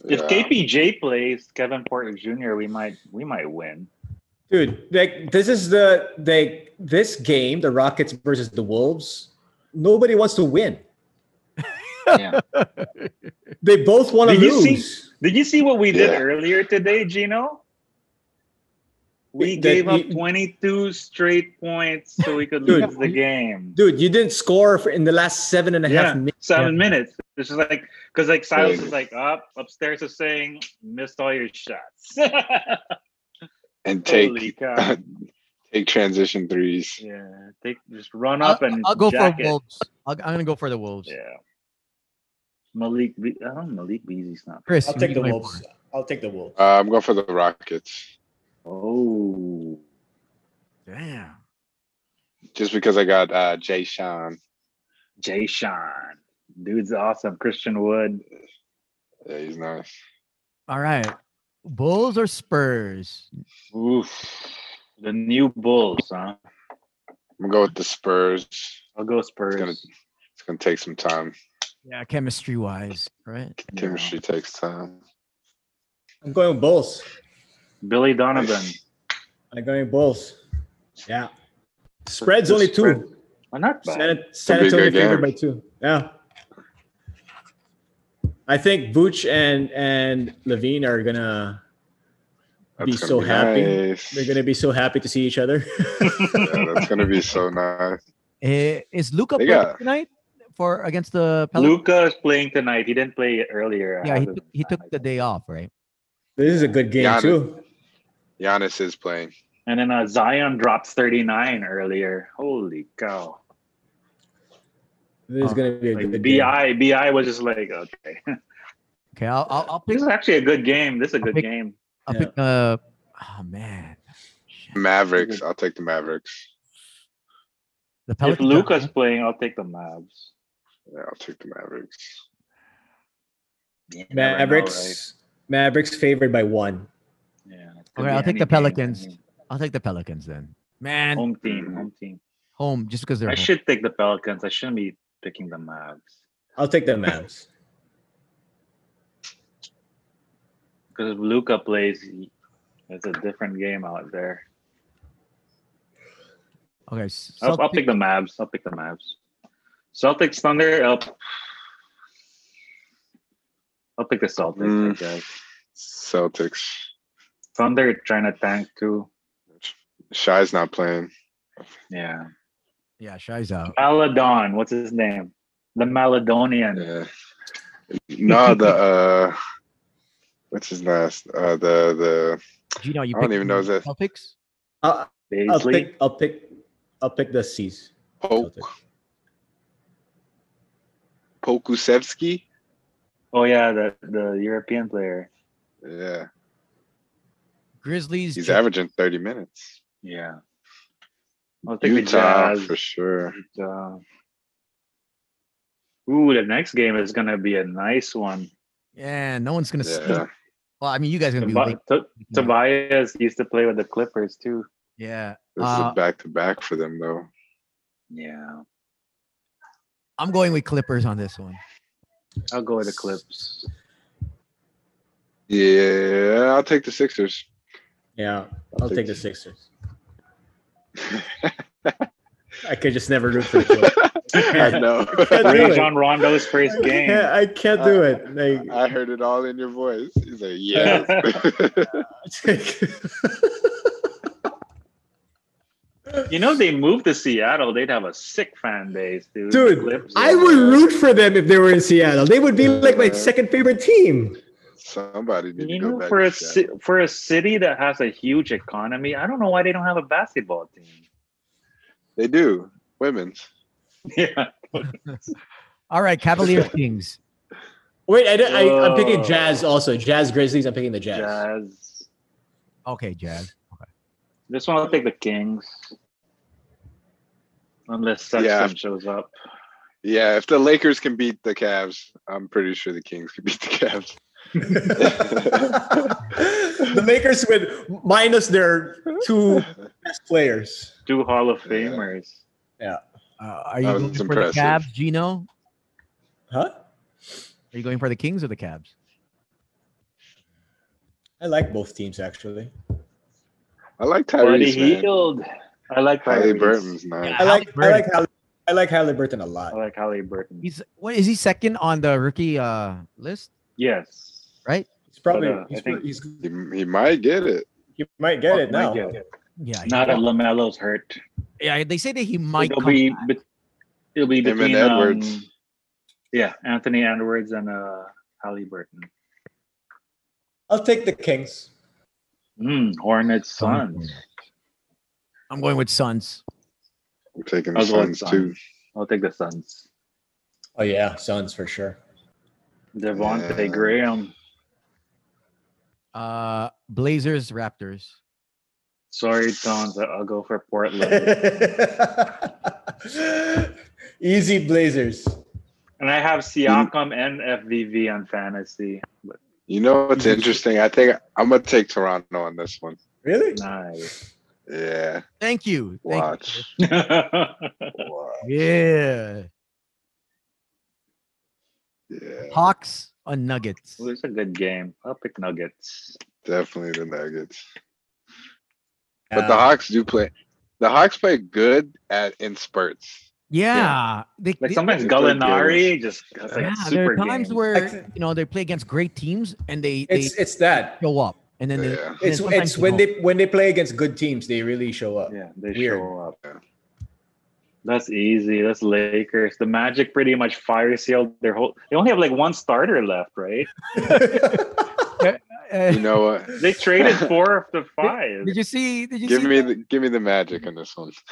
Speaker 4: If
Speaker 2: Yeah.
Speaker 4: KPJ plays Kevin Porter Jr., we might we might win.
Speaker 5: Dude, like this is the like this game, the Rockets versus the Wolves. Nobody wants to win.
Speaker 4: Yeah.
Speaker 5: They both want to
Speaker 4: Did you
Speaker 5: lose.
Speaker 4: see- Did you see what we did
Speaker 2: Yeah.
Speaker 4: earlier today, Gino? We
Speaker 5: That-
Speaker 4: gave up
Speaker 5: you-
Speaker 4: 22 straight points so we could
Speaker 5: Dude,
Speaker 4: lose the game.
Speaker 5: Dude, you didn't score for, in the last seven and a half
Speaker 4: yeah,
Speaker 5: minutes.
Speaker 4: seven minutes. This is like because like Silas
Speaker 2: Crazy.
Speaker 4: is like up upstairs is saying missed all your shots.
Speaker 2: and
Speaker 4: Holy
Speaker 2: take
Speaker 4: cow!
Speaker 2: take transition threes.
Speaker 4: Yeah, take just run
Speaker 1: I'll,
Speaker 4: up and
Speaker 1: I'll go
Speaker 4: jack
Speaker 1: for
Speaker 4: it.
Speaker 1: Wolves. I'll, I'm gonna go for the Wolves.
Speaker 4: Yeah, Malik. Be- I don't know, Malik Beasley's not.
Speaker 1: Chris,
Speaker 5: I'll
Speaker 1: who
Speaker 5: take
Speaker 1: you
Speaker 5: the
Speaker 1: going
Speaker 5: Wolves.
Speaker 1: for?
Speaker 5: I'll take the Wolves.
Speaker 2: Uh, I'm going for the Rockets
Speaker 4: Oh,
Speaker 1: Damn.
Speaker 2: just because I got uh, Jay Sean.
Speaker 4: Jay Sean, dude's awesome. Christian Wood.
Speaker 2: Yeah, he's nice.
Speaker 1: All right, Bulls or Spurs?
Speaker 4: Oof. The new Bulls, huh?
Speaker 2: I'm gonna go with the Spurs.
Speaker 4: I'll go Spurs.
Speaker 2: gonna- It's gonna take some time.
Speaker 1: Yeah, chemistry wise, right?
Speaker 4: Yeah.
Speaker 2: Chemistry takes time.
Speaker 5: I'm going with Bulls.
Speaker 4: Billy Donovan.
Speaker 5: I'm going with Bulls. Yeah. Spread's only
Speaker 4: Spread.
Speaker 5: two.
Speaker 4: Well, not bad.
Speaker 5: San, San
Speaker 2: Could be a good
Speaker 5: Antonio favored
Speaker 2: game.
Speaker 5: by two. Yeah. I think Vooch and and Levine are gonna Be
Speaker 2: gonna
Speaker 5: so happy.
Speaker 2: nice.
Speaker 5: they're gonna be so happy to see each other.
Speaker 2: Yeah, that's gonna be so nice.
Speaker 1: Eh, is Luca
Speaker 2: They
Speaker 1: playing
Speaker 2: got-
Speaker 1: tonight for against the Pelicans?
Speaker 4: Luca is playing tonight. He didn't play earlier. I
Speaker 1: Yeah, he,
Speaker 4: haven't-
Speaker 1: took- he took the day off, right?
Speaker 5: this is a good game
Speaker 2: Giannis.
Speaker 5: too.
Speaker 2: Giannis is playing.
Speaker 4: And then uh, Zion drops 39 earlier. Holy cow.
Speaker 5: This is
Speaker 1: Oh,
Speaker 5: gonna be a
Speaker 4: Like
Speaker 5: good game.
Speaker 4: BI, BI was just like, okay.
Speaker 1: Okay, I'll I'll, I'll pick
Speaker 4: this is actually a good game. This is a
Speaker 1: I'll
Speaker 4: good
Speaker 1: pick-
Speaker 4: game.
Speaker 1: I'll
Speaker 5: Yeah.
Speaker 1: pick uh oh man. Shit.
Speaker 2: Mavericks. I'll take the Mavericks.
Speaker 1: The
Speaker 4: If
Speaker 1: Pelicans are-
Speaker 4: Luca's playing, I'll take the Mavs.
Speaker 2: Yeah, I'll take the Mavericks.
Speaker 4: You never know,
Speaker 5: Mavericks. Mavericks favored by one.
Speaker 4: right? Yeah. it could
Speaker 1: Okay,
Speaker 4: be
Speaker 1: I'll take
Speaker 4: any
Speaker 1: the
Speaker 4: game.
Speaker 1: Pelicans. I'll take the Pelicans then. Man, home,
Speaker 4: Home team, home team.
Speaker 1: just because they're
Speaker 4: I
Speaker 1: home.
Speaker 4: should take the Pelicans. I shouldn't be picking the Mavs
Speaker 5: I'll take the Mavs.
Speaker 4: because if Luca plays, he- it's a different game out there.
Speaker 1: Okay, s-
Speaker 4: I'll, I'll
Speaker 1: Celtic-
Speaker 4: pick the Mavs. I'll pick the Mavs. Celtics Thunder. I'll, I'll pick the Celtics. I
Speaker 2: Mm.
Speaker 4: guess
Speaker 2: Celtics.
Speaker 4: Thunder trying to tank too.
Speaker 2: Shy's not playing.
Speaker 4: Yeah.
Speaker 1: yeah, Shy's out.
Speaker 4: Maladon. What's his name? The Maladonian.
Speaker 2: Yeah. No, the uh, what's his last? Uh, the the
Speaker 1: Gino, you
Speaker 2: I don't
Speaker 1: pick
Speaker 2: even know
Speaker 1: the
Speaker 2: that-
Speaker 1: Celtics.
Speaker 5: I'll, I'll
Speaker 4: Beasley.
Speaker 5: pick. I'll pick. I'll pick the C's.
Speaker 2: Poke Pokusevsky.
Speaker 4: Oh yeah, the the European player.
Speaker 2: Yeah,
Speaker 1: Grizzlies.
Speaker 2: he's
Speaker 1: Ja-
Speaker 2: averaging thirty minutes.
Speaker 4: Yeah. I'll take
Speaker 2: Utah
Speaker 4: the Jazz.
Speaker 2: for sure.
Speaker 4: Uh, ooh, the next game is gonna be a nice one.
Speaker 1: Yeah, no one's gonna. sleep.
Speaker 2: Yeah,
Speaker 1: Well, I mean, you guys are gonna be
Speaker 4: Tobi-
Speaker 1: late.
Speaker 4: To- Tobias used to play with the Clippers too.
Speaker 1: Yeah,
Speaker 2: this
Speaker 1: Uh,
Speaker 2: is back to back for them though.
Speaker 4: Yeah,
Speaker 1: I'm going with Clippers on this one.
Speaker 4: I'll go with the Clips.
Speaker 2: Yeah, I'll take the Sixers.
Speaker 5: Yeah, I'll take the Sixers. I could just never root for the Clippers.
Speaker 2: I know.
Speaker 5: Can't do it.
Speaker 4: Rajon Rondo's first
Speaker 5: I
Speaker 4: game. Uh,
Speaker 5: can't, I can't do it. Like,
Speaker 2: I heard it all in your voice. He's like, yes.
Speaker 4: You know, they moved to Seattle. They'd have a sick fan base, dude. The
Speaker 5: dude,
Speaker 4: Clips,
Speaker 5: I would root for them if they were in Seattle. They would be like my second favorite team.
Speaker 2: Somebody need
Speaker 4: You
Speaker 2: to go
Speaker 4: know,
Speaker 2: back
Speaker 4: for
Speaker 2: to
Speaker 4: a
Speaker 2: Seattle.
Speaker 4: ci- for a city that has a huge economy, I don't know why they don't have a basketball team.
Speaker 2: They do. Women's.
Speaker 4: Yeah,
Speaker 1: All right, Cavalier Kings.
Speaker 5: Wait, I, don't- I, I'm picking
Speaker 4: Whoa.
Speaker 5: Jazz also. Jazz Grizzlies. I'm picking the Jazz.
Speaker 4: Jazz.
Speaker 1: Okay, Jazz.
Speaker 4: This one, I'll take the Kings. Unless Sexton
Speaker 2: Yeah.
Speaker 4: shows up.
Speaker 2: Yeah, if the Lakers can beat the Cavs, I'm pretty sure the Kings can beat the Cavs.
Speaker 5: the Lakers with minus their two best players.
Speaker 4: Two Hall of
Speaker 2: Yeah.
Speaker 4: Famers.
Speaker 1: Uh, are you
Speaker 2: That was
Speaker 1: going for the
Speaker 2: impressive.
Speaker 1: Cavs, Gino?
Speaker 5: Huh?
Speaker 1: Are you going for the Kings or the Cavs?
Speaker 5: I like both teams actually.
Speaker 2: I like
Speaker 4: Buddy
Speaker 2: Tyrese. Man.
Speaker 4: Healed. I like
Speaker 2: Halle
Speaker 4: Tyrese.
Speaker 2: Burton's nice.
Speaker 5: I
Speaker 1: Halle
Speaker 5: like I
Speaker 1: Berry.
Speaker 5: like Halle, I like Halliburton a
Speaker 4: I
Speaker 5: lot.
Speaker 4: like Halliburton.
Speaker 1: He's what is he second on the rookie uh list?
Speaker 4: Yes.
Speaker 1: Right?
Speaker 5: He's probably
Speaker 4: But, uh,
Speaker 5: he's,
Speaker 4: I think-
Speaker 5: he's,
Speaker 2: He, he might get it.
Speaker 5: he might get it
Speaker 4: Might
Speaker 5: now.
Speaker 4: get it.
Speaker 1: Yeah, he-
Speaker 4: Now that Lamelo's hurt,
Speaker 1: yeah. They say that he might
Speaker 4: it'll
Speaker 1: come.
Speaker 4: be be- it'll be
Speaker 2: Him and
Speaker 4: between
Speaker 2: Edwards.
Speaker 4: um, yeah, Anthony Edwards and uh, Halliburton.
Speaker 5: I'll take the Kings.
Speaker 4: Mm, Hornets Suns.
Speaker 1: I'm going with Suns.
Speaker 2: We're taking the
Speaker 4: I'll go with
Speaker 2: Suns too.
Speaker 4: I'll take the Suns.
Speaker 5: Oh yeah, Suns for sure.
Speaker 4: Devontae
Speaker 2: Yeah.
Speaker 4: Graham.
Speaker 1: Uh, Blazers, Raptors.
Speaker 4: Sorry, Suns. I- I'll go for Portland.
Speaker 5: Easy Blazers.
Speaker 4: and I have Siakam and FVV on fantasy. But
Speaker 2: You know what's interesting? I think I'm gonna take Toronto on this one.
Speaker 5: Really?
Speaker 4: nice.
Speaker 2: Yeah,
Speaker 1: Thank you. Thank you.
Speaker 2: watch. Wow.
Speaker 1: Yeah.
Speaker 2: Yeah,
Speaker 1: Hawks on Nuggets.
Speaker 4: Well, it's a good game. I'll pick Nuggets.
Speaker 2: definitely the Nuggets. But
Speaker 5: Yeah.
Speaker 2: the Hawks do play. The Hawks play good at in spurts.
Speaker 1: Yeah.
Speaker 2: Yeah.
Speaker 1: They,
Speaker 4: Like
Speaker 1: they-
Speaker 4: sometimes
Speaker 2: It's a good
Speaker 4: Gallinari just has like
Speaker 1: yeah, there
Speaker 4: super
Speaker 1: are times
Speaker 4: games.
Speaker 1: where
Speaker 5: Like-
Speaker 1: you know they play against great teams and they they
Speaker 5: It's it's that.
Speaker 1: show up and then they,
Speaker 2: Yeah.
Speaker 1: and then
Speaker 5: It's
Speaker 1: sometimes
Speaker 5: it's when
Speaker 1: don't.
Speaker 5: they when they play against good teams, they really show up.
Speaker 4: yeah, they
Speaker 5: Weird.
Speaker 4: show up.
Speaker 2: Yeah.
Speaker 4: That's easy. That's Lakers. The Magic pretty much fire sealed their whole. They only have like one starter left, right?
Speaker 1: Uh,
Speaker 2: You know what?
Speaker 4: They traded four of the five.
Speaker 1: did you see? Did you
Speaker 2: Give
Speaker 1: see
Speaker 2: me
Speaker 1: that?
Speaker 2: the give me the magic in this one.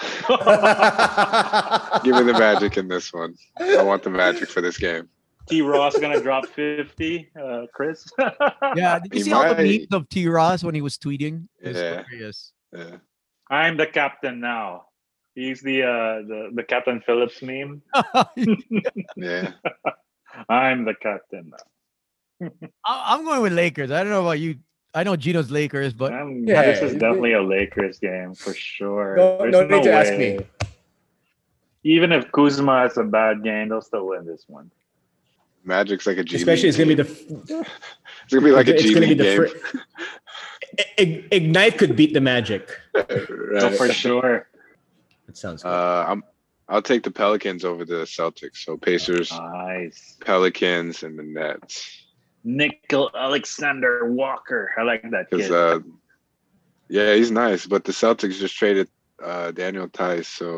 Speaker 2: Give me the magic in this one. I want the magic for this game.
Speaker 4: T. Ross gonna drop fifty. Uh, Chris.
Speaker 1: Yeah, did you
Speaker 2: He
Speaker 1: see all the
Speaker 2: might.
Speaker 1: memes of T. Ross when he was tweeting? It was
Speaker 2: Yeah.
Speaker 1: hilarious.
Speaker 2: Yeah.
Speaker 4: I'm the captain now. He's the uh, the the Captain Phillips meme.
Speaker 2: Yeah.
Speaker 4: I'm the captain now.
Speaker 1: I- I'm going with Lakers. I don't know about you, I know Gino's Lakers, but
Speaker 4: I'm-
Speaker 5: Yeah.
Speaker 4: this is definitely a Lakers game for sure.
Speaker 5: No,
Speaker 4: There's
Speaker 5: no need to ask
Speaker 4: way.
Speaker 5: me.
Speaker 4: Even if Kuzma has a bad game, they'll still win this one.
Speaker 2: Magic's like a G.
Speaker 5: Especially, it's gonna be the
Speaker 2: it's gonna be like a
Speaker 5: it's
Speaker 2: G
Speaker 5: gonna be
Speaker 2: League
Speaker 5: the
Speaker 2: game.
Speaker 5: fir- I- I- Ignite could beat the Magic.
Speaker 4: No,
Speaker 2: Right.
Speaker 4: for sure.
Speaker 5: That sounds good.
Speaker 2: Uh, I'm I'll take the Pelicans over the Celtics. So Pacers,
Speaker 4: Uh, Nice.
Speaker 2: Pelicans, and the Nets.
Speaker 4: Nickel Alexander Walker. I like that
Speaker 2: Because
Speaker 4: kid.
Speaker 2: uh, yeah, he's nice, but the Celtics just traded uh, Daniel Tice. So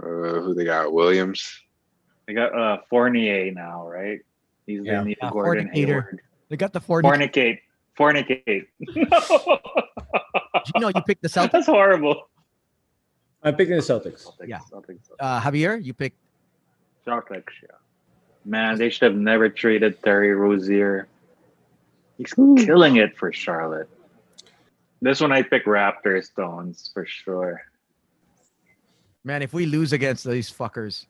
Speaker 2: uh, who they got? Williams.
Speaker 4: they got uh, Fournier now, right? He's
Speaker 5: Yeah.
Speaker 4: the new
Speaker 1: Yeah,
Speaker 4: Gordon
Speaker 1: fornicator.
Speaker 4: Hayward.
Speaker 1: they got the 40.
Speaker 4: Fornicate. Fornicate. no.
Speaker 1: Gino, you picked the Celtics.
Speaker 4: That's horrible.
Speaker 5: I'm picking the Celtics.
Speaker 4: Celtics,
Speaker 1: Yeah.
Speaker 4: Celtics, Celtics.
Speaker 1: Uh, Javier, you picked.
Speaker 4: Celtics, yeah. Man, they should have never traded Terry Rozier. He's killing it for Charlotte. This one I pick Raptor Stones for sure.
Speaker 1: Man, if we lose against these fuckers,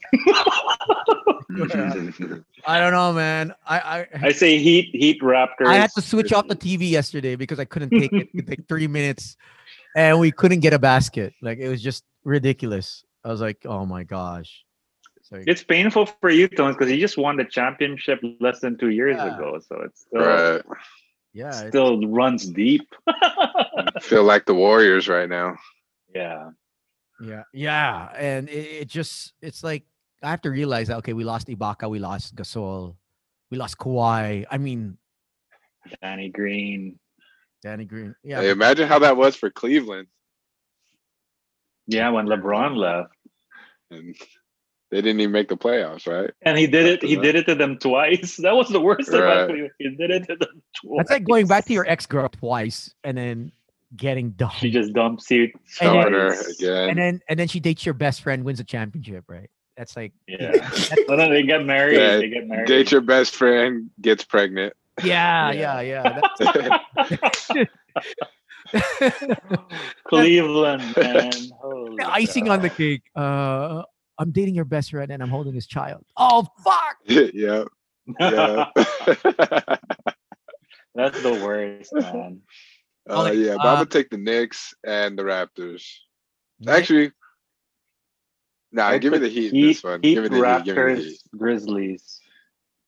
Speaker 1: I don't know, man. I I,
Speaker 4: I say Heat, Heat Raptors.
Speaker 1: I had to switch off the TV yesterday because I couldn't take it. It took three minutes, and we couldn't get a basket. Like it was just ridiculous. I was like, oh my gosh. It's like-
Speaker 4: It's painful for you, Tones, because you just won the championship less than two years
Speaker 1: Yeah.
Speaker 4: ago. So it's still,
Speaker 2: right.
Speaker 1: yeah, it-
Speaker 4: still runs deep.
Speaker 2: Feel like the Warriors right now.
Speaker 4: yeah.
Speaker 1: yeah, yeah, and it, it just it's like I have to realize that okay, we lost Ibaka, we lost Gasol, we lost Kawhi. I mean,
Speaker 4: Danny Green.
Speaker 1: Danny Green. Yeah,
Speaker 2: Hey, imagine how that was for Cleveland.
Speaker 4: Yeah, when LeBron left.
Speaker 2: and they didn't even make the playoffs, right?
Speaker 4: And he did it.
Speaker 2: After
Speaker 4: He
Speaker 2: that.
Speaker 4: did it to them twice. That was the worst
Speaker 2: Right.
Speaker 4: of it. He did it to them twice.
Speaker 1: that's like going back to your ex girl twice and then getting dumped.
Speaker 4: She just dumps you.
Speaker 1: And then-
Speaker 2: Starter
Speaker 4: twice.
Speaker 2: again.
Speaker 1: and then and then she dates your best friend, wins a championship, right? That's like
Speaker 4: Yeah. no, no, they get married.
Speaker 2: Yeah,
Speaker 4: They get married.
Speaker 2: Date your best friend, gets pregnant.
Speaker 1: yeah, yeah,
Speaker 4: Yeah.
Speaker 1: yeah. that-
Speaker 4: Cleveland, man. Holy
Speaker 1: icing on the cake. Uh, I'm dating your best friend and I'm holding his child. Oh fuck!
Speaker 2: yeah, yeah.
Speaker 4: cow. That's the worst, man.
Speaker 2: uh, yeah, but I'm
Speaker 1: uh,
Speaker 4: um,
Speaker 2: gonna take the Knicks and the Raptors. Actually, nah, give me the Heat, in this one.
Speaker 4: Heat
Speaker 2: give me the Heat. Give me
Speaker 4: Raptors,
Speaker 2: the Heat.
Speaker 4: Grizzlies.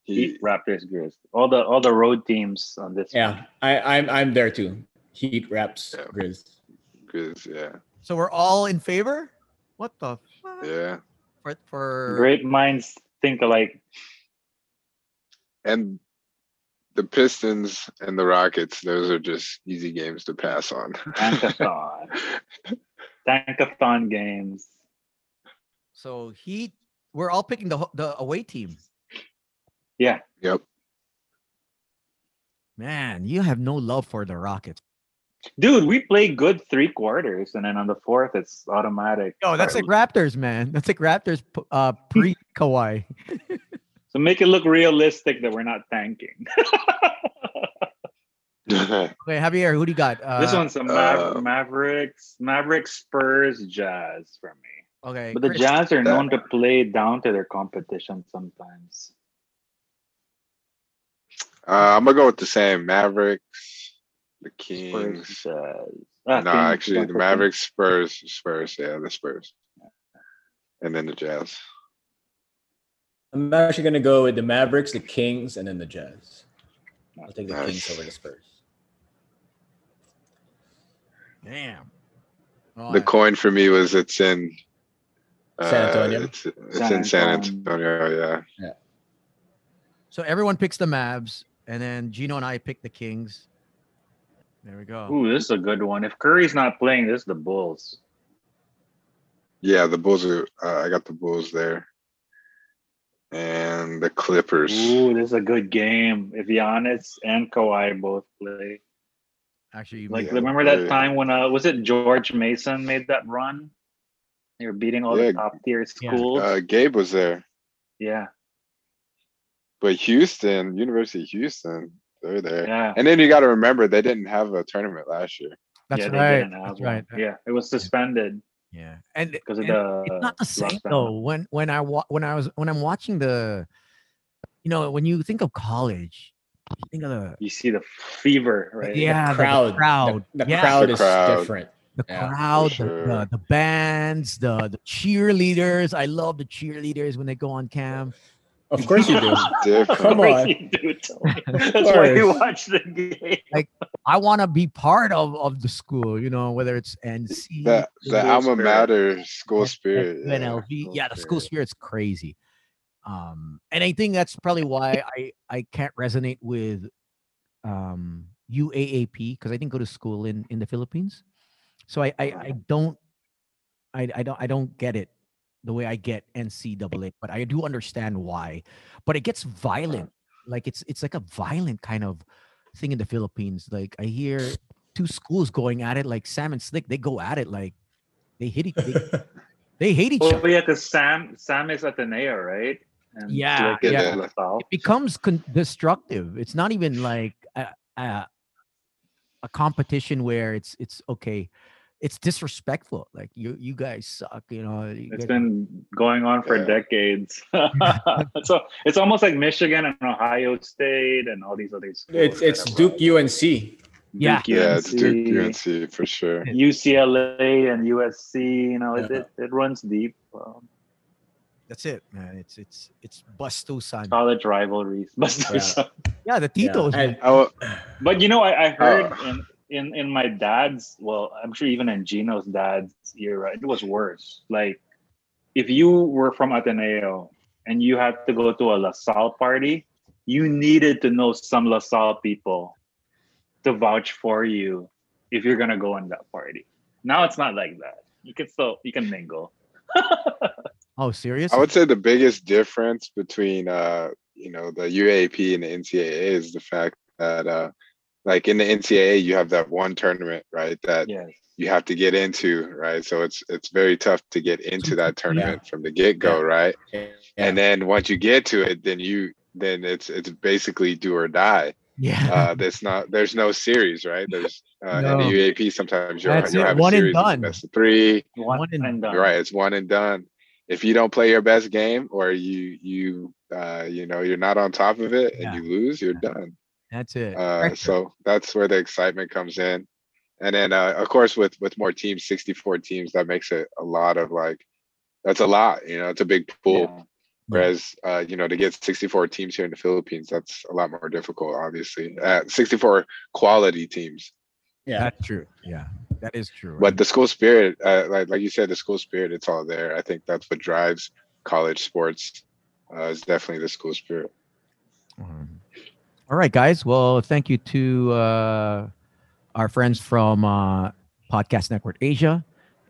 Speaker 4: Heat,
Speaker 2: Heat.
Speaker 4: Raptors, Grizzlies. All the all the road teams on this.
Speaker 5: Yeah, I, I'm I'm there too. Heat wraps
Speaker 2: Yeah.
Speaker 5: Grizz.
Speaker 2: 'cause, yeah,
Speaker 1: So we're all in favor. What the fuck?
Speaker 2: yeah.
Speaker 1: For, for
Speaker 4: one. Great minds think alike.
Speaker 2: And the Pistons and the Rockets, those are just easy games to pass on.
Speaker 4: Tankathon. Tankathon games.
Speaker 1: so Heat. We're all picking the ho- the away team.
Speaker 2: yep.
Speaker 1: Man, you have no love for the Rockets.
Speaker 4: Dude, we play good three quarters, and then on the fourth, it's automatic.
Speaker 1: No, Oh, that's like Raptors, man. That's like Raptors p- uh, pre Kawhi.
Speaker 4: So make it look realistic that we're not tanking.
Speaker 1: Okay, Javier, who do you got? Uh,
Speaker 4: this one's a Maver-
Speaker 2: uh,
Speaker 4: Mavericks, Mavericks, Spurs, Jazz for me.
Speaker 1: Uh, Okay,
Speaker 4: But the
Speaker 1: Chris.
Speaker 4: Jazz are known to play down to their competition sometimes.
Speaker 2: Uh, I'm gonna go with the same Mavericks, the
Speaker 4: Spurs,
Speaker 2: Kings.
Speaker 4: Jazz.
Speaker 2: No,
Speaker 4: Ah, Phoenix,
Speaker 2: actually, the
Speaker 4: Jazz,
Speaker 2: Mavericks, Spurs, Spurs, yeah, the Spurs, and then the Jazz.
Speaker 5: I'm actually gonna go with the Mavericks, the Kings, and then the Jazz. I'll take the
Speaker 2: Nice.
Speaker 5: Kings over the Spurs.
Speaker 1: Damn.
Speaker 2: The
Speaker 1: Alright.
Speaker 2: coin for me was it's in uh,
Speaker 5: San Antonio?
Speaker 2: It's, it's
Speaker 4: San
Speaker 2: in San
Speaker 4: Antonio.
Speaker 2: Antonio. Yeah,
Speaker 1: so everyone picks the Mavs, and then Gino and I pick the Kings. There we go.
Speaker 4: Ooh, this is a good one. If Curry's not playing, this is the Bulls.
Speaker 2: yeah. The Bulls are. Uh, I got the Bulls there, and the Clippers.
Speaker 4: Ooh, this is a good game. If Giannis and Kawhi both play.
Speaker 1: Actually,
Speaker 4: Like
Speaker 2: Yeah,
Speaker 4: remember that
Speaker 2: yeah.
Speaker 4: time when uh was it George Mason made that run? They were beating all
Speaker 2: Yeah.
Speaker 4: the top tier
Speaker 1: Yeah.
Speaker 4: schools.
Speaker 2: Uh, Gabe was there,
Speaker 4: yeah,
Speaker 2: but Houston, University of Houston, they're there.
Speaker 4: yeah.
Speaker 2: And then you got to remember they didn't have a tournament last year.
Speaker 1: that's
Speaker 4: yeah, they
Speaker 1: right.
Speaker 4: didn't have
Speaker 1: That's
Speaker 4: one.
Speaker 1: right.
Speaker 4: Yeah, it was suspended
Speaker 1: Yeah, and
Speaker 4: because of
Speaker 1: and
Speaker 4: the.
Speaker 1: it's not the same
Speaker 4: uh, lockdown.
Speaker 1: though. When when I wa- when I was when I'm watching the, you know, when you think of college, Think of the
Speaker 4: You see the fever, right?
Speaker 1: yeah, Ah, the
Speaker 3: crowd.
Speaker 1: the crowd,
Speaker 3: The, the
Speaker 1: yeah,
Speaker 3: crowd
Speaker 2: The
Speaker 3: is
Speaker 2: crowd.
Speaker 3: different.
Speaker 1: the
Speaker 3: yeah, for
Speaker 1: crowd, the,
Speaker 2: sure.
Speaker 1: the, the bands, the the cheerleaders. I love the cheerleaders when they go on cam.
Speaker 3: Of course you do.
Speaker 2: Different.
Speaker 4: Of
Speaker 3: Come
Speaker 4: course
Speaker 3: on.
Speaker 4: you do, Tony. That's why you watch the game.
Speaker 1: I want to be part of of the school, you know, whether it's NC,
Speaker 2: The, the
Speaker 1: school
Speaker 2: alma
Speaker 1: spirit,
Speaker 2: mater, school
Speaker 1: S-
Speaker 2: spirit.
Speaker 1: UNLV. Yeah, the school spirit's crazy. Um, and I think that's probably why I I can't resonate with um UAAP because I didn't go to school in in the Philippines, so I I, I don't I I don't I don't get it the way I get NCAA, but I do understand why. But it gets violent, like it's it's like a violent kind of thing in the Philippines. Like I hear two schools going at it, like Sam and Slick, they go at it like they hit each they, they hate each
Speaker 4: Oh
Speaker 1: other.
Speaker 4: yeah, because Sam Sam is Ateneo, right? And
Speaker 1: Yeah,
Speaker 4: Blake is
Speaker 2: yeah.
Speaker 4: LaSalle.
Speaker 1: It becomes con- destructive. It's not even like a, a a competition where it's it's okay. It's disrespectful. Like you you guys suck. You know. you
Speaker 4: It's
Speaker 1: guys-
Speaker 4: been going on for
Speaker 2: Yeah.
Speaker 4: decades. so it's almost like Michigan and Ohio State and all these other schools.
Speaker 3: It's
Speaker 4: that
Speaker 3: it's
Speaker 4: have
Speaker 3: Duke UNC.
Speaker 4: rivalries.
Speaker 1: yeah.
Speaker 2: Yeah, it's Duke
Speaker 4: UNC,
Speaker 2: UNC for sure.
Speaker 4: UCLA and USC. You know, it,
Speaker 3: Yeah.
Speaker 4: it, it runs deep. Um,
Speaker 1: That's it, man. It's it's it's Bustosan.
Speaker 4: college rivalries, but
Speaker 3: Yeah.
Speaker 1: Yeah, the
Speaker 3: Yeah,
Speaker 1: Titos. man.
Speaker 3: and-
Speaker 2: Uh, I will,
Speaker 4: But you know, I, I heard
Speaker 2: Uh.
Speaker 4: in, in in my dad's, well, I'm sure even in Gino's dad's era, it was worse. Like, if you were from Ateneo and you had to go to a LaSalle party, you needed to know some LaSalle people to vouch for you if you're gonna go on that party. Now it's not like that. You can still you can mingle.
Speaker 1: oh, serious?
Speaker 2: I would say the biggest difference between uh, you know the UAP and the NCAA is the fact that uh, like in the NCAA you have that one tournament right that
Speaker 4: Yes.
Speaker 2: you have to get into right so it's it's very tough to get into that tournament from the get-go right
Speaker 3: Yeah.
Speaker 2: and then once you get to it then you then it's it's basically do or die
Speaker 1: yeah.
Speaker 2: uh that's not there's no series right there's uh
Speaker 1: No.
Speaker 2: in the uap sometimes you'll,
Speaker 1: That's
Speaker 2: you'll
Speaker 1: it,
Speaker 2: have
Speaker 1: one
Speaker 2: a
Speaker 1: and
Speaker 2: series
Speaker 1: done.
Speaker 2: best of three
Speaker 1: One and-
Speaker 4: and um, done.
Speaker 2: you're right it's one and done if you don't play your best game or you you uh you know you're not on top of it and
Speaker 1: Yeah.
Speaker 2: you lose you're done
Speaker 1: That's it.
Speaker 2: uh,
Speaker 1: Pressure.
Speaker 2: so that's where the excitement comes in and then uh, of course with with more teams 64 teams that makes it a lot of like that's a lot you know it's a big pool
Speaker 4: Yeah.
Speaker 2: whereas uh, you know to get 64 teams here in the philippines that's a lot more difficult obviously uh, 64 quality teams
Speaker 3: Yeah.
Speaker 1: That's true. Yeah, that is true.
Speaker 2: but the school spirit uh, like, like you said the school spirit it's all there i think that's what drives college sports uh, is definitely the school spirit
Speaker 1: Um, all right, guys. Well, thank you to uh, our friends from uh, Podcast Network Asia.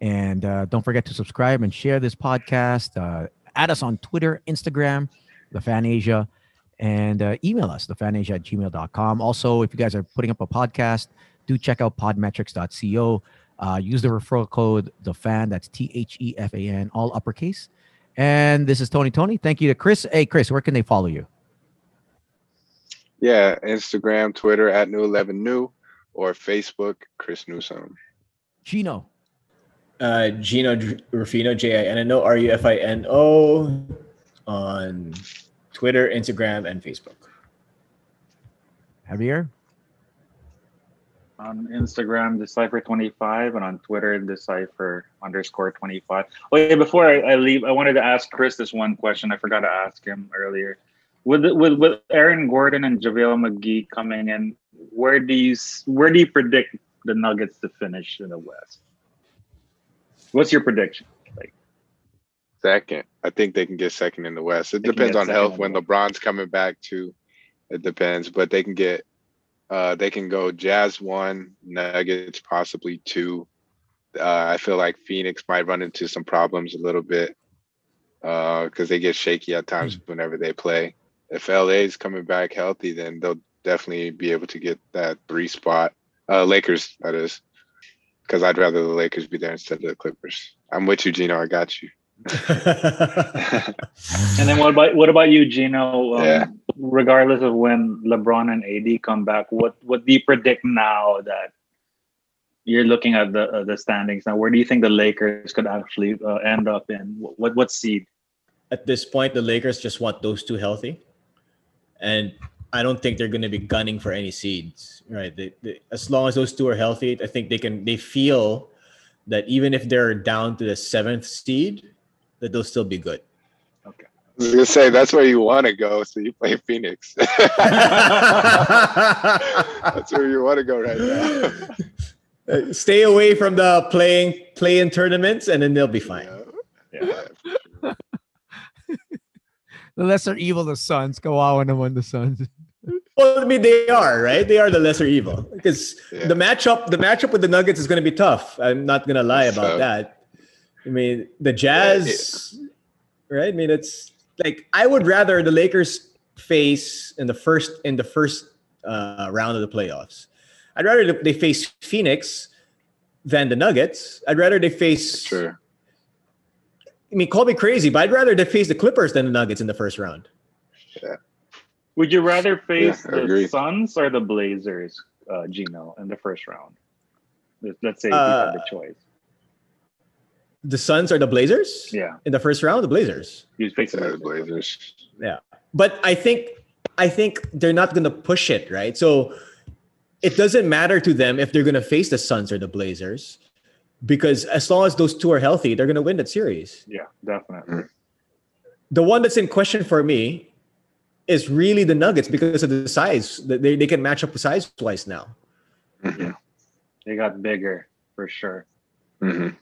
Speaker 1: And uh, don't forget to subscribe and share this podcast. Uh, add us on Twitter, Instagram, The Fan Asia, and uh, email us, thefanasia at gmail.com. Also, if you guys are putting up a podcast, do check out podmetrics.co. Uh, use the referral code, The Fan, that's T H E F A N, all uppercase. And this is Tony Tony. Thank you to Chris. Hey, Chris, where can they follow you?
Speaker 2: yeah instagram twitter at new 11 new or facebook chris newsom
Speaker 1: Gino.
Speaker 3: Uh, Gino Dr- Rufino, J I N N O R U F I N O, on Twitter, Instagram, and Facebook.
Speaker 1: Javier?
Speaker 4: on Instagram, Decipher25, and on Twitter, Decipher underscore 25. Oh, yeah, before I, I leave, I wanted to ask Chris this one question. I forgot to ask him earlier. With, with with Aaron Gordon and JaVale McGee coming in, where do you s- where do you predict the Nuggets to finish in the West? What's your prediction?
Speaker 2: Second, I think they can get second in the West. It
Speaker 4: They can
Speaker 2: depends
Speaker 4: get
Speaker 2: on
Speaker 4: second
Speaker 2: health
Speaker 4: in
Speaker 2: when
Speaker 4: the
Speaker 2: LeBron's coming back too. It depends, but they can get, uh, they can go Jazz one, Nuggets possibly two. Uh, I feel like Phoenix might run into some problems a little bit because they get shaky at times
Speaker 4: Hmm.
Speaker 2: whenever they play. If LA's coming back healthy, then they'll definitely be able to get that three spot. Uh, Lakers, that is, because I'd rather the Lakers be there instead of the Clippers. I'm with you, Gino. I got you.
Speaker 4: And then what about what about you, Gino? Um,
Speaker 2: Yeah.
Speaker 4: Regardless of when LeBron and AD come back, what what do you predict now that you're looking at the uh, the standings now? Where do you think the Lakers could actually uh, end up in? What what, what seed?
Speaker 3: At this point, the Lakers just want those two healthy, and I don't think they're going to be gunning for any seeds, right? They, they, as long as those two are healthy, I think they can. They feel that even if they're down to the seventh seed, that they'll still be good.
Speaker 2: Okay. I was gonna say that's where you want to go, so you play Phoenix. that's where you want to go right now.
Speaker 3: Uh, Stay away from the playing play in tournaments, and then they'll be fine.
Speaker 2: Yeah.
Speaker 1: The lesser evil, the Suns. Kawawa naman the Suns.
Speaker 3: Well, I mean, they are right. They are the lesser evil because
Speaker 2: Yeah.
Speaker 3: the matchup, the matchup with the Nuggets is going to be tough. I'm not going to lie
Speaker 2: It's
Speaker 3: about
Speaker 2: tough.
Speaker 3: that. I mean, the Jazz, right? I mean, it's like I would rather the Lakers face in the first in the first uh, round of the playoffs. I'd rather they face Phoenix than the Nuggets. I'd rather they face.
Speaker 2: Sure.
Speaker 3: I mean, call me crazy, but I'd rather they face the Clippers than the Nuggets in the first round.
Speaker 4: Would you rather face
Speaker 2: Yeah, I
Speaker 4: the
Speaker 2: agree.
Speaker 4: Suns or the Blazers, uh, Gino, in the first round? Let's- Let's say
Speaker 3: Uh,
Speaker 4: you had the choice.
Speaker 3: The Suns or the Blazers?
Speaker 4: Yeah,
Speaker 3: in the first round, the Blazers.
Speaker 4: you face
Speaker 2: Yeah, the
Speaker 4: the Blazers.
Speaker 2: Blazers.
Speaker 3: But I think I think they're not going to push it, right? So it doesn't matter to them if they're going to face the Suns or the Blazers because as long as those two are healthy, they're going to win that series.
Speaker 4: Yeah, definitely.
Speaker 3: The one that's in question for me is really the Nuggets because of the size. They, they can match up size wise now.
Speaker 2: Mhm.
Speaker 4: They got bigger for sure.
Speaker 2: Mhm.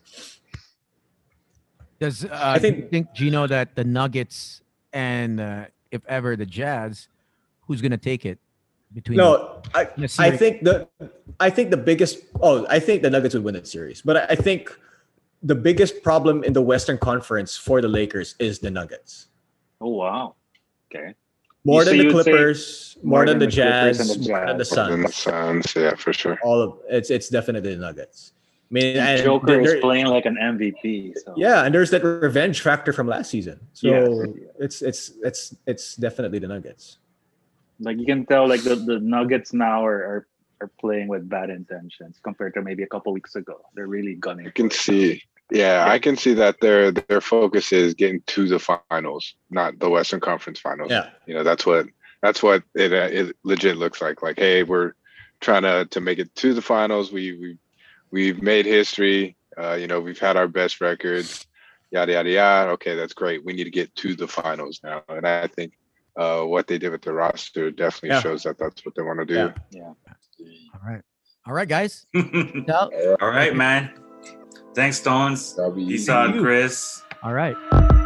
Speaker 1: Does uh,
Speaker 3: I
Speaker 1: I think,
Speaker 3: think-
Speaker 1: think Gino that the Nuggets and uh, if ever the Jazz, who's gonna take it between?
Speaker 3: No, I,
Speaker 1: the
Speaker 3: I
Speaker 1: series?
Speaker 3: think the I think the biggest oh I think the Nuggets would win that series, but I, I think the biggest problem in the Western Conference for the Lakers is the Nuggets.
Speaker 4: Oh wow. Okay.
Speaker 3: More
Speaker 4: So
Speaker 3: than the
Speaker 4: you would say
Speaker 3: Clippers, more than the
Speaker 4: Clippers
Speaker 3: Jazz,
Speaker 4: and the
Speaker 3: more than the
Speaker 4: Jazz.
Speaker 2: And the
Speaker 3: Suns.
Speaker 2: Suns, yeah, for sure.
Speaker 3: All of it's it's definitely the Nuggets. I mean, and
Speaker 4: Joker
Speaker 3: there-
Speaker 4: is
Speaker 3: there-
Speaker 4: playing like an MVP. So
Speaker 3: yeah, and there's that revenge factor from last season. So
Speaker 4: Yes.
Speaker 3: it's it's it's it's definitely the Nuggets.
Speaker 4: like you can tell, like the, the Nuggets now are, are are playing with bad intentions compared to maybe a couple weeks ago. They're really gunning.
Speaker 2: I can
Speaker 4: for it.
Speaker 2: see. Yeah, I can see that their their focus is getting to the finals, not the Western Conference Finals.
Speaker 3: Yeah.
Speaker 2: You know, that's what that's what it uh, it legit looks like. Like, hey, we're trying to to make it to the finals. We we we've made history. Uh, you know, we've had our best records. Yada yada yada. Okay, that's great. We need to get to the finals now. And I think uh, what they did with the roster definitely
Speaker 3: Yeah.
Speaker 2: shows that that's what they want to do.
Speaker 3: Yeah.
Speaker 1: All right, all right, guys.
Speaker 8: All
Speaker 1: Now-
Speaker 8: right, man. Thanks, Stones.
Speaker 9: That'll be
Speaker 8: Peace
Speaker 9: easy.
Speaker 8: out, Chris.
Speaker 1: All right.